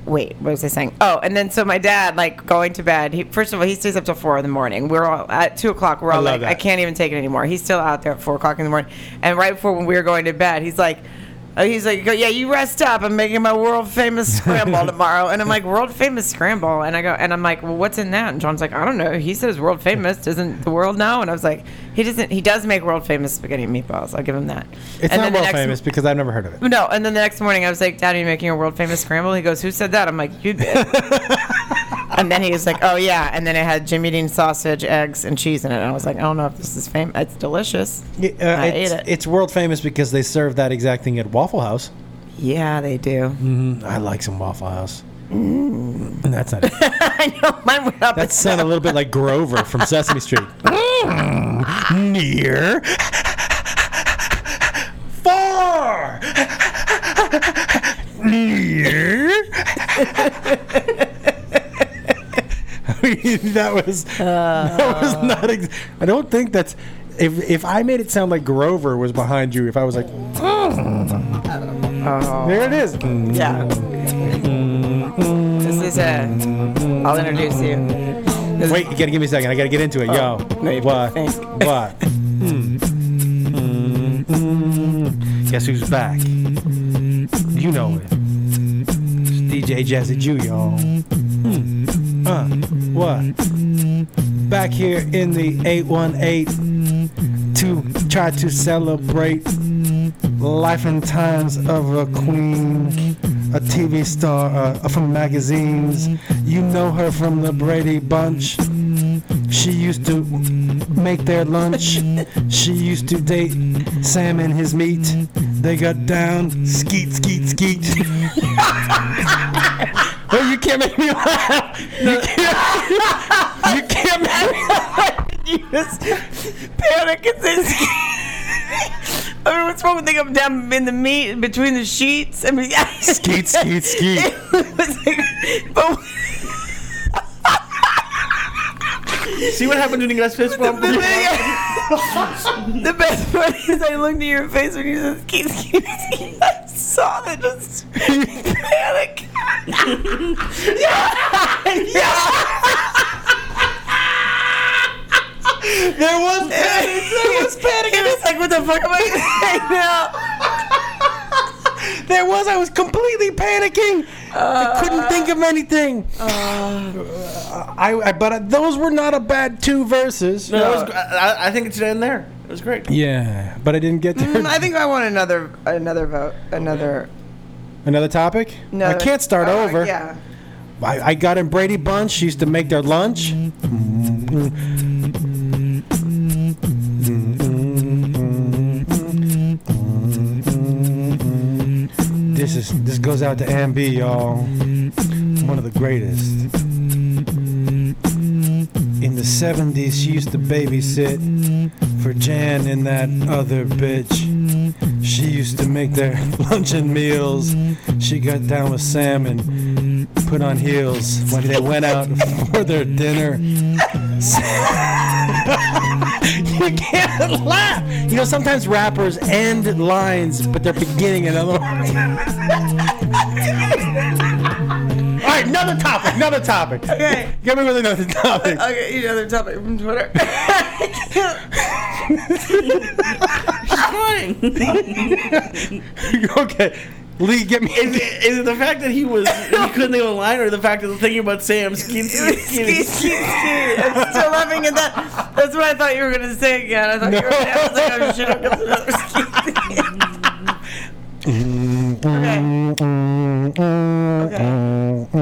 Speaker 2: wait, what was I saying? Oh, and then so my dad, like going to bed. He, first of all, he stays up till four in the morning. We're all at two o'clock. We're all
Speaker 1: love
Speaker 2: like, I
Speaker 1: that.
Speaker 2: can't even take it anymore. He's still out there at four o'clock in the morning. And right before when we were going to bed, he's like. oh, He's like, "Go- yeah, you rest up. I'm making my world
Speaker 1: *laughs*
Speaker 2: famous scramble tomorrow, and I'm like, world famous scramble, and I go, and I'm like, well, what's in that? And John's like, I don't know. He says world famous. Doesn't the world know? And I was like, he doesn't. He does make world famous spaghetti and meatballs. I'll give him that.
Speaker 1: It's not
Speaker 2: and then the
Speaker 1: world
Speaker 2: next-
Speaker 1: famous because I've never heard of it.
Speaker 2: no, and then the next morning I was like, Dad, are you making a world famous scramble? He goes, Who said that? I'm like, You *laughs* did. and then he was like, Oh, yeah. And then it had Jimmy Dean sausage, eggs, and cheese in it. And I was like, I don't know if this is famous. It's delicious.
Speaker 1: Yeah, uh,
Speaker 2: *laughs* I ate
Speaker 1: it's,
Speaker 2: it.
Speaker 1: it's world famous because they serve that exact thing at Waffle House.
Speaker 2: Yeah, they do.
Speaker 1: Mm. I like some Waffle House.
Speaker 2: Mm.
Speaker 1: That's not it.
Speaker 2: *laughs* I know. Mine went up.
Speaker 1: That sounded a little bit like Grover from Sesame Street. Mm, near. Far. Near. *laughs* that was that was not. Ex- I don't think that's. If if I made it sound like Grover was behind you, if I was like, there it is.
Speaker 2: yeah. This is it. I'll introduce you. This
Speaker 1: Wait, you gotta give me a second. I gotta get into it. Yo,
Speaker 2: no, you
Speaker 1: what?
Speaker 2: think.
Speaker 1: What? Mm, mm, mm. Guess who's back? You know it. It's DJ Jazzy Jew, y'all. Mm, Uh, what? Back here in the 818 to try to celebrate life and times of a queen, a TV star uh, from magazines. You know her from the Brady Bunch. She used to make their lunch. She used to date Sam and his meat. They got down, skeet, skeet, skeet. *laughs* well, you can't make me laugh. You can't. *laughs* You can't make me laugh.
Speaker 2: *laughs* Panic Kaczynski. *laughs* I mean, what's wrong with thinking I'm down in the meat between the sheets? I mean, *laughs*
Speaker 1: Skeet, skeet, skeet.
Speaker 2: It was like- but
Speaker 4: See what happened when you got fist bump?
Speaker 2: *laughs* the, thing- *laughs* the best part is I looked at your face when you said keep, keep, keep. I saw that just panic.
Speaker 1: *laughs* There was panic. There *laughs* was panic.
Speaker 2: It was like, what the fuck am I saying now?
Speaker 1: There was. I was completely panicking. I couldn't think of anything. I, I but I, those were not a bad two verses.
Speaker 4: No, that was, I, I- I think it's in there. It was great.
Speaker 1: Yeah, but Mm, I didn't get to
Speaker 2: *laughs* I think I want another another vote, another.
Speaker 1: another topic. I can't start over.
Speaker 2: Yeah.
Speaker 1: I, I got in Brady Bunch. She used to make their lunch. This is this goes out to MB, y'all. One of the greatest. In the 70s, she used to babysit for Jan and that other bitch. She used to make their *laughs* luncheon meals. She got down with Sam and put on heels when they went out for their dinner. *laughs* you can't laugh. You know, sometimes rappers end lines, but they're beginning another one. *laughs* All right, another topic. Another topic.
Speaker 2: Okay.
Speaker 1: Get me with another topic.
Speaker 2: *laughs* Okay, another topic from *laughs* Twitter.
Speaker 1: *laughs* okay. Lee, get me.
Speaker 4: Is it, is it the fact that he was he couldn't even line, or the fact that the thinking about Sam skeet,
Speaker 2: *laughs*
Speaker 4: skeet,
Speaker 2: Ski, ski,
Speaker 4: skeet,
Speaker 2: ski. I'm still laughing at that. That's what I thought you were gonna say again. I thought you were. Gonna, I was like, oh shit, I'm gonna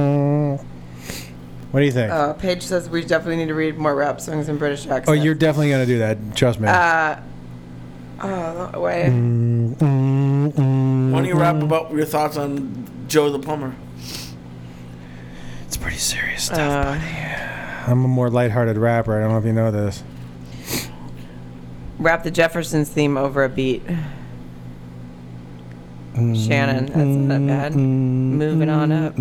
Speaker 2: another ski. okay.
Speaker 1: What do you think?
Speaker 2: Uh, Paige says we definitely need to read more rap songs in British accent.
Speaker 1: oh, you're definitely gonna do that. Trust me.
Speaker 2: Uh, oh wait.
Speaker 1: Mm.
Speaker 4: Why don't you rap about your thoughts on Joe the plumber.
Speaker 1: It's pretty serious stuff.
Speaker 2: Uh,
Speaker 1: I'm a more lighthearted rapper. I don't know if you know this.
Speaker 2: Wrap the Jeffersons theme over a beat. Shannon, that's not bad. Moving on up.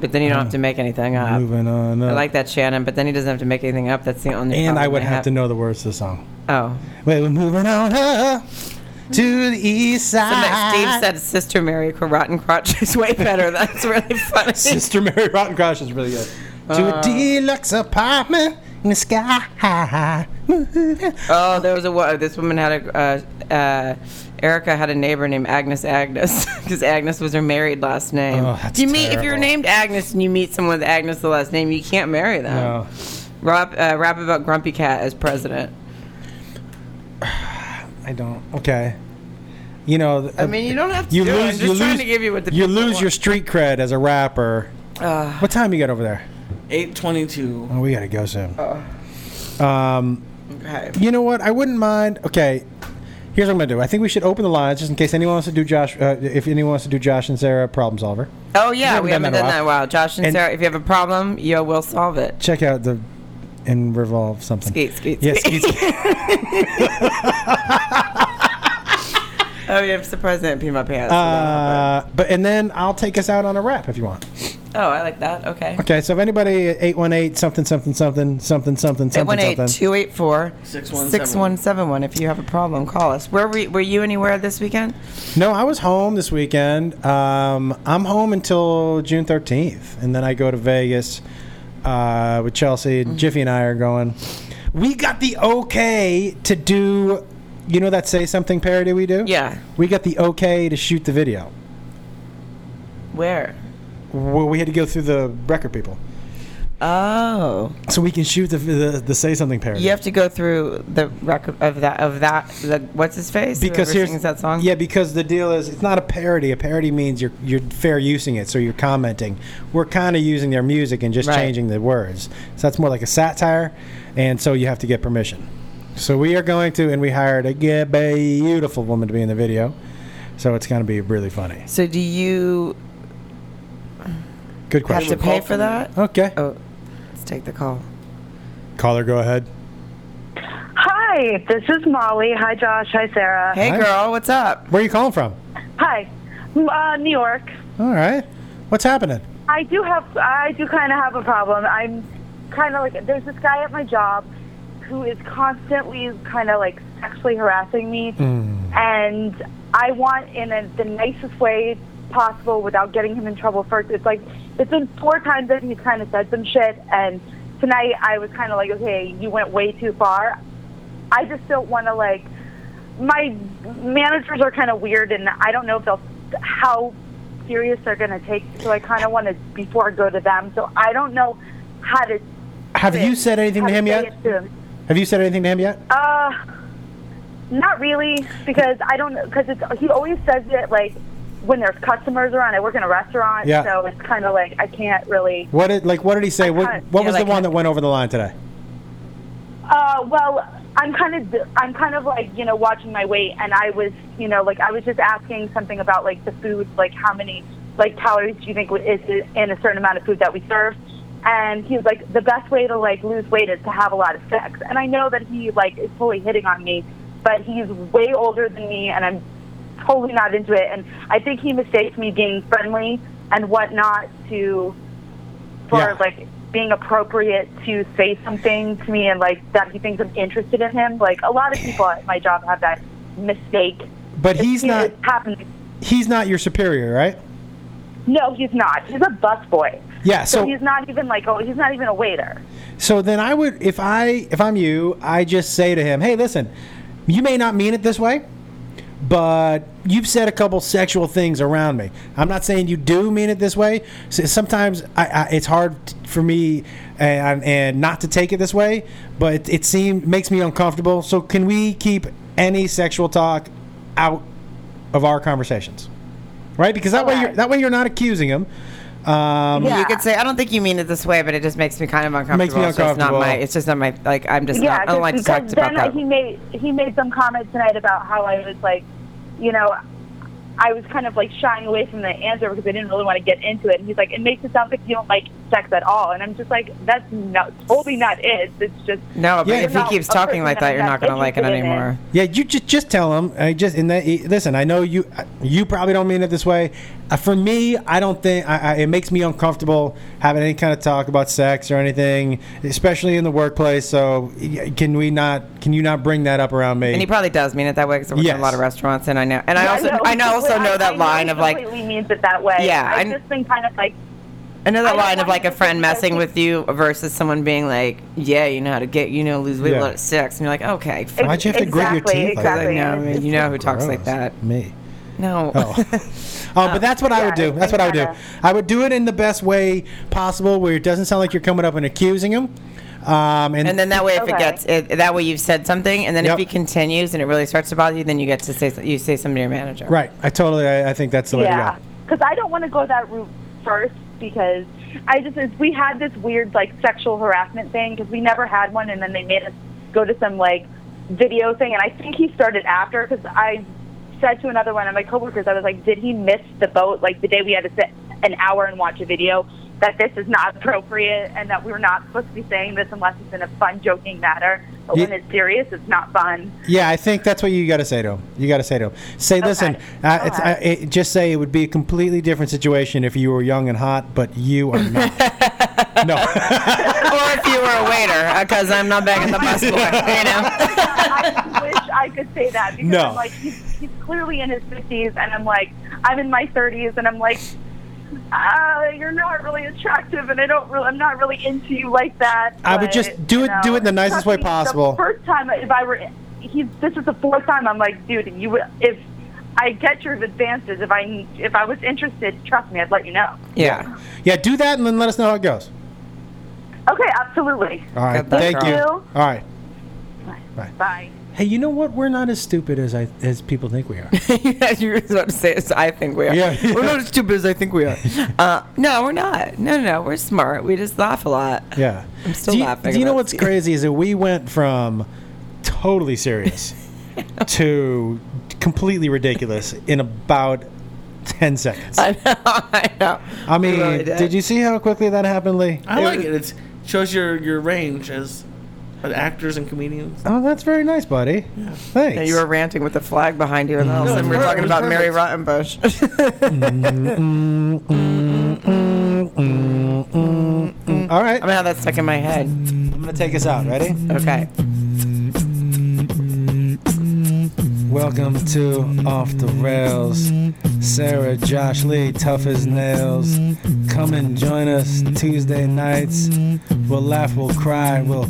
Speaker 2: But then you don't have to make anything up.
Speaker 1: Moving on. Up.
Speaker 2: I like that Shannon, but then he doesn't have to make anything up. That's the only.
Speaker 1: and I
Speaker 2: problem
Speaker 1: would have to
Speaker 2: have
Speaker 1: know the words to the song.
Speaker 2: Oh,
Speaker 1: Wait, we're moving on up to the east
Speaker 2: Somebody-
Speaker 1: side.
Speaker 2: Steve said Sister Mary Rotten Crotch is way better. *laughs* That's really
Speaker 1: *laughs*
Speaker 2: funny.
Speaker 1: Sister Mary Rotten Crash is really good. to a deluxe apartment in the sky.
Speaker 2: *laughs* Oh, there was a wo- this woman had a uh, uh, Erica had a neighbor named Agnes Agnes *laughs* because Agnes was her married last name.
Speaker 1: Oh, that's
Speaker 2: you meet if you're
Speaker 1: terrible.
Speaker 2: named Agnes and you meet someone with Agnes the last name, you can't marry them.
Speaker 1: No.
Speaker 2: Rap, uh, rap about Grumpy Cat as president.
Speaker 1: I don't. Okay. You know. uh,
Speaker 2: I mean, you don't have to.
Speaker 1: you
Speaker 2: do it. I'm
Speaker 1: lose.
Speaker 2: just
Speaker 1: You
Speaker 2: trying
Speaker 1: lose.
Speaker 2: to give you what the
Speaker 1: you
Speaker 2: people
Speaker 1: lose your
Speaker 2: want. Uh.
Speaker 1: street cred as a rapper. what time you got over there?
Speaker 4: 822.
Speaker 1: Oh, we gotta go soon.
Speaker 2: Uh. Okay.
Speaker 1: You know what? I wouldn't mind. Okay, here's what I'm gonna do. I think we should open the lines just in case anyone wants to do Josh. Uh, if anyone wants to do Josh and Sarah problem solver,
Speaker 2: Oh yeah, we haven't done that in a
Speaker 1: while.
Speaker 2: while. Josh and,
Speaker 1: And-
Speaker 2: Sarah, if you have a problem, yo, we'll solve it.
Speaker 1: check out the and revolve something.
Speaker 2: Skeet, skeet,
Speaker 1: Yes.
Speaker 2: skeet. Oh, yeah, I'm surprised I didn't pee my pants.
Speaker 1: uh, but and then I'll take us out on a rap if you want.
Speaker 2: oh, I like that. Okay.
Speaker 1: Okay. So if anybody at 818 something something something something something something something.
Speaker 2: 818-284-6171. If you have a problem, call us. Where were you, were you anywhere this weekend?
Speaker 1: No, I was home this weekend. Um, I'm home until June 13th, and then I go to Vegas uh, with Chelsea. Jiffy and I are going. We got the okay to do, you know, that say something parody we do.
Speaker 2: Yeah.
Speaker 1: we got the okay to shoot the video.
Speaker 2: Where?
Speaker 1: Well, we had to go through the record people,
Speaker 2: Oh,
Speaker 1: so we can shoot the the, the say something parody.
Speaker 2: you have to go through the record of that of that. The, what's his face?
Speaker 1: Because here's
Speaker 2: Whoever sings that song.
Speaker 1: Yeah, because the deal is it's not a parody. A parody means you're you're fair using it, so you're commenting. We're kind of using their music and just
Speaker 2: Right.
Speaker 1: changing the words. So that's more like a satire, and so you have to get permission. So we are going to, and we hired a g- beautiful woman to be in the video. So it's going to be really funny.
Speaker 2: So do you
Speaker 1: Good
Speaker 2: have to
Speaker 1: question.
Speaker 2: pay for that?
Speaker 1: Okay.
Speaker 2: Oh, let's take the call.
Speaker 1: Caller, go ahead.
Speaker 8: Hi, this is Molly. Hi, Josh. Hi, Sarah.
Speaker 2: Hey,
Speaker 1: Hi.
Speaker 2: girl, what's up?
Speaker 1: Where are you calling from?
Speaker 8: Hi, uh, New York.
Speaker 1: All right. What's happening?
Speaker 8: I do have, I do kind of have a problem. I'm kind of like, there's this guy at my job who is constantly kind of like sexually harassing me, and I want in a, the nicest way possible without getting him in trouble first. It's like it's been four times that he's kind of said some shit, and tonight I was kind of like, okay, you went way too far. I just don't want to like. My managers are kind of weird, and I don't know if they'll how serious they're going to take. it, So I kind of want to before I go to them. So I don't know how to.
Speaker 1: Have you said anything
Speaker 8: how
Speaker 1: to him
Speaker 8: say
Speaker 1: yet?
Speaker 8: it to him.
Speaker 1: Have you said anything to him yet?
Speaker 8: Uh, not really, because I don't. Because it's he always says it like when there's customers around. I work in a restaurant,
Speaker 1: Yeah.
Speaker 8: so it's kind of like I can't really.
Speaker 1: What did like what did he say? What
Speaker 8: haven't.
Speaker 1: what
Speaker 2: Yeah,
Speaker 1: was
Speaker 2: like-
Speaker 1: the one that went over the line today?
Speaker 8: Uh, well, I'm kind of I'm kind of like you know watching my weight, and I was you know like I was just asking something about like the food, like how many like calories do you think w- is in a certain amount of food that we serve? And he was like, the best way to like lose weight is to have a lot of sex. And I know that he like is totally hitting on me, but he's way older than me, and I'm totally not into it. And I think he mistakes me being friendly and whatnot to for
Speaker 1: Yeah.
Speaker 8: like being appropriate to say something to me and like that he thinks I'm interested in him. Like a lot of people at my job have that mistake.
Speaker 1: But he's
Speaker 8: It-
Speaker 1: not
Speaker 8: It happens.
Speaker 1: he's not your superior, right?
Speaker 8: No, he's not. He's a busboy.
Speaker 1: Yeah, so-
Speaker 8: he's not even like oh, he's not even a waiter.
Speaker 1: So then I would if I if I'm you, I just say to him, "Hey, listen. You may not mean it this way, but you've said a couple sexual things around me. I'm not saying you do mean it this way. So sometimes I, I, it's hard t- for me and, and not to take it this way, but it, it seems makes me uncomfortable. So can we keep any sexual talk out of our conversations? Right? Because that way you're,
Speaker 8: Correct.
Speaker 1: that way you're not accusing him. Um,
Speaker 2: You could say I don't think you mean it this way, but it just makes me kind of uncomfortable.
Speaker 1: Makes me
Speaker 2: So
Speaker 1: uncomfortable.
Speaker 2: it's not my. It's just not my. Like I'm just.
Speaker 8: Yeah,
Speaker 2: not, I don't like to talk
Speaker 8: because
Speaker 2: about
Speaker 8: then
Speaker 2: that.
Speaker 8: he made he made some comment tonight about how I was like, you know, I was kind of like shying away from the answer because I didn't really want to get into it. And he's like, it makes it sound like you don't like sex at all. And I'm just like, that's not totally not it. It's just
Speaker 2: No, but
Speaker 1: Yeah.
Speaker 2: if he keeps
Speaker 8: A
Speaker 2: talking like
Speaker 8: person that
Speaker 2: that, you're
Speaker 8: I'm
Speaker 2: not
Speaker 8: not
Speaker 2: gonna like it
Speaker 8: interested in
Speaker 2: anymore.
Speaker 1: Yeah, you just just tell him. I just and that listen. I know you uh, you probably don't mean it this way. Uh, for me, I don't think I, I, it makes me uncomfortable having any kind of talk about sex or anything, especially in the workplace. So y- can we not? Can you not bring that up around me?
Speaker 2: And he probably does mean it that way because I work in
Speaker 1: Yes.
Speaker 2: a lot of restaurants, and I know, and I also,
Speaker 8: know.
Speaker 2: I know, also know that
Speaker 8: I
Speaker 2: line
Speaker 8: he
Speaker 2: of like,
Speaker 8: completely means it that way.
Speaker 2: Yeah,
Speaker 8: I've
Speaker 2: I-
Speaker 8: just been kind of like
Speaker 2: I know that
Speaker 8: I
Speaker 2: line
Speaker 8: don't
Speaker 2: of like a
Speaker 8: want to
Speaker 2: friend
Speaker 8: be so
Speaker 2: messing
Speaker 8: picky.
Speaker 2: with you versus someone being like, yeah, you know how to get, you know, lose weight
Speaker 1: Yeah.
Speaker 2: at six, and you're like, okay, f-
Speaker 1: Why'd you have to grit your
Speaker 8: Exactly,
Speaker 1: teeth? like that?
Speaker 2: I
Speaker 8: exactly.
Speaker 2: know, I mean, you know who talks like
Speaker 1: Gross.
Speaker 2: that. Uh,
Speaker 1: Me.
Speaker 2: No,
Speaker 1: Oh.
Speaker 2: *laughs*
Speaker 1: Oh, but that's what I would do.
Speaker 8: it's
Speaker 1: That's what I would do.
Speaker 8: kinda-
Speaker 1: I would do it in the best way possible, where it doesn't sound like you're coming up and accusing him. Um, and,
Speaker 2: and then that way, if it
Speaker 8: Okay.
Speaker 2: gets, it, that way you've said something, and then
Speaker 1: Yep.
Speaker 2: if he continues and it really starts to bother you, then you get to say, you say something to your manager.
Speaker 1: right, I totally. I, I think that's the way
Speaker 8: yeah,
Speaker 1: to go.
Speaker 8: because I don't want to go that route first because I just we had this weird like sexual harassment thing because we never had one, and then they made us go to some like video thing, and I think he started after because I said to another one of my coworkers, I was like, did he miss the boat? Like the day we had to sit an hour and watch a video. That this is not appropriate, and that we're not supposed to be saying this unless it's in a fun, joking matter. But
Speaker 1: Ye-
Speaker 8: when it's serious, it's not fun.
Speaker 1: Yeah, I think that's what you got to say to him. You got to say to him, say, listen, uh, it's, uh, it, just say it would be a completely different situation if you were young and hot, but you are not.
Speaker 2: *laughs*
Speaker 1: no, *laughs*
Speaker 2: or if you were a waiter, because I'm not back at
Speaker 1: *laughs*
Speaker 2: the bus floor, you know.
Speaker 8: I wish I could say that because
Speaker 1: No.
Speaker 8: I'm like, he's, he's clearly in his 50s, and I'm like, I'm in my 30s, and I'm like, uh, you're not really attractive, and I don't really, I'm not really into you like that.
Speaker 1: I would
Speaker 8: but,
Speaker 1: just do
Speaker 8: you
Speaker 1: it- do it in the nicest
Speaker 8: trust
Speaker 1: way
Speaker 8: me,
Speaker 1: possible.
Speaker 8: The first time, if I were, he's this is the fourth time, I'm like, dude, you would- if I get your advances, if I if I was interested, trust me, I'd let you know.
Speaker 2: Yeah.
Speaker 1: yeah, do that and then let us know how it goes.
Speaker 8: Okay, absolutely.
Speaker 1: All right,
Speaker 2: Good luck,
Speaker 1: thank
Speaker 2: girl.
Speaker 1: you.
Speaker 8: Thank
Speaker 1: All
Speaker 8: you.
Speaker 1: right,
Speaker 8: Bye.
Speaker 1: hey, you know what? We're not as stupid as I as people think we *laughs* are.
Speaker 2: *laughs* you were about to say, it's, I think we are.
Speaker 1: Yeah, yeah.
Speaker 2: We're not as stupid as I think
Speaker 1: *laughs*
Speaker 2: we are. Uh, no, we're not. No, no, no. We're smart. We just laugh a lot.
Speaker 1: Yeah.
Speaker 2: I'm still
Speaker 1: do you,
Speaker 2: laughing
Speaker 1: Do you know
Speaker 2: about
Speaker 1: what's
Speaker 2: Steve.
Speaker 1: crazy is that we went from totally
Speaker 2: *laughs*
Speaker 1: serious to completely ridiculous in about 10 seconds. I,
Speaker 2: *laughs* I know. I know. We
Speaker 1: mean,
Speaker 2: really
Speaker 1: did. you see how quickly that happened, Lee?
Speaker 4: I like it. It shows your your range as an actors and comedians.
Speaker 1: Oh, that's very nice, buddy. Thanks.
Speaker 2: Yeah, you were ranting with the flag behind you, and all of a sudden we were
Speaker 4: No, it
Speaker 2: talking
Speaker 4: was
Speaker 2: about Mary
Speaker 4: perfect.
Speaker 2: Rottenbush.
Speaker 1: All right.
Speaker 2: *laughs* I mean, how that stuck in my head.
Speaker 1: I'm going to take us out. Ready?
Speaker 2: Okay.
Speaker 1: Welcome to Off the Rails. Sarah, Josh, Lee, tough as nails. Come and join us Tuesday nights. We'll laugh, we'll cry, we'll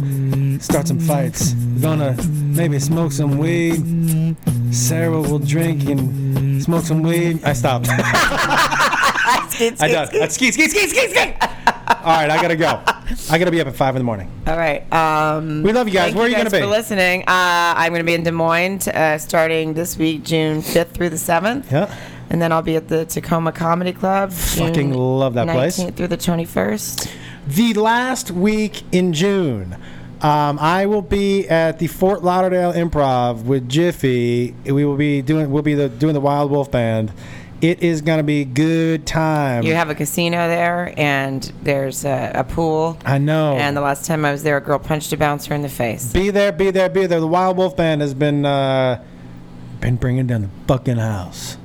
Speaker 1: start some fights. We're gonna maybe smoke some weed. Sarah will drink and smoke some weed. I stopped. *laughs* I
Speaker 2: Skid, skid,
Speaker 1: done. *laughs*
Speaker 2: skid.
Speaker 1: Ski, ski, ski, ski, ski. All right, I gotta go. I gotta be up at five in the morning.
Speaker 2: All right. Um,
Speaker 1: We love you guys.
Speaker 2: thank
Speaker 1: Where are you
Speaker 2: guys
Speaker 1: gonna be?
Speaker 2: For listening, uh, I'm going to be in Des Moines uh, starting this week, June 5th through the 7th.
Speaker 1: Yeah.
Speaker 2: And then I'll be at the Tacoma Comedy Club.
Speaker 1: Fucking love that place.
Speaker 2: 19th through the 21st.
Speaker 1: the last week in June. Um, I will be at the Fort Lauderdale Improv with Jiffy. We will be doing we'll be the, doing the Wild Wolf Band. It is gonna be good time.
Speaker 2: You have a casino there, and there's a, a pool.
Speaker 1: I know.
Speaker 2: And the last time I was there, a girl punched a bouncer in the face.
Speaker 1: be there, be there, be there. The Wild Wolf Band has been uh, been bringing down the fucking house.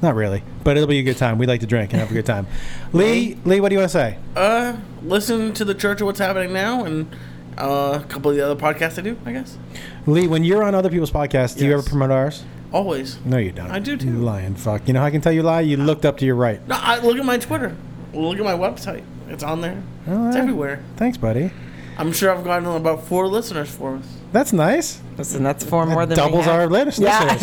Speaker 1: Not really, but it'll be a good time. We like to drink and have a good time. Lee, Lee, what do you want to say?
Speaker 4: Uh, listen to the church of what's happening now and uh, a couple of the other podcasts I do. I guess
Speaker 1: Lee, when you're on other people's podcasts, do you
Speaker 4: Yes.
Speaker 1: ever promote ours?
Speaker 4: always.
Speaker 1: No, you don't.
Speaker 4: I do, too.
Speaker 1: You lying fuck. You know how I can tell you lie? You looked up to your right.
Speaker 4: No, I, look at my Twitter. Look at my website. It's on there.
Speaker 1: All
Speaker 4: It's
Speaker 1: right.
Speaker 4: everywhere.
Speaker 1: Thanks, buddy.
Speaker 4: I'm sure I've gotten about four listeners for us.
Speaker 1: That's nice.
Speaker 2: Listen, that's four more than we
Speaker 1: Doubles
Speaker 2: had.
Speaker 1: our latest listeners.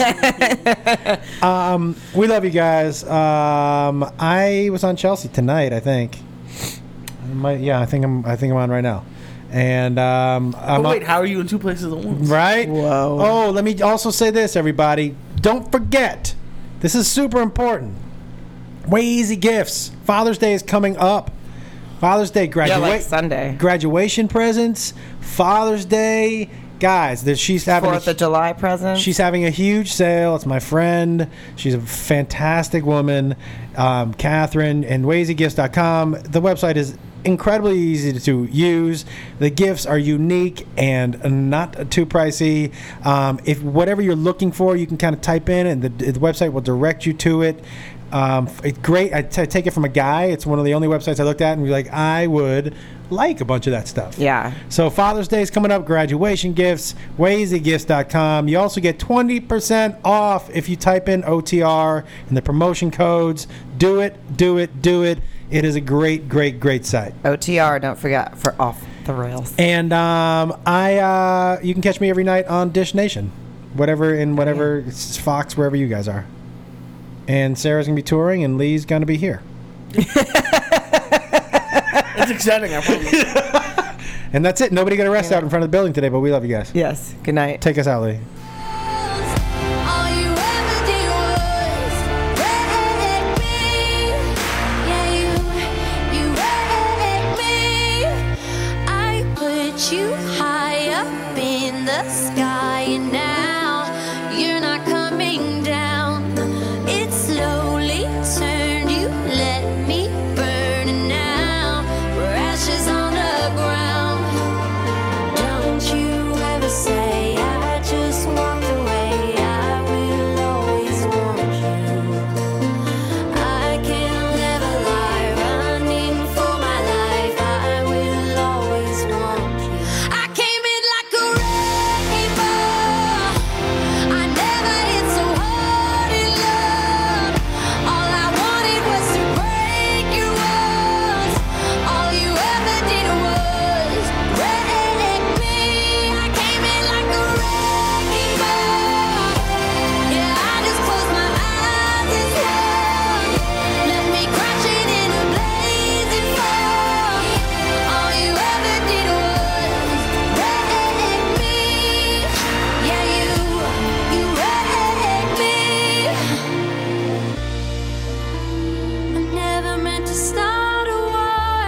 Speaker 2: *laughs*
Speaker 1: um, we love you guys. Um, I was on Chelsea tonight. I think. I might- yeah, I think I'm. I think I'm on right now. And um, I'm
Speaker 4: But
Speaker 1: on-
Speaker 4: Oh, wait, how are you in two places at once?
Speaker 1: right?
Speaker 2: Whoa.
Speaker 1: Oh, let me also say this, everybody. Don't forget, this is super important. Way easy gifts. Father's Day is coming up. Father's Day
Speaker 2: Yeah,
Speaker 1: graduate
Speaker 2: like Sunday.
Speaker 1: graduation presents, Father's Day, guys, that she's having
Speaker 2: *laughs* Fourth
Speaker 1: a,
Speaker 2: of July present.
Speaker 1: she's having a huge sale. It's my friend. She's a fantastic woman, um, Catherine. And WazyGifts.com. The website is incredibly easy to, to use. The gifts are unique and not too pricey. Um, if whatever you're looking for, you can kind of type in, and the, the website will direct you to it. Um, f- it's great. I t- take it from a guy. It's one of the only websites I looked at and be like, I would like a bunch of that stuff.
Speaker 2: Yeah.
Speaker 1: So Father's Day is coming up, graduation gifts, WazyGifts.com. You also get 20% off if you type in OTR and the promotion codes. Do it, do it, do it. It is a great, great, great site.
Speaker 2: OTR, don't forget for off the rails.
Speaker 1: And um, I, uh, you can catch me every night on Dish Nation, whatever in whatever it's Fox, wherever you guys are. And Sarah's gonna be touring, and Lee's gonna be here.
Speaker 4: It's exciting. I promise.
Speaker 1: And that's it. Nobody got arrested out in front of the building today, but we love you guys.
Speaker 2: Yes. Good night.
Speaker 1: Take us out, Lee.
Speaker 3: All you ever did was wreck me. Yeah, you, you wrecked me. I put you high up in the sky, and now you're not coming down. It slowly turned. You let me burn, and now we're ashes on the ground. Don't you ever say I just walked away. I will always want you. I can never lie, running for my life. I will always want you. I came in like a wrecking ball. I never hit so hard in love. All I wanted was to break your walls. All you ever did was wreck me. I came in like a wrecking ball. Yeah, I just closed my eyes and held. Left me crashing in a blazing fire. All you ever did was wreck me. Yeah, you, you wrecked me. I never meant to start a war.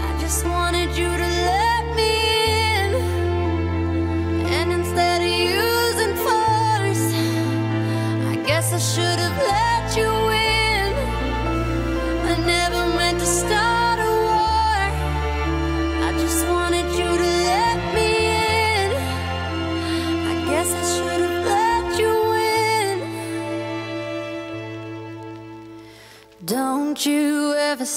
Speaker 3: I just wanted you to let me in. And instead of using force, I guess I should have let you in. I never meant to start a war. I just wanted you to let me in. I guess I should have let you in. Don't you ever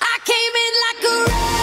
Speaker 3: I came in like a wreck.